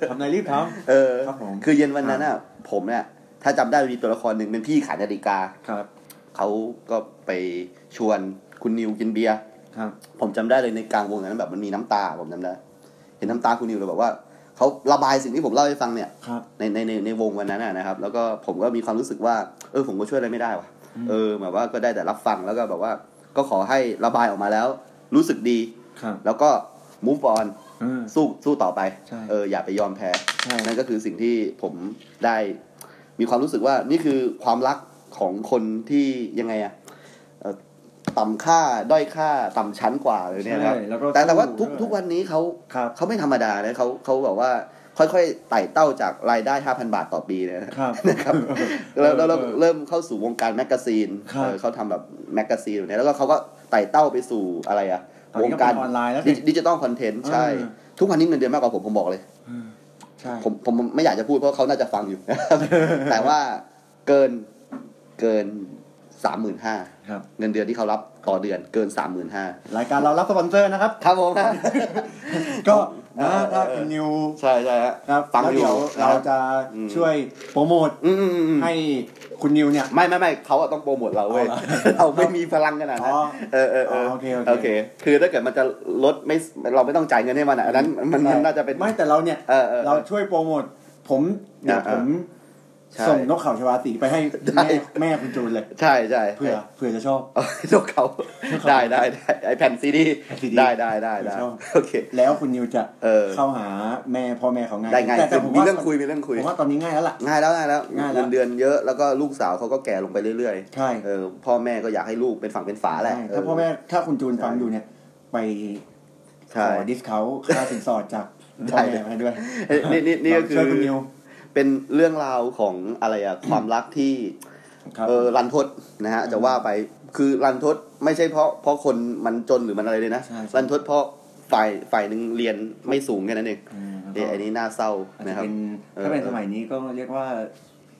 Speaker 3: ทำอะไรรีบท
Speaker 2: เออ
Speaker 3: ครับผม
Speaker 2: คือเย็นวันนั้นอ่ะ ผมเนี่ยถ้าจำได้มีตัวละครหนึ่งเป็นพี่ขายนาฬิกา
Speaker 3: ำครับ
Speaker 2: เขาก็ไปชวนคุณนิวกินเบียร์
Speaker 3: ครับ
Speaker 2: ผมจำได้เลยในกลางวงนั้นแบบมันมีน้ำตาผมจำได้เห็นน้ำตาคุณนิวเลยแบบว่าเขาระบายสิ่งที่ผมเล่าให้ฟังเนี่ย
Speaker 3: ครับ
Speaker 2: ในในในในวงวันนั้นนะนะครับ แล้วก็ผมก็มีความรู้สึกว่า เออผมก็ช่วยอะไรไม่ได้ว่ะเออแบบว่าก็ได้แต่รับฟังแล้วก็แบบว่า ก็ขอให้ระบายออกมาแล้ว รู้สึกดี
Speaker 3: ครับ
Speaker 2: แล้วก็มูฟออน
Speaker 3: เออ
Speaker 2: สู้สู้ต่อไป
Speaker 3: ใช่
Speaker 2: เอออย่าไปยอมแพ้
Speaker 3: ใช่
Speaker 2: นั่นก็คือสิ่งที่ผมได้มีความรู้สึกว่านี่คือความรักของคนที่ยังไงอะเอ่อต่ำค่าด้อยค่าต่ำชั้นกว่าเลยเนี่ยนะครับ
Speaker 3: ใช่แล้วก็
Speaker 2: แต่แต่ว่าทุก
Speaker 3: สู้ด้วย
Speaker 2: ทุกวันนี้เขา
Speaker 3: ครับ
Speaker 2: เขาไม่ธรรมดานะเขาเขาแบบว่าค่อยๆไต่เต้าจากรายได้ 5,000 บาทต่อปีนะ
Speaker 3: ครับ
Speaker 2: นะครับแล้วแล้วแล้ว
Speaker 3: เออ
Speaker 2: เริ่มเข้าสู่วงการแมกกาซีน
Speaker 3: ครับ
Speaker 2: เออเขาทำแบบแมกกาซีนแบบเนี้ยแล้วก็เขาก็ไต่เต้าไปสู่อะไรอะ
Speaker 3: ตอน
Speaker 2: ว
Speaker 3: นี้
Speaker 2: ง
Speaker 3: ก็
Speaker 2: กา
Speaker 3: เป็
Speaker 2: ร
Speaker 3: นออนไลน์แล้วสิ
Speaker 2: ดิดิจิตอลคอนเทนต์ใช่
Speaker 3: เออ
Speaker 2: ทุกวันนี้เงินเดือนมากกว่าผมผมบอกเลย
Speaker 3: อืมใช่
Speaker 2: ผมผมไม่อยากจะพูดเพราะเขาน่าจะฟังอยู่ แต่ว่าเกินเกินสามหมื่นห้า
Speaker 3: ครับ
Speaker 2: เงินเดือนที่เขารับต่อเดือนเกินสามหมื่นห้าร
Speaker 3: ายการเรารับสปอนเซอร์นะครับ
Speaker 2: ครับผม
Speaker 3: ก็
Speaker 2: เอ
Speaker 3: นะ
Speaker 2: อ
Speaker 3: ถ้า
Speaker 2: เออ
Speaker 3: คุณนิว
Speaker 2: ใช่ใช่ฮะ
Speaker 3: ครับ
Speaker 2: ฟังอยู่นะค
Speaker 3: แล้วเดี๋ยว
Speaker 2: รับ
Speaker 3: เราจะ
Speaker 2: อืม
Speaker 3: ช่วยโปรโมท
Speaker 2: อืมอืมอืม
Speaker 3: ให้คุณนิวเนี่ย
Speaker 2: ไม่ไม่ไม่เขาอะต้องโปรโมทเราเว้ย
Speaker 3: อ๋อ
Speaker 2: เราไม่มีพลังขนาดนั้น
Speaker 3: อ๋อ
Speaker 2: เออเออเออ
Speaker 3: โอเคโอเค
Speaker 2: โอเค คือถ้าเกิดมันจะลดไม่เราไม่ต้องจ่ายเงินให้มันอะอันนั้นมันมันน่าจะเป็น
Speaker 3: ไม่แต่เราเนี่ย
Speaker 2: เออเออ
Speaker 3: เราช่วยโปรโมทผมเดี๋ยว
Speaker 2: อ่า
Speaker 3: ผม
Speaker 2: ใช่
Speaker 3: ส่งนกเขาชวาตีไปให้
Speaker 2: ได้
Speaker 3: แม่แม่คุณจูนเลย
Speaker 2: ใช่ใช่
Speaker 3: เผื่อเผื่อจะชอบ
Speaker 2: เอานกเขาได้ได้ได้ไอแผ่นซีดี
Speaker 3: แผ่น CD
Speaker 2: ได้ได้ได้ได้
Speaker 3: ชอบ
Speaker 2: โอเค
Speaker 3: แล้วคุณนิวจะ
Speaker 2: เออ
Speaker 3: เข้าหาแม่พ่อแม่เขาง่าย
Speaker 2: ได้ไง
Speaker 3: แต่แต่ผม
Speaker 2: มี
Speaker 3: ว่า
Speaker 2: เรื่องคุยมีเรื่องคุย
Speaker 3: ผมว่าตอนนี้ง่ายแล้วล่ะ
Speaker 2: ง่ายแล้วง่ายแล้ว
Speaker 3: ง่ายแล้ว
Speaker 2: เงินเดือนเยอะแล้วก็ลูกสาวเขาก็แก่ลงไปเรื่อย
Speaker 3: ใช่
Speaker 2: ๆเออพ่อแม่ก็อยากให้ลูกเป็นฝั่งเป็นฝาแหละ
Speaker 3: ใช่
Speaker 2: เ
Speaker 3: ถ้าพ่อแม่ถ้าคุณจูนฟังอยู่เนี่ย ไปข
Speaker 2: ใช่
Speaker 3: อดิสเขาค่าสินสอดจากพ่อแม่มาด้วย
Speaker 2: เอ้ยนี่นี่นี่ก็คือ
Speaker 3: ช่วยคุณนิว
Speaker 2: เป็นเรื่องราวของอะไรอะ ความรักที่
Speaker 3: ครับ
Speaker 2: เออรันทดนะฮะจะว่าไปคือรันทดไม่ใช่เพราะเพราะคนมันจนหรือมันอะไรเลยนะ
Speaker 3: ใช่ใช่
Speaker 2: รันทดเพราะฝ่ายฝ่ายหนึ่งเรียนไม่สูงแค่นั้นเอง
Speaker 3: มแล้วก็
Speaker 2: เดี๋ยวอันนี้น่าเศร้า
Speaker 3: อาจจะ
Speaker 2: นะครับ
Speaker 3: เป็น
Speaker 2: เออ
Speaker 3: ถ้าเป็นสมัยนี้ก็เรียกว่า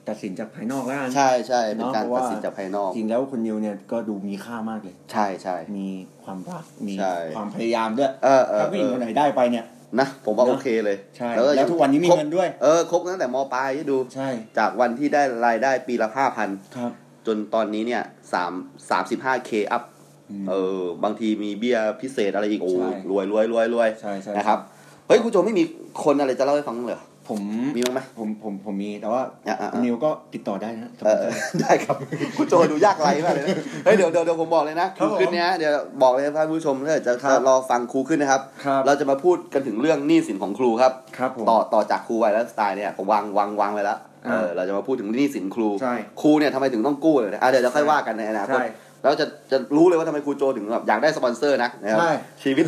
Speaker 3: ตัดสินจากภายนอกแล้วกัน
Speaker 2: ใช่ใช่เป็น
Speaker 3: เนาะ
Speaker 2: การ
Speaker 3: เพราะว่า
Speaker 2: ตัดสินจากภายนอก
Speaker 3: จริงแล้วคุณนิวเนี่ยก็ดูมีค่ามากเลย
Speaker 2: ใช่ใช่
Speaker 3: มีความรักมี
Speaker 2: ใช่
Speaker 3: ความพยายามด้วย
Speaker 2: เออเออ
Speaker 3: ถ้าผู้หญิงคนไหนได้ไปเนี่ย
Speaker 2: นะผมว่า
Speaker 3: เน
Speaker 2: โอ
Speaker 3: อะ
Speaker 2: เคเลย
Speaker 3: ใช่
Speaker 2: ยั
Speaker 3: แล้
Speaker 2: ง
Speaker 3: วทุกวันนี้มี
Speaker 2: ครบ
Speaker 3: เงินด้วย
Speaker 2: เออครบตั้งแต่มปลายให้ดู
Speaker 3: ใช่
Speaker 2: จากวันที่ได้รายได้ปีละห้าพัน
Speaker 3: ครับ
Speaker 2: จนตอนนี้เนี่ยสามสามสิบห้าเคอัพ
Speaker 3: อืม
Speaker 2: เออบางทีมีเบี้ยพิเศษอะไรอีกโอ้
Speaker 3: ใช่
Speaker 2: รวยรวยรวยรวย
Speaker 3: ใช่ใช่
Speaker 2: นะครับ เฮ้ย คุณโจไม่มีคนอะไรจะเล่าให้ฟังบ้างเลย
Speaker 3: ผม
Speaker 2: มีบ้างไหม
Speaker 3: ผมผมผมมีแต่ว่า
Speaker 2: อ่ะอ่ะ
Speaker 3: คุณนิวก็ติดต่อได้นะ
Speaker 2: เออเออได้ครับ คุณโจดูยากไรมากเลยนะเฮ้ยเดี๋ยวเดี๋ยวเดี๋ยวผมบอกเลยนะครูขึ้นเนี้ยเดี๋ยวบอกเลยท่านผู้ชมถ้าเกิดจะจะรอฟังครูขึ้นนะครับ
Speaker 3: ครับ
Speaker 2: เราจะมาพูดกันถึงเรื่องหนี้สินของครูครับ
Speaker 3: ครับผม
Speaker 2: ต่อต่อจากครูไวแล้วสไตล์เนี่ยผมวางวางวางไว้แล้วเออ
Speaker 3: อ่า
Speaker 2: เราจะมาพูดถึงหนี้สินครู
Speaker 3: ใช่
Speaker 2: ครูเนี่ยทำไมถึงต้องกู้เลยนะอ่ะเดี๋ยวจะค่อยว่ากันในอนาคต
Speaker 3: ใช่
Speaker 2: แล้วจะจะรู้เลยว่าทำไมครูโจถึงแบบอยากได้สปอนเซอร์นักนะครับ
Speaker 3: ใช่
Speaker 2: ชีวิต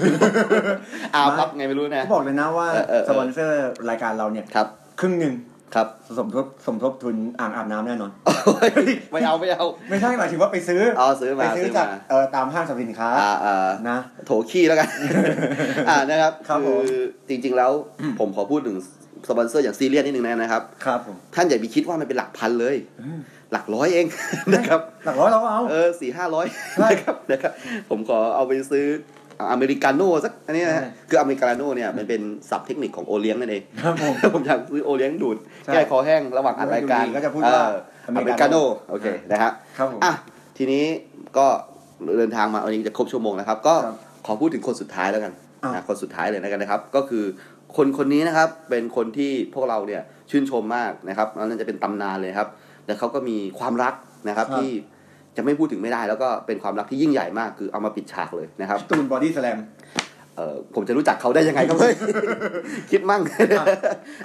Speaker 2: อา
Speaker 3: ไม่
Speaker 2: พับไงไม่รู้นะ
Speaker 3: เขาบอกเลยนะว่า
Speaker 2: เออเออเออ
Speaker 3: สปอนเซอร์รายการเราเนี่ย
Speaker 2: ครับ
Speaker 3: ครึ่งหนึ่ง
Speaker 2: ครับ
Speaker 3: สมทบสมทบทุนอ่างอาบน้ำแน่นอน
Speaker 2: ไม่เอาไม่เอา
Speaker 3: ไม่ใช่หมายถึงว่าไปซื้อ
Speaker 2: เอาซื้อ
Speaker 3: ไป
Speaker 2: มา
Speaker 3: ซื้อ
Speaker 2: ซื้อ
Speaker 3: จาม
Speaker 2: าก
Speaker 3: เออตามห้างสรรพสินค้า
Speaker 2: อ่าอ่า
Speaker 3: นะ
Speaker 2: โถขี้แล้วกัน อ่านะครับ
Speaker 3: ครับผม
Speaker 2: อจริง ๆ แล้วผมขอพูดถึงสปอนเซอร์อย่างซีเรียสนิดนึงนะครับ
Speaker 3: ครับผม
Speaker 2: ท่านอย่าไปคิดว่ามันเป็นหลักพันเลย หลักร้อยเอง นะครับ
Speaker 3: หลักร้อยเราก็เอา
Speaker 2: เออสี่ห้าร้อย
Speaker 3: ใช่
Speaker 2: นะครับนะครับ ผมขอเอาไปซื้ออเมริกาโน่สักอันนี้นะฮะ
Speaker 3: ใช่
Speaker 2: คืออเมริกาโน่เนี่ยมันเป็นศัพท์เทคนิคของโอเลี้ยงนั่นเอง
Speaker 3: ครับผม
Speaker 2: ผมอยากซื้อโอเลี้ยงดูด
Speaker 3: ใช่
Speaker 2: แก้คอแห้งระหว่างอัดรายการ
Speaker 3: ดูดีก็จะพูดว่า
Speaker 2: เออ อเมริกาโน่โอเคนะฮะ
Speaker 3: ครับผม
Speaker 2: อ่ะทีนี้ก็เดินทางมาวันนี้จะครบชั่วโมงนะครับ ก็
Speaker 3: ครับ
Speaker 2: ขอพูดถึงคนสุดท้ายแล้วกัน
Speaker 3: อ่ะ
Speaker 2: นะคนสุดท้ายเลยแล้วกันนะครับ ก็คือคนคนนี้นะครับเป็นคนที่พวกเราเนี่ยชื่นชมมากนะครับแล้วนั่นจะเป็นตำนานเลยครับแล้วเขาก็มีความรักนะครับ
Speaker 3: ครับ
Speaker 2: ที่จะไม่พูดถึงไม่ได้ แล้วก็เป็นความรักที่ยิ่งใหญ่มากคือเอามาปิดฉากเลยนะครับ
Speaker 3: พี่ตูนบอดี้แสลม
Speaker 2: เออผมจะรู้จักเขาได้ยังไงครับเฮ้ย คิดมั่ง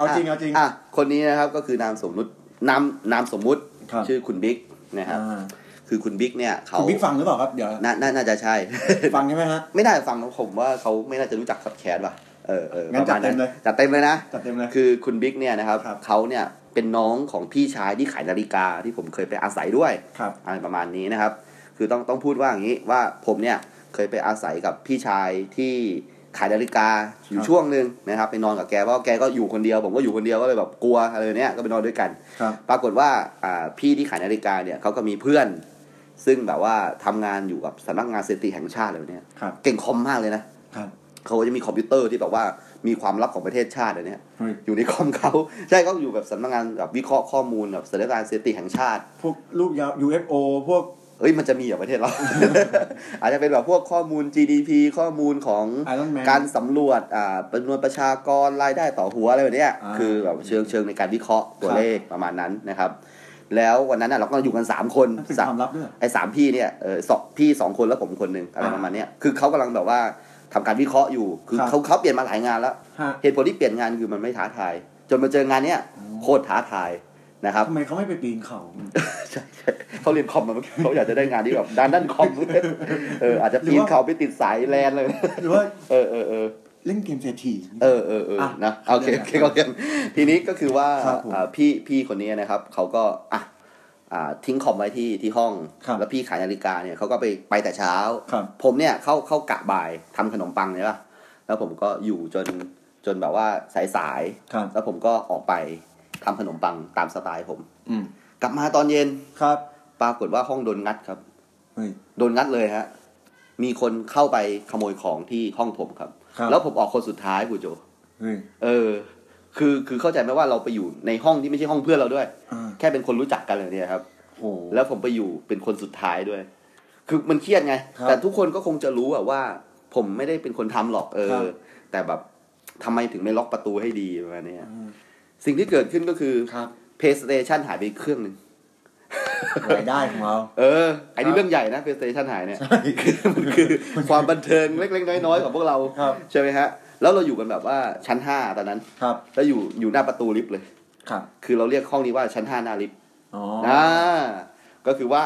Speaker 3: เอาจริงเอาจริง
Speaker 2: อ่ะคนนี้นะครับก็คือนามสมมุตินามนามสมมุติ
Speaker 3: ครับ
Speaker 2: ชื่อคุณบิ๊กนะครับ
Speaker 3: อ่า
Speaker 2: คือคุณบิ๊กเนี่ยเขา
Speaker 3: คุณบิ๊กฟังหรือเปล่าครับ เดี๋ยว
Speaker 2: น่าน่าน่าจะใช่
Speaker 3: ฟังใช่ไหมฮะ
Speaker 2: ไม่น่าจะฟังผมว่าเขาไม่น่าจะรู้จักขับแคสป่ะเออเออ
Speaker 3: งั้นจัดเต็มเลย
Speaker 2: จัดเต็มเลยนะ
Speaker 3: จัดเต็มเลย
Speaker 2: คือคุณบิ๊กเนี่ยนะครับ
Speaker 3: ครับ
Speaker 2: เขาเนี่ยเป็นน้องของพี่ชายที่ขายนาฬิกาที่ผมเคยไปอาศัยด้วย
Speaker 3: ครับ
Speaker 2: อะไรประมาณนี้นะครับ คือต้องต้องพูดว่าอย่างนี้ว่าผมเนี่ยเคยไปอาศัยกับพี่ชายที่ขายนาฬิกาอยู่
Speaker 3: ครับ
Speaker 2: ช่วงหนึ่งนะครับไปนอนกับแกเพราะว่าแกก็อยู่คนเดียว ผมก็อยู่คนเดียวก็เลยแบบกลัวอะไรเนี้ยก็ไปนอนด้วยกัน
Speaker 3: ครับ
Speaker 2: ปรากฏว่าอ่าพี่ที่ขายนาฬิกาเนี่ยเขาก็มีเพื่อน ซึ่งแบบว่าทำงานอยู่กับสำนักงานสถิติแห่งชาติอะไรแบบเลยเนี่ย
Speaker 3: ครับ
Speaker 2: เก่งคอมมากเลยนะครับ เขาก็จะมีคอมพิวเตอร์ที่แบบว่ามีความลับของประเทศชาติอะไรเนี่ย
Speaker 3: เฮ้ย
Speaker 2: อยู่ในคอมเขา ใช่เขาอยู่แบบสำนักงานแบบวิเคราะห์ข้อมูลแบบสำนักงานสถิติแห่งชาติ
Speaker 3: พวกรูปยาว UFO พวก
Speaker 2: เอ้ยมันจะมีเหรอประเทศ เรา อาจจะเป็นแบบพวกข้อมูล GDP ข้อมูลของ
Speaker 3: Iron Man
Speaker 2: การสำรวจอ่าจำนวนประชากรรายได้ต่อหัวอะไรแบบเนี้ย
Speaker 3: อ่า
Speaker 2: คือแบบเชิงเชิงในการวิเคราะห์ตัว
Speaker 3: ครับ
Speaker 2: เลขประมาณนั้นนะครับ แล้ววันนั้นน่ะเราก็อยู่กันสามคน
Speaker 3: นั่นเป็น
Speaker 2: สาม
Speaker 3: ความลับด้วย
Speaker 2: ไอ้สามพี่เนี่ยเออสองพี่สองคนแล้วผมคนหนึ่งอะไร
Speaker 3: อ่า
Speaker 2: ประมาณเนี้ยคือเขากำลังแบบว่าทำการวิเคราะห์อยู่คือ
Speaker 3: ครับ
Speaker 2: เขาเขาเปลี่ยนมาหลายงานแล้ว
Speaker 3: ฮะ
Speaker 2: เหตุผลที่เปลี่ยนงานคือมันไม่ท้าทาย จนมาเจองานเนี้ยโคตรท้าทายนะครับ
Speaker 3: ทำไมเขาไม่ไปปีนเขา
Speaker 2: ใช่ใช่เขาเรียนคอมมาเขาอยากจะได้งานที่แบบด้านด้านคอมเอออาจจะปีนเขาไปติดสายแลนเลย
Speaker 3: หรือว่า
Speaker 2: เออเออเออ
Speaker 3: เล่นเกมเศรษฐี
Speaker 2: เออเออเออ
Speaker 3: อ่ะ
Speaker 2: นะโอเคโอเคโอเคทีนี้ก็คือว่า
Speaker 3: ครับผม
Speaker 2: อ่าพี่พี่คนนี้นะครับเขาก็อ่ะอ่าทิ้งคอมไว้ที่ที่ห้อง
Speaker 3: ครับ
Speaker 2: แล้วพี่ขายนาฬิกาเนี่ยเขาก็ไปไปแต่เช้า
Speaker 3: ครับ
Speaker 2: ผมเนี่ยเข้าเข้ากะบ่ายทำขนมปังเนี่ยป่ะแล้วผมก็อยู่จนจนแบบว่าสายสายๆ
Speaker 3: ครับ
Speaker 2: แล้วผมก็ออกไปทำขนมปังตามสไตล์ผม
Speaker 3: อืม
Speaker 2: กลับมาตอนเย็น
Speaker 3: ครับ
Speaker 2: ปรากฏว่าห้องโดนงัดครับ
Speaker 3: เฮ้ย
Speaker 2: โดนงัดเลยฮะ มีคนเข้าไปขโมยของที่ห้องผมครับ
Speaker 3: ครับ
Speaker 2: แล้วผมออกคนสุดท้ายคุณโจ
Speaker 3: เฮ้ย
Speaker 2: เออ คือ คือเข้าใจไหมว่าเราไปอยู่ในห้องที่ไม่ใช่ห้องเพื่อนเราด้วย
Speaker 3: อ่า
Speaker 2: แค่เป็นคนรู้จักกันเลยเนี่ยครับ
Speaker 3: โห
Speaker 2: แล้วผมไปอยู่เป็นคนสุดท้ายด้วย คือมันเครียดไง
Speaker 3: ครับ
Speaker 2: แต่ทุกคนก็คงจะรู้อะว่า ผมไม่ได้เป็นคนทำหรอก เอ
Speaker 3: ครั
Speaker 2: อ
Speaker 3: บ
Speaker 2: แต่แบบทำไมถึงไม่ล็อกประตูให้ดีประมาณเนี้ยสิ่งที่เกิดขึ้นก็คือ
Speaker 3: ครับ
Speaker 2: PlayStation หายไปเครื่องหนึ่ง
Speaker 3: รายได้ของเรา
Speaker 2: เออไอ้นี่เรื่องใหญ่นะ PlayStation หายเนี่ย
Speaker 3: ใช่
Speaker 2: มันคือความบันเทิงเล็ก ๆ น้อยๆของพวกเรา
Speaker 3: ครับ
Speaker 2: ใช่ไหมฮะ แล้วเราอยู่กันแบบว่าชั้น 5 ตอนนั้น
Speaker 3: ครับ
Speaker 2: แล้วอยู่อยู่หน้าประตูลิฟต์เลย
Speaker 3: ครับ
Speaker 2: คือเราเรียกห้องนี้ว่าชั้น 5 หน้าลิฟต์
Speaker 3: อ๋อ
Speaker 2: อ่าก็คือว่า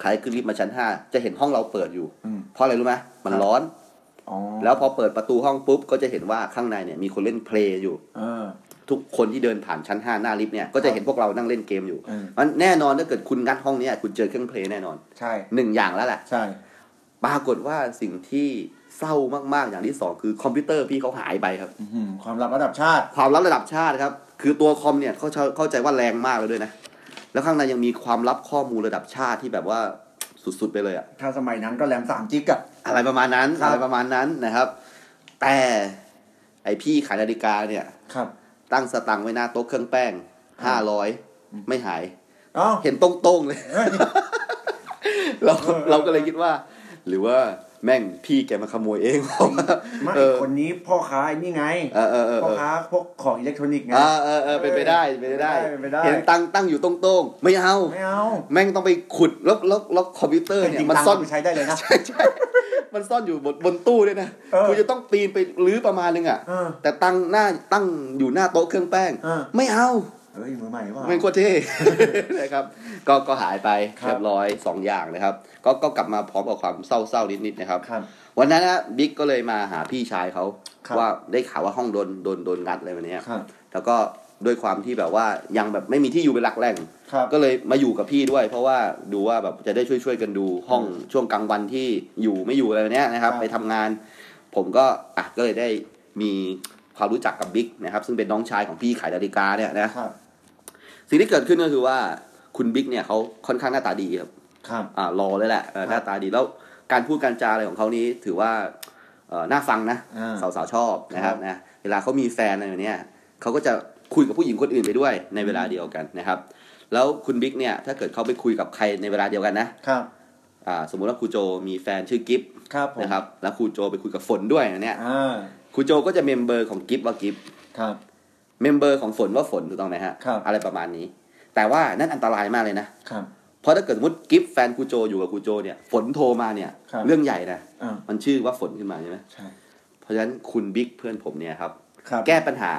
Speaker 2: ใครขึ้นลิฟต์มาชั้น 5 จะเห็นห้องเราเปิดอยู่
Speaker 3: อืม
Speaker 2: เพราะอะไรรู้ไหมมันร้อน
Speaker 3: อ๋อ
Speaker 2: แล้วพอเปิดประตูห้องปุ๊บ ก็จะเห็นว่าข้างในเนี่ยมีคนเล่นเพลงอยู่
Speaker 3: เออ
Speaker 2: ทุกคนที่เดินผ่านชั้น 5 หน้าลิฟต์เนี่ย ก็จะเห็นพวกเรานั่งเล่นเกมอยู่
Speaker 3: อืม
Speaker 2: มันแน่นอนถ้าเกิดคุณงัดห้องเนี้คุณเจอเครื่องเพลงแน่นอน
Speaker 3: ใช่
Speaker 2: หนึ่งอย่างแล้วแหละ
Speaker 3: ใช่
Speaker 2: ปรากฏว่าสิ่งที่เศร้ามากๆอย่างที่สองคือคอมพิวเตอร์พี่เขาหายไปครับ
Speaker 3: อื้อหือความลับระดับชาติ
Speaker 2: ความลับระดับชาติครับ คือตัวคอมเนี่ยเขาเข้าเข้าใจว่าแรงมากเลยด้วยนะ แล้วข้างในยังมีความลับข้อมูลระดับชาติที่แบบว่าสุดๆไปเลยอะ
Speaker 3: ถ้าสมัยนั้นก็แรมสามจิกอะ
Speaker 2: อะไรประมาณนั้น
Speaker 3: ครับ
Speaker 2: อะไรประมาณนั้นนะครับ แต่ไอพี่ขายนาฬิกาเนี่ย
Speaker 3: ครับ
Speaker 2: ตั้งสตังค์ไว้หน้าโต๊ะเครื่องแป้งห้าร้อยไม่หาย
Speaker 3: เอ้า
Speaker 2: เห็นตรงๆเลย เรา
Speaker 3: เออ
Speaker 2: เราก็เลยคิดว่า หรือว่าแม่งพี่แกมาขโมยเอง เพราะว่า
Speaker 3: ไม่
Speaker 2: เออ
Speaker 3: คนนี้พ่อค้าไอ้นี่ไง
Speaker 2: เออเออเออ
Speaker 3: พ่อค้าพวกของอิเล็กทรอนิกส์ไง
Speaker 2: อ่าเออเออเป็นไปได้เป็นไปได้
Speaker 3: เป็นไปได้
Speaker 2: เห็นตังตั้งอยู่ตรงๆ ไม่เอา
Speaker 3: ไม่เอา
Speaker 2: แม่งต้องไปขุดแล้วแล้วแล้วคอมพิวเตอร์เนี่ย มัน
Speaker 3: จริงๆ
Speaker 2: ซ่อน
Speaker 3: ตังค์เาไปใช้ได้เลยนะ
Speaker 2: ใช่ใช่ มันซ่อนอยู่บนบนตู้ด้วยนะ
Speaker 3: เออ
Speaker 2: คุณจะต้องปีนไปรื้อประมาณนึงอ่ะ
Speaker 3: เออ
Speaker 2: แต่ตั้งหน้าตั้งอยู่หน้าโต๊ะเครื่องแป้ง
Speaker 3: เออ
Speaker 2: ไม่เอา
Speaker 3: เฮ้ยมือใหม่ว่า
Speaker 2: แม่งโคตรเท่ นะครับ ก็ก็หายไป
Speaker 3: ครับ
Speaker 2: เรียบร้อยสองอย่างนะครับ ก็ก็กลับมาพร้อมกับความเศร้าๆนิดๆนะครับ
Speaker 3: ครับ
Speaker 2: วันนั้นนะบิ๊กก็เลยมาหาพี่ชายเขา
Speaker 3: ครับ
Speaker 2: ว่าได้ข่าวว่าห้องโดนโดนโดนงัดอะไรแบบเนี้ย
Speaker 3: ครับ
Speaker 2: แล้วก็ด้วยความที่แบบว่ายังแบบไม่มีที่อยู่เป็นหลักแหล่ง
Speaker 3: ครับ
Speaker 2: ก็เลยมาอยู่กับพี่ด้วย เพราะว่าดูว่าแบบจะได้ช่วยช่วยๆกันดูห้องช่วงกลางวันที่อยู่ไม่อยู่อะไรแบบเนี้ยนะครับ
Speaker 3: ครับ
Speaker 2: ไปทำงาน ผมก็อ่ะก็เลยได้มีความรู้จักกับบิ๊กนะครับ ซึ่งเป็นน้องชายของพี่ขายนาฬิกาเนี่ยนะครับ สิ่งที่เกิดขึ้นก็คือว่าคุณบิ๊กเนี่ยเขาค่อนข้างหน้าตาดีครับ
Speaker 3: ครับ
Speaker 2: อ่ารอเลยแหละเออหน้าตาดีแล้วการพูดการจาอะไรของเขานี้ถือว่าเอ่อน่าฟังนะ
Speaker 3: อ่า
Speaker 2: สาวๆชอบนะค
Speaker 3: ครั
Speaker 2: รับบ นะเวลาเขามีแฟนอะไรแบบเนี้ยเขาก็จะคุยกับผู้หญิงคนอื่นไปด้วยในเวลาเดียวกันนะครับ แล้วคุณบิ๊กเนี่ยถ้าเกิดเขาไปคุยกับใครในเวลาเดียวกันนะครับ อ่าสมมุติว่าครูโจมีแฟนชื่อกิฟ
Speaker 3: ครับผม
Speaker 2: นะครับแล้วครูโจไปคุยกับฝนด้วยเนี่ย
Speaker 3: อ่า
Speaker 2: ครูโจก็จะเมมเบอร์ของกิฟว่ากิฟ
Speaker 3: ครับ
Speaker 2: เมมเบอร์ของฝนว่าฝนถูกต้องไหมฮะ
Speaker 3: ครับ
Speaker 2: อะไรประมาณนี้ แต่ว่านั่นอันตรายมากเลยนะ
Speaker 3: ครับ
Speaker 2: เพราะถ้าเกิดสมมติกิฟแฟนกูโจอยู่กับกูโจเนี่ย ฝนโทรมาเนี่ย
Speaker 3: ครับ
Speaker 2: เรื่องใหญ่นะ
Speaker 3: อ่า
Speaker 2: มันชื่อว่าฝนขึ้นมาใช่ไหม
Speaker 3: ใช่
Speaker 2: เพราะฉะนั้นคุณบิ๊กเพื่อนผมเนี่ยครับ
Speaker 3: ครับ
Speaker 2: แก้ปัญหา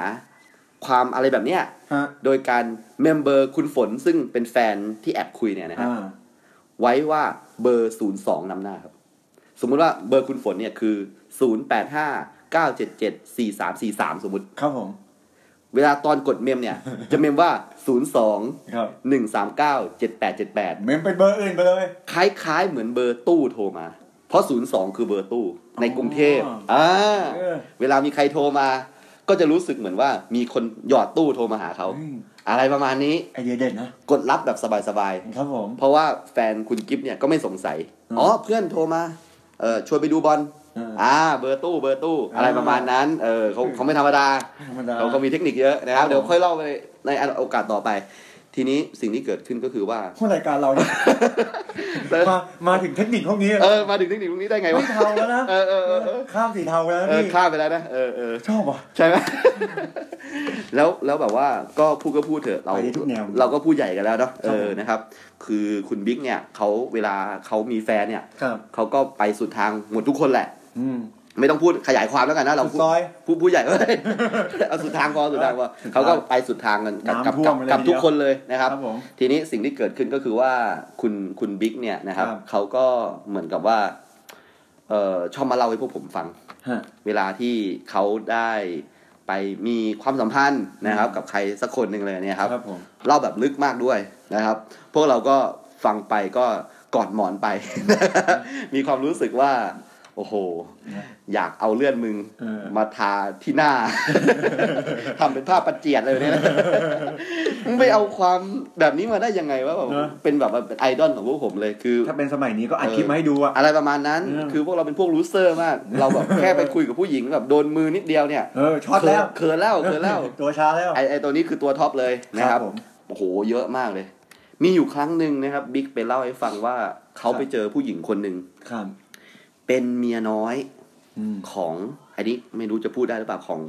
Speaker 2: ความอะไรแบบเนี้ย
Speaker 3: ฮะ
Speaker 2: โดยการเมมเบอร์คุณฝนซึ่งเป็นแฟนที่แอบคุยเนี่ยนะครับ
Speaker 3: อ่า
Speaker 2: ไว้ว่าเบอร์ศูนย์สองนำหน้าครับ สมมุติว่าเบอร์คุณฝนเนี่ยคือศูนย์แปดห้าเก้าเจ็ดเจ็ดสี่สามสี่สามสมมติ
Speaker 3: ครับผม
Speaker 2: เวลาตอนกดเมมเนี่ย จะเมมว่า 0 2
Speaker 3: ครับ
Speaker 2: 1 3 9 7 8 7 8
Speaker 3: เมมเป็นเบอร์อื่นไปเลย
Speaker 2: คล้ายๆ เหมือนเบอร์ตู้โทรมา เพราะ 0 2 คือเบอร์ตู้ในกรุงเทพ
Speaker 3: อ๋ออ่
Speaker 2: อ่า
Speaker 3: เออ
Speaker 2: เวลามีใครโทรมา ก็จะรู้สึกเหมือนว่ามีคนหยอดตู้โทรมาหาเขา
Speaker 3: อืม
Speaker 2: อะไรประมาณนี้
Speaker 3: ไอเดียเด่นนะ
Speaker 2: กดรับแบบสบาย
Speaker 3: ครับผม
Speaker 2: ๆ เพราะว่าแฟนคุณกิฟเนี่ยก็ไม่สงสัย
Speaker 3: อืม
Speaker 2: อ๋อเพื่อนโทรมาเออชวนไปดูบอล
Speaker 3: เอออ่
Speaker 2: อ่าเบอร์ตู้เบอร์ตู้ อะไร
Speaker 3: อ่า
Speaker 2: ประมาณนั้นเออเขาเขาไม่ธรรมดา
Speaker 3: ธรรมดา
Speaker 2: เราก็มีเทคนิคเยอะนะครับ
Speaker 3: ครับผม
Speaker 2: เดี๋ยวค่อยเล่าไปในโอกาสต่อไป ทีนี้สิ่งที่เกิดขึ้นก็คือว่า
Speaker 3: พวกรายการเราเนี่ย มามาถึงเทคนิคพวกนี้
Speaker 2: เออมาถึงเทคนิคตรงนี้ได้ไงวะ
Speaker 3: ไม่เทาแล้วนะ
Speaker 2: เออเออเออเออ
Speaker 3: ข้ามสีเทาไปแล้วนะ
Speaker 2: เออ
Speaker 3: พี่
Speaker 2: ข้ามไปแล้วนะเออเออ
Speaker 3: ชอบว่ะ
Speaker 2: ใช่ไหม แล้วแล้วแบบว่าก็พูดก็พูดเถอะเรา
Speaker 3: ไปได้ทุกแนว
Speaker 2: เราก็พูดใหญ่กันแล้วเนาะ
Speaker 3: ค
Speaker 2: เอ
Speaker 3: รับ
Speaker 2: อ
Speaker 3: ผม
Speaker 2: นะครับ คือคุณบิ๊กเนี่ยเขาเวลาเขามีแฟนเนี่ย
Speaker 3: ครับ
Speaker 2: เขาก็ไปสุดทางหมดทุกคนแหละ
Speaker 3: อืม
Speaker 2: ไม่ต้องพูดขยายความแล้วกันนะเราพูด
Speaker 3: สุดซอย
Speaker 2: ผู้ผู้ใหญ่เอ้ยเอาสุดทางพอสุดทางพอเขาก็ไปสุดทางกันกับกับ
Speaker 3: น้ำท่วมเลย
Speaker 2: กับ
Speaker 3: ทีเดียว
Speaker 2: ทุกคนเลยนะครับ
Speaker 3: ผม
Speaker 2: ทีนี้สิ่งที่เกิดขึ้นก็คือว่าคุณคุณบิ๊กเนี่ยนะครับ
Speaker 3: ครับ
Speaker 2: เขาก็เหมือนกับว่าเออชอบมาเล่าให้พวกผมฟัง
Speaker 3: ฮะ
Speaker 2: เวลาที่เขาได้ไปมีความสัมพันธ์นะครับ กับใครสักคนหนึ่งเลยเนี่ยครับ
Speaker 3: ครับผม
Speaker 2: เล่าแบบลึกมากด้วยนะครับ พวกเราก็ฟังไปก็กอดหมอนไป มีความรู้สึกว่า โอ้โห
Speaker 3: นะ
Speaker 2: อยากเอาเลื่อนมึง
Speaker 3: เออ
Speaker 2: มาทาที่หน้า ทำเป็นภาพประเจียดเลย เนี่ยนะ มึงไปเอาความแบบนี้มาได้ยังไงวะแบบ
Speaker 3: เนอะ
Speaker 2: เป็นแบบว่าเป็นไอดอลของพวกผมเลยคือ
Speaker 3: ถ้าเป็นสมัยนี้ก็อัดคลิปมาให้ดูอ่ะ
Speaker 2: อะไรประมาณนั้น
Speaker 3: เออ
Speaker 2: คือพวกเราเป็นพวกลูเซอร์มาก เราแบบแค่ไปคุยกับผู้หญิงแบบโดนมือนิดเดียวเนี่ย
Speaker 3: เออช็อตแล้ว
Speaker 2: เขินแล้วเขินแล้ว
Speaker 3: ตัวช้าแล้ว
Speaker 2: ไอไอตัวนี้คือตัวท็อปเลยนะครับ
Speaker 3: ผม
Speaker 2: โอ้โหเยอะมากเลย มีอยู่ครั้งหนึ่งนะครับบิ๊กไปเล่าให้ฟังว่าเขา
Speaker 3: ครับ
Speaker 2: ไปเจอผู้หญิงคนหนึ่ง
Speaker 3: ครับ
Speaker 2: เป็นเมียน้อย
Speaker 3: อืม
Speaker 2: ของอันนี้ไม่รู้จะพูดได้หรือเปล่าของ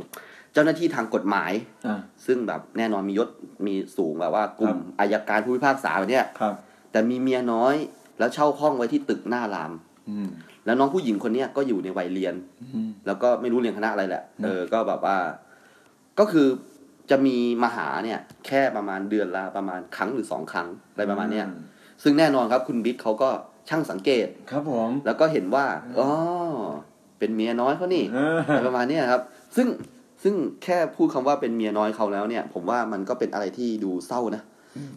Speaker 2: เจ้าหน้าที่ทางกฎหมาย
Speaker 3: อ่า
Speaker 2: ซึ่งแบบแน่นอนมียศมีสูงแบบว่ากลุ่ม
Speaker 3: ครับ
Speaker 2: อายการผู้พิพากษาแบบเนี้ย
Speaker 3: ครับ
Speaker 2: แต่มีเมียน้อยแล้วเช่าห้องไว้ที่ตึกหน้าราม
Speaker 3: อืม
Speaker 2: แล้วน้องผู้หญิงคนเนี้ยก็อยู่ในวัยเรียน
Speaker 3: อืม
Speaker 2: แล้วก็ไม่รู้เรียนคณะอะไรแหละ
Speaker 3: อืม
Speaker 2: เออ ก็แบบว่า ก็คือจะมีมาหาเนี่ย แค่ประมาณเดือนละประมาณครั้งหรือสองครั้งอะไรประมาณเนี้ย ซึ่งแน่นอนครับคุณบิ๊กเขาก็ช่างสังเกต
Speaker 3: ครับผม
Speaker 2: แล้วก็เห็นว่า อ๋อ เป็นเมียน้อยเขานี่
Speaker 3: เออ
Speaker 2: อะไรประมาณเนี้ยครับ ซึ่ง ซึ่งแค่พูดคำว่าเป็นเมียน้อยเขาแล้วเนี่ย ผมว่ามันก็เป็นอะไรที่ดูเศร้านะ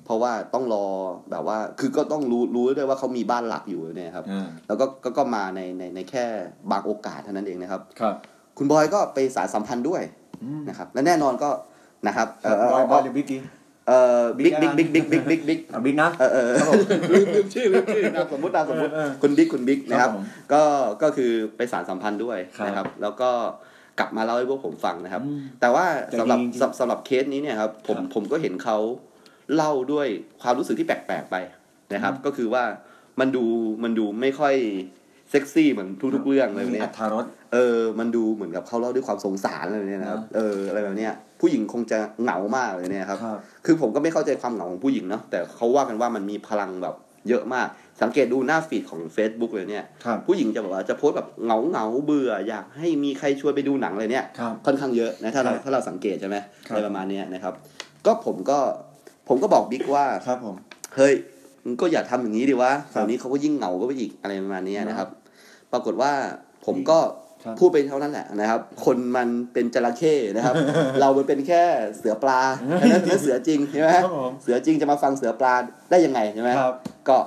Speaker 2: เพราะว่าต้องรอแบบว่า คือก็ต้องรู้ รู้ด้วยว่าเขามีบ้านหลักอยู่เนี่ยครับ
Speaker 3: อ่า
Speaker 2: แล้วก็ก็ก็มาในในในแค่บางโอกาสเท่านั้นเองนะครับ
Speaker 3: ครับ
Speaker 2: คุณบอยก็ไปสารสัมพันธ์ด้วย
Speaker 3: อืม
Speaker 2: นะครับ และแน่นอนก็นะครับ เออเอ
Speaker 3: ร้อย
Speaker 2: อบ
Speaker 3: อลหรือบิ๊กดี
Speaker 2: เออบิ๊กบิ๊กบิ๊กบิ๊กบิ๊กบิ๊กบิ๊ก
Speaker 3: อ่ะบิ๊กนะ
Speaker 2: เออเออ
Speaker 3: ครับผม
Speaker 2: ลืมลืมชื่อลืมชื่อนามสมมตินามสมมติ
Speaker 3: เออเออ
Speaker 2: คุณบิ๊กคุณบิ๊กนะครับ
Speaker 3: ครับผม
Speaker 2: ก็ก็คือไปสารสัมพันธ์ด้วย
Speaker 3: ครับ
Speaker 2: นะครับ แล้วก็กลับมาเล่าให้พวกผมฟังนะครับ
Speaker 3: อืม
Speaker 2: แต่ว่า
Speaker 3: แต่
Speaker 2: สำหรับ
Speaker 3: จริงๆ
Speaker 2: สำสำหรับเคสนี้เนี่ยครับผม
Speaker 3: ครับ
Speaker 2: ผมก็เห็นเขาเล่าด้วยความรู้สึกที่แปลกๆไปนะครับ ก็คือว่ามันดูมันดูไม่ค่อยเซ็กซี่เหมือนทุกๆเรื่องเลยเนี่ย
Speaker 3: อัธรส
Speaker 2: เออ มันดูเหมือนกับเขาเล่าด้วยความสงสารอะไรแบบเนี่ยนะครับ เออ อะไรแบบเนี้ย ผู้หญิงคงจะเหงามากเลยเนี่ยครับ
Speaker 3: ครับ
Speaker 2: คือผมก็ไม่เข้าใจความเหงาของผู้หญิงเนาะ แต่เขาว่ากันว่ามันมีพลังแบบเยอะมาก สังเกตดูหน้าฟีดของ Facebook เลยเนี่ย
Speaker 3: ครับ
Speaker 2: ผู้หญิงจะแบบว่าจะโพสต์แบบเหงาเหงาๆเบื่อ อยากให้มีใครชวนไปดูหนังเลยเนี่ย
Speaker 3: ครับ
Speaker 2: ค่อนข้างเยอะนะถ้าเรา
Speaker 3: ครับ
Speaker 2: ถ้าเราสังเกตใช่ไหม
Speaker 3: ครับ
Speaker 2: อะไรประมาณเนี้ยนะครับ ก็ผมก็ผมก็บอกบิ๊กว่า
Speaker 3: ครับผม
Speaker 2: เฮ้ยมึงก็อย่าทำอย่างนี้ดิวะ
Speaker 3: ครั
Speaker 2: แถ
Speaker 3: บ
Speaker 2: วนี้เขาก็ยิ่งเหงาก็ไปอีกอะไรประมาณเนี้ยนะครับ ปรากฏว่าผม
Speaker 3: นี่
Speaker 2: ก็
Speaker 3: ครับ
Speaker 2: พูดไปเท่านั้นแหละนะครับ คนมันเป็นจระเข้ นะครับ เรามันเป็นแค่เสือปลาฉะนั้นเสือจริงใช่ไหม
Speaker 3: ครับผม
Speaker 2: เสือจริงจะมาฟังเสือปลาได้ยังไงใช่ไหม
Speaker 3: ครับ
Speaker 2: ก็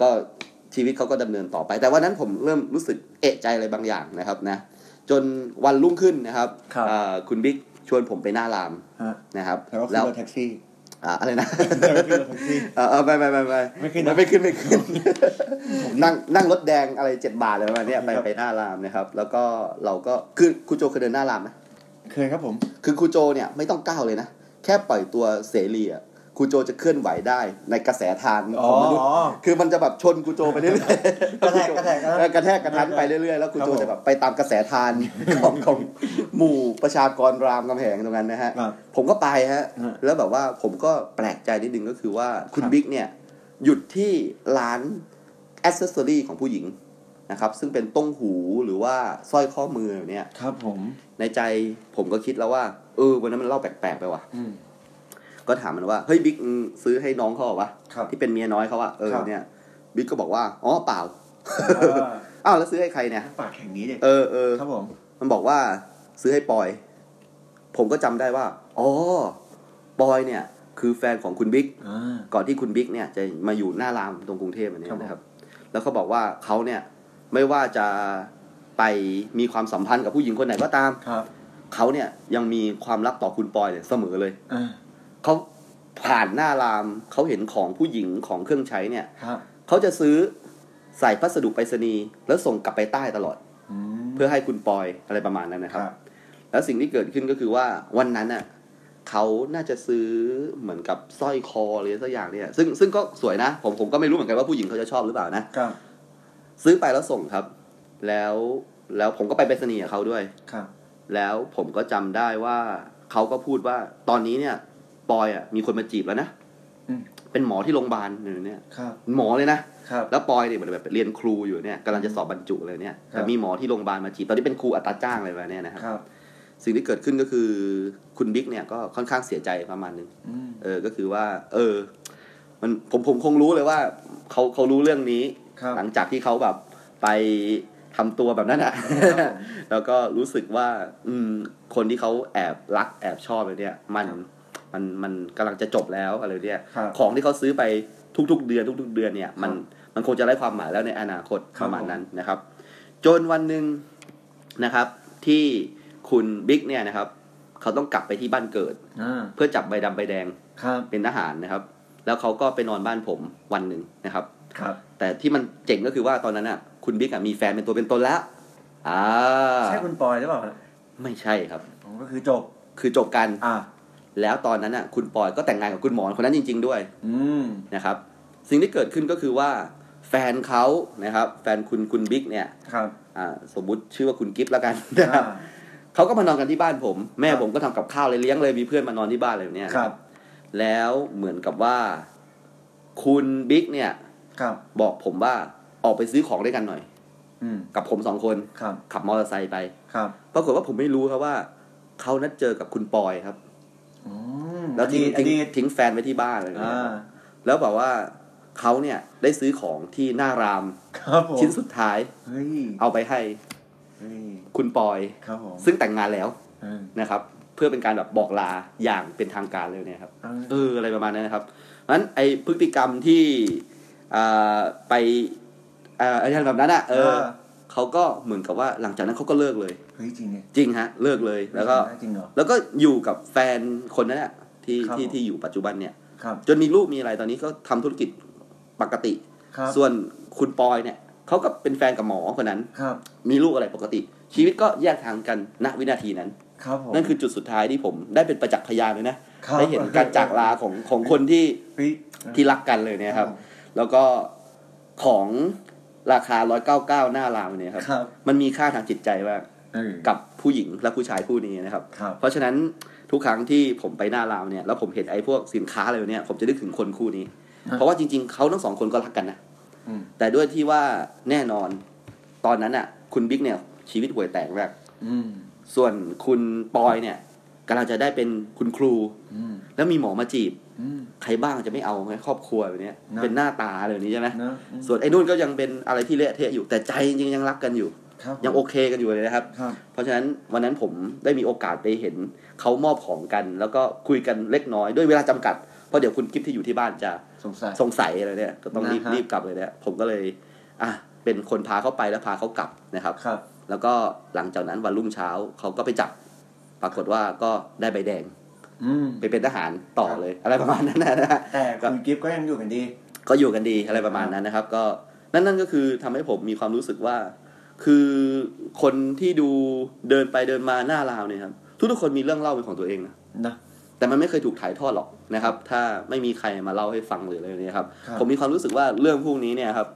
Speaker 2: ก็ชีวิตเขาก็ดำเนินต่อไป แต่วันนั้นผมเริ่มรู้สึกเอะใจอะไรบางอย่างนะครับนะ จนวันรุ่งขึ้นนะครับ
Speaker 3: ครับ
Speaker 2: อ่าคุณบิ๊กชวนผมไปหน้าราม
Speaker 3: ฮะ
Speaker 2: นะครับ
Speaker 3: แล้วก็ขึ้นรถแท็กซี่
Speaker 2: อ่าอะไรนะ
Speaker 3: แล้วก็ขึ้นรถแท็กซี่
Speaker 2: เออเออไปไปไปไป
Speaker 3: ไม่ขึ้นนะ
Speaker 2: ไม่ขึ้นไม่ ขึ้น นั่งนั่งรถแดงอะไรเจ็ดบาทอะไรประมาณเนี้ยไป
Speaker 3: ครับ
Speaker 2: ไปหน้ารามนะครับ แล้วก็เราก็คือครูโจเคยเดินหน้ารามไหม
Speaker 3: เคยครับผม
Speaker 2: คือครูโจเนี่ยไม่ต้องก้าวเลยนะ แค่ปล่อยตัวเสรีอ่ะ ครูโจจะเคลื่อนไหวได้ในกระแสทาน
Speaker 5: อ๋
Speaker 2: ข
Speaker 5: อ
Speaker 2: องมนุษย์คือมันจะแบบชนครูโจไปเรื่อยๆ
Speaker 5: กระแทกกระแทกนะ
Speaker 2: เออกระแทกกระทันไปเรื่อยๆแล้วครูโจ
Speaker 5: ครับผม
Speaker 2: จะแบบไปตามกระแสทานของของหมู่ประชากรรามกำแหงตรงนั้นนะฮะ
Speaker 5: ครับ
Speaker 2: ผมก็ไปฮะ
Speaker 5: ฮะ
Speaker 2: แล้วแบบว่าผมก็แปลกใจนิดนึงก็คือว่าคุณบิ๊กเนี่ย หยุดที่ร้านอ c เซสซอรีของผู้หญิงนะครับ ซึ่งเป็นต้งหูหรือว่าสร้อยข้อมือแบบเนี่ย
Speaker 5: ครับผม
Speaker 2: ในใจผมก็คิดแล้วว่า เออวันนั้นมันเล่าแปลกๆไปว่ะ
Speaker 5: อืม
Speaker 2: ก็ถามมันว่า เฮ้ยบิ๊กอืมซื้อให้น้องเขาเหรอวะ
Speaker 5: ครับ
Speaker 2: ที่เป็นเมียน้อยเขาอะเออ
Speaker 5: ครับ
Speaker 2: เนี่ยบิ๊กก็บอกว่า อ๋อเปล่า
Speaker 5: อ่า
Speaker 2: อ้าวแล้วซื้อให้ใครเนี่ย
Speaker 1: ปากแข่งนี้เนี่ย
Speaker 2: เออเออ
Speaker 5: ครับผม
Speaker 2: มันบอกว่าซื้อให้ปอย ผมก็จำได้ว่า อ๋อ ปอยเนี่ย คือแฟนของคุณบิ๊ก
Speaker 5: อ่า
Speaker 2: ก่อนที่คุณบิ๊กเนี่ยจะมาอยู่หน้ารามตรงกรุงเทพอันเนี้ยนะครับ แล้วเขาบอกว่าเขาเนี่ยไม่ว่าจะไปมีความสัมพันธ์กับผู้หญิงคนไหนก็ตาม
Speaker 5: ครับ
Speaker 2: เขาเนี่ยยังมีความรักต่อคุณปอยเนี่ยเสมอเลย
Speaker 5: อ่า
Speaker 2: เขาผ่านหน้ารามเขาเห็นของผู้หญิงของเครื่องใช้เนี่ย
Speaker 5: ครับ
Speaker 2: เขาจะซื้อใส่พัสดุไปรษณีย์แล้วส่งกลับไปใต้ตลอด
Speaker 5: อืม
Speaker 2: เพื่อให้คุณปอยอะไรประมาณนั้นนะครับ
Speaker 5: ครับ
Speaker 2: แล้วสิ่งที่เกิดขึ้นก็คือว่าวันนั้นน่ะเขาน่าจะซื้อเหมือนกับสร้อยคอหรือสักอย่างเนี่ย ซึ่งซึ่งก็สวยนะ ผมผมก็ไม่รู้เหมือนกันว่าผู้หญิงเขาจะชอบหรือเปล่านะ
Speaker 5: ครับ
Speaker 2: ซื้อไปแล้วส่งครับ แล้วแล้วผมก็ไปไปรษณีย์กับเขาด้วย
Speaker 5: ครับ
Speaker 2: แล้วผมก็จำได้ว่าเขาก็พูดว่าตอนนี้เนี่ยปอยอ่ะมีคนมาจีบแล้วนะ
Speaker 5: อืม
Speaker 2: เป็นหมอที่โรงพยาบาลเนี่ย
Speaker 5: ครับ
Speaker 2: หมอเลยนะ
Speaker 5: ครับ
Speaker 2: แล้วปอยเนี่ยเหมือนแบบเรียนครูอยู่เนี่ยกำลังจะสอบบรรจุเลยเนี่ย
Speaker 5: ครับ
Speaker 2: แต่มีหมอที่โรงพยาบาลมาจีบตอนนี้เป็นครูอัตราจ้างอะไรแบบเนี้ยนะครับ
Speaker 5: ครับ
Speaker 2: สิ่งที่เกิดขึ้นก็คือคุณบิ๊กเนี่ยก็ค่อนข้างเสียใจประมาณหนึง
Speaker 5: อืม
Speaker 2: เออก็คือว่า เออ มันผมผมคงรู้เลยว่าเขาเขารู้เรื่องนี้
Speaker 5: ครับ
Speaker 2: หลังจากที่เขาแบบไปทำตัวแบบนั้นอะ แล้วก็รู้สึกว่า อืม คนที่เขาแอบรักแอบชอบอะไรเนี่ยมันมันมันกำลังจะจบแล้วอะไรเนี่ย
Speaker 5: ครับ
Speaker 2: ของที่เขาซื้อไปทุกๆ เดือนทุก ๆ เดือนเนี่ย มัน
Speaker 5: ครับ
Speaker 2: มันคงจะไร้ความหมายแล้วในอนาคต
Speaker 5: ค
Speaker 2: ป
Speaker 5: รับ
Speaker 2: ระมาณนั้นนะครับ จนวันหนึ่งนะครับ ที่คุณบิ๊กเนี่ยนะครับ เขาต้องกลับไปที่บ้านเกิด
Speaker 5: อ่า
Speaker 2: เพื่อจับใบดำใบแดง
Speaker 5: ครับ
Speaker 2: เป็นทหารนะครับ แล้วเขาก็ไปนอนบ้านผมวันหนึ่งนะครับ
Speaker 5: ครับ
Speaker 2: แต่ที่มันเจ๋งก็คือว่าตอนนั้นอ่ะ คุณบิ๊กอ่ะมีแฟนเป็นตัวเป็นตนแล้วอ่า
Speaker 5: ใช่คุณปอยหรือเปล่าฮะ
Speaker 2: ไม่ใช่ครับ
Speaker 5: ผมก็คือจบ
Speaker 2: คือจบกัน
Speaker 5: อ่า
Speaker 2: แล้วตอนนั้นอ่ะ คุณปอยก็แต่งงานกับคุณหมอนคนนั้นจริง ๆ ด้วย
Speaker 5: อืม
Speaker 2: นะครับ สิ่งที่เกิดขึ้นก็คือว่า แฟนเขานะครับ แฟนคุณคุณบิ๊กเนี่ย
Speaker 5: ครับ
Speaker 2: อ่าสมมุติชื่อว่าคุณกิฟต์แล้วกันนะครับ
Speaker 5: อ่า
Speaker 2: เขาก็มานอนกันที่บ้านผม แม่ผมก็ทำกับข้าวเลยเลี้ยงเลยมีเพื่อนมานอนที่บ้านอะไรแบบเนี้ย
Speaker 5: ครับ
Speaker 2: แล้วเหมือนกับว่า คุณบิ๊กเนี่ย
Speaker 5: ครับ
Speaker 2: บอกผมว่าออกไปซื้อของด้วยกันหน่อย
Speaker 5: อืม
Speaker 2: กับผมสองคน
Speaker 5: ครับ
Speaker 2: ขับมอเตอร์ไซค์ไป
Speaker 5: ครับ
Speaker 2: ปรากฏว่าผมไม่รู้ครับว่าเขานัดเจอกับคุณปอยครับ
Speaker 5: อืม
Speaker 2: แล้วทิ้ง
Speaker 5: อดีตอ
Speaker 2: ทิ้ง
Speaker 5: ดีต
Speaker 2: ทิ้งแฟนไว้ที่บ้านอะไรอย่างเงี้
Speaker 5: อ่า
Speaker 2: ยแล้วบอกว่าเขาเนี่ยได้ซื้อของที่หน้าราม
Speaker 5: ครับผม
Speaker 2: ชิ้นสุดท้าย
Speaker 5: เฮ้ย
Speaker 2: เอาไปให้
Speaker 5: เฮ้ย
Speaker 2: คุณปอย
Speaker 5: ครับผม
Speaker 2: ซึ่งแต่งงานแล้ว
Speaker 5: เออ
Speaker 2: นะครับ เพื่อเป็นการแบบบอกลาอย่างเป็นทางการเลยเนี่ยครับ
Speaker 5: เออ
Speaker 2: เอออะไรประมาณนั้นนะครับงั้นไอพฤติกรรมที่อ่าไปอ่าอะไรแบบนั้นอ่ะเออ
Speaker 5: เออ
Speaker 2: เขาก็เหมือนกับว่าหลังจากนั้นเขาก็เลิกเลย
Speaker 5: เฮ้ยจริงเนี่ย
Speaker 2: จริงฮะเลิกเลยแล้วก็
Speaker 5: จริงเหรอ
Speaker 2: แล้วก็อยู่กับแฟนคนนั้นแหละที่
Speaker 5: ครับ
Speaker 2: ที่
Speaker 5: ผม
Speaker 2: ที่อยู่ปัจจุบันเนี่ย
Speaker 5: ครับ
Speaker 2: จนมีลูกมีอะไรตอนนี้ก็ทำธุรกิจปกติ
Speaker 5: ครับ
Speaker 2: ส่วนคุณปอยเนี่ยเขาก็เป็นแฟนกับหมอคนนั้น
Speaker 5: ครับ
Speaker 2: มีลูกอะไรปกติ ชีวิตก็แยกทางกันณวินาทีนั้น
Speaker 5: ครับผม
Speaker 2: นั่นคือจุดสุดท้ายที่ผมได้เป็นประจักษ์พยานเลยนะ
Speaker 5: ครับ
Speaker 2: ได้เห็นการจากลาของของคนที่
Speaker 5: เฮ้ย
Speaker 2: ที่รักกันเลยเนี่ยครับ
Speaker 5: ครับ
Speaker 2: แล้วก็ของราคา 199 หน้ารามเนี่ยครับ
Speaker 5: ครับ
Speaker 2: มันมีค่าทางจิตใจมาก
Speaker 5: เออ
Speaker 2: กับผู้หญิงและผู้ชายผู้นี้นะครับ
Speaker 5: ครับ
Speaker 2: เพราะฉะนั้นทุกครั้งที่ผมไปหน้ารามเนี่ยแล้วผมเห็นไอ้พวกสินค้าอะไรแบบเนี่ยผมจะนึกถึงคนคู่นี้ เพราะว่าจริงๆเขาทั้งสองคนก็รักกันนะ
Speaker 5: อืม
Speaker 2: แต่ด้วยที่ว่าแน่นอนตอนนั้นอ่ะ คุณบิ๊กเนี่ยชีวิตห่วยแตกมาก
Speaker 5: อืม
Speaker 2: ส่วนคุณปอยเนี่ยกำลังจะได้เป็นคุณครู
Speaker 5: อืม
Speaker 2: แล้วมีหมอมาจีบ
Speaker 5: อืม
Speaker 2: ใครบ้างจะไม่เอาไหมครอบครัวแบบเนี้ย
Speaker 5: นะ
Speaker 2: เป็นหน้าตาอะไรแบบนี้ใช่ไหม
Speaker 5: เนอะอืม
Speaker 2: ส่วนไอ้นุ่นก็ยังเป็นอะไรที่เละเทะอยู่แต่ใจจริงๆยังรักกันอยู่
Speaker 5: ครับผม
Speaker 2: ยังโอเคกันอยู่เลยนะครับ
Speaker 5: ครับ
Speaker 2: เพราะฉะนั้นวันนั้นผมได้มีโอกาสไปเห็นเขามอบของกัน แล้วก็คุยกันเล็กน้อยด้วยเวลาจำกัด เพราะเดี๋ยวคุณกิฟที่อยู่ที่บ้านจะ
Speaker 5: สงสัย
Speaker 2: สงสัยอะไรเนี่ยก็ต้องรีบ
Speaker 5: นะฮะ
Speaker 2: รีบกลับเลยเนี่ยผมก็เลยอ่ะเป็นคนพาเขาไปแล้วพาเขากลับนะครับ
Speaker 5: ครับ
Speaker 2: แล้วก็หลังจากนั้นวันรุ่งเช้าเขาก็ไปจับ ปรากฏว่าก็ได้ใบแดง
Speaker 5: อืม
Speaker 2: ไปเป็นทหารต่อเลย อะไรประมาณนั้นนะฮะ
Speaker 5: แต่คุณกิฟต์ก็ยังอยู่กันดี
Speaker 2: ก็อยู่กันดีอะไรประมาณนั้นนะครับ ก็นั่นนั่นก็คือทำให้ผมมีความรู้สึกว่า คือคนที่ดูเดินไปเดินมาหน้าราวเนี่ยครับทุกๆคนมีเรื่องเล่าเป็นของตัวเองนะ
Speaker 5: นะ
Speaker 2: แต่มันไม่เคยถูกถ่ายทอดหรอกนะครับ ถ้าไม่มีใครมาเล่าให้ฟังหรืออะไรแบบนี้ครับ
Speaker 5: ครับ
Speaker 2: ผมมีความรู้สึกว่าเรื่องพวกนี้เนี่ยครับ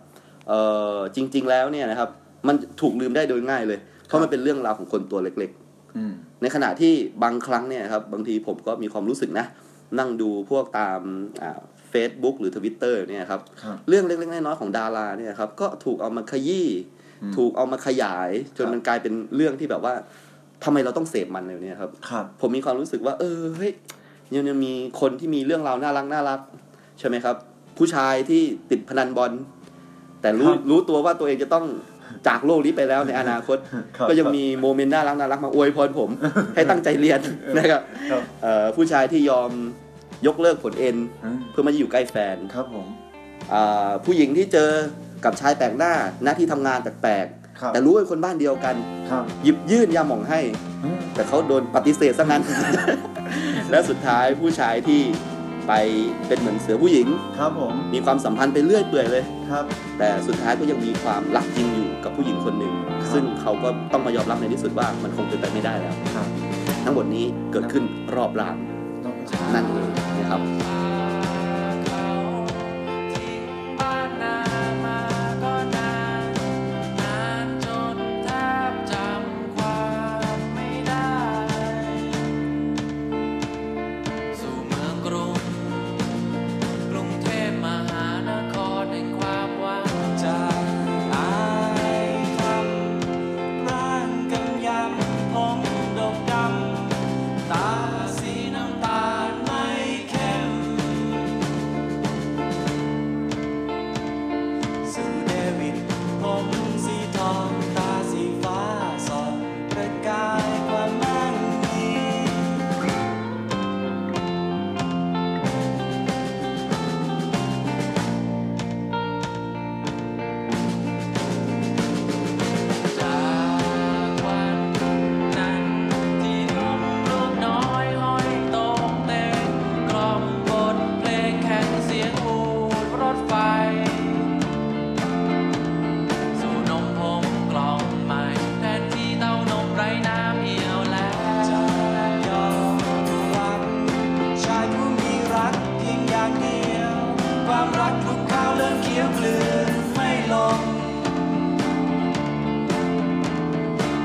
Speaker 2: เอ่อจริง ๆ แล้วเนี่ยนะครับ มันถูกลืมได้โดยง่ายเลย เพราะมันเป็นเรื่องราวของคนตัวเล็ก ๆ
Speaker 5: อืม
Speaker 2: ในขณะที่บางครั้งเนี่ยครับบางทีผมก็มีความรู้สึกนะ นั่งดูพวกตามเฟซบุ๊กหรือทวิตเตอร์เนี่ยครับ
Speaker 5: ครับ
Speaker 2: เรื่องเล็กๆน้อยๆของดาราเนี่ยครับก็ถูกเอามาขยี้
Speaker 5: อืม
Speaker 2: ถูกเอามาขยาย จนมันกลายเป็นเรื่องที่แบบว่าทำไมเราต้องเสพมันเลยเนี่ยครับ
Speaker 5: ครับ
Speaker 2: ผมมีความรู้สึกว่า เออเฮ้ยยังยังมีคนที่มีเรื่องราวน่ารักน่ารักใช่ไหมครับ ผู้ชายที่ติดพนันบอล แต่รู้
Speaker 5: ครับ
Speaker 2: รู้ตัวว่าตัวเองจะต้องจากโลกนี้ไปแล้วในอนาคต
Speaker 5: ครับ
Speaker 2: ก็ยังมีโมเมนต์น่ารักน่ารักมาอวยพรผม ให้ตั้งใจเรียนนะครับ
Speaker 5: ครับ
Speaker 2: เอ่อผู้ชายที่ยอมยกเลิกผลเอ็น
Speaker 5: อืม
Speaker 2: เพื่อมาอยู่ใกล้แฟน
Speaker 5: ครับผม
Speaker 2: อ่าผู้หญิงที่เจอกับชายแปลกหน้าหน้าที่ทำงานแปลก
Speaker 5: ครับ
Speaker 2: ๆแต่รู้ว่าเป็นคนบ้านเดียวกัน
Speaker 5: ครับ
Speaker 2: หยิบยื่นยาหมองให้
Speaker 5: อืม
Speaker 2: แต่เขาโดนปฏิเสธซะงั้น และสุดท้ายผู้ชายที่ไปเป็นเหมือนเสือผู้หญิง
Speaker 5: ครับผม
Speaker 2: มีความสัมพันธ์ไปเรื่อยเปื่อยเลย
Speaker 5: ครับ
Speaker 2: แต่สุดท้ายก็ยังมีความรักจริงอยู่กับผู้หญิงคนหนึ่ง
Speaker 5: ครับ
Speaker 2: ซึ่งเขาก็ต้องมายอมรับในที่สุดว่ามันคงเป็นไปไม่ได้แล้ว
Speaker 5: ครับ
Speaker 2: ทั้งหมดนี้เกิดขึ้นรอบราง
Speaker 5: ต้อง
Speaker 2: นั่นเองนะครับ
Speaker 6: ทิ้งบ้านนามาก็นาน นานจนแทบจำความไม่ได้ สู่เมืองกรุง กรุงเทพมหานครแห่งความว่างใจอายทำร่างกำยำผมดกดำ ตาสีน้ำตาลไม่เข้ม สู่เดวิดผมสีทองตาสีฟ้าสองประกายความมั่งมีจากวันนั้นที่นมลูกน้อยห้อยตรงเต็มกล่อมบทเพลงแข่งเสียงอูดรถไฟ สู่นมพงกล่องใหม่แทนที่เต้านมไร้น้ำเหี่ยวแล้วจะยอมทุกวันชายผู้มีรักเพียงอย่างเดียว ความรักลูกข้าวเริ่มเคี้ยวกลืนไม่ลง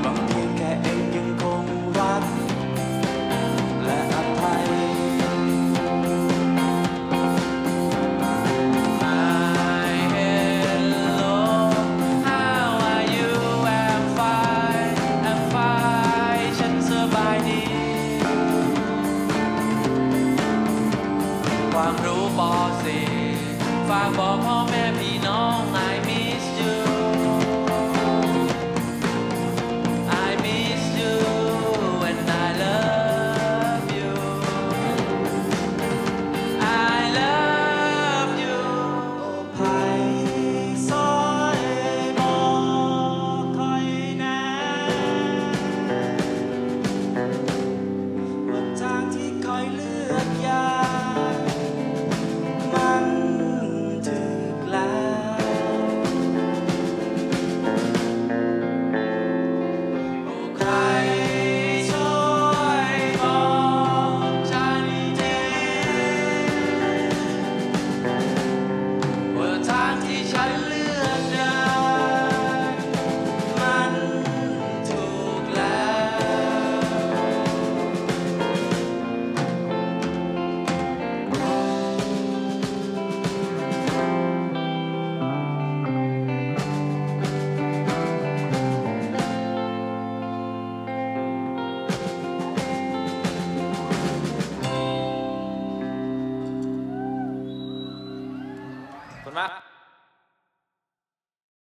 Speaker 6: บางทีแค่เองยังคงรัก และอภัย My hello, how are you? I'm fine, I'm fine. ฉันสบายดี ความรู้ปอสี่ฝากบอกพ่อแม่พี่น้องนายมี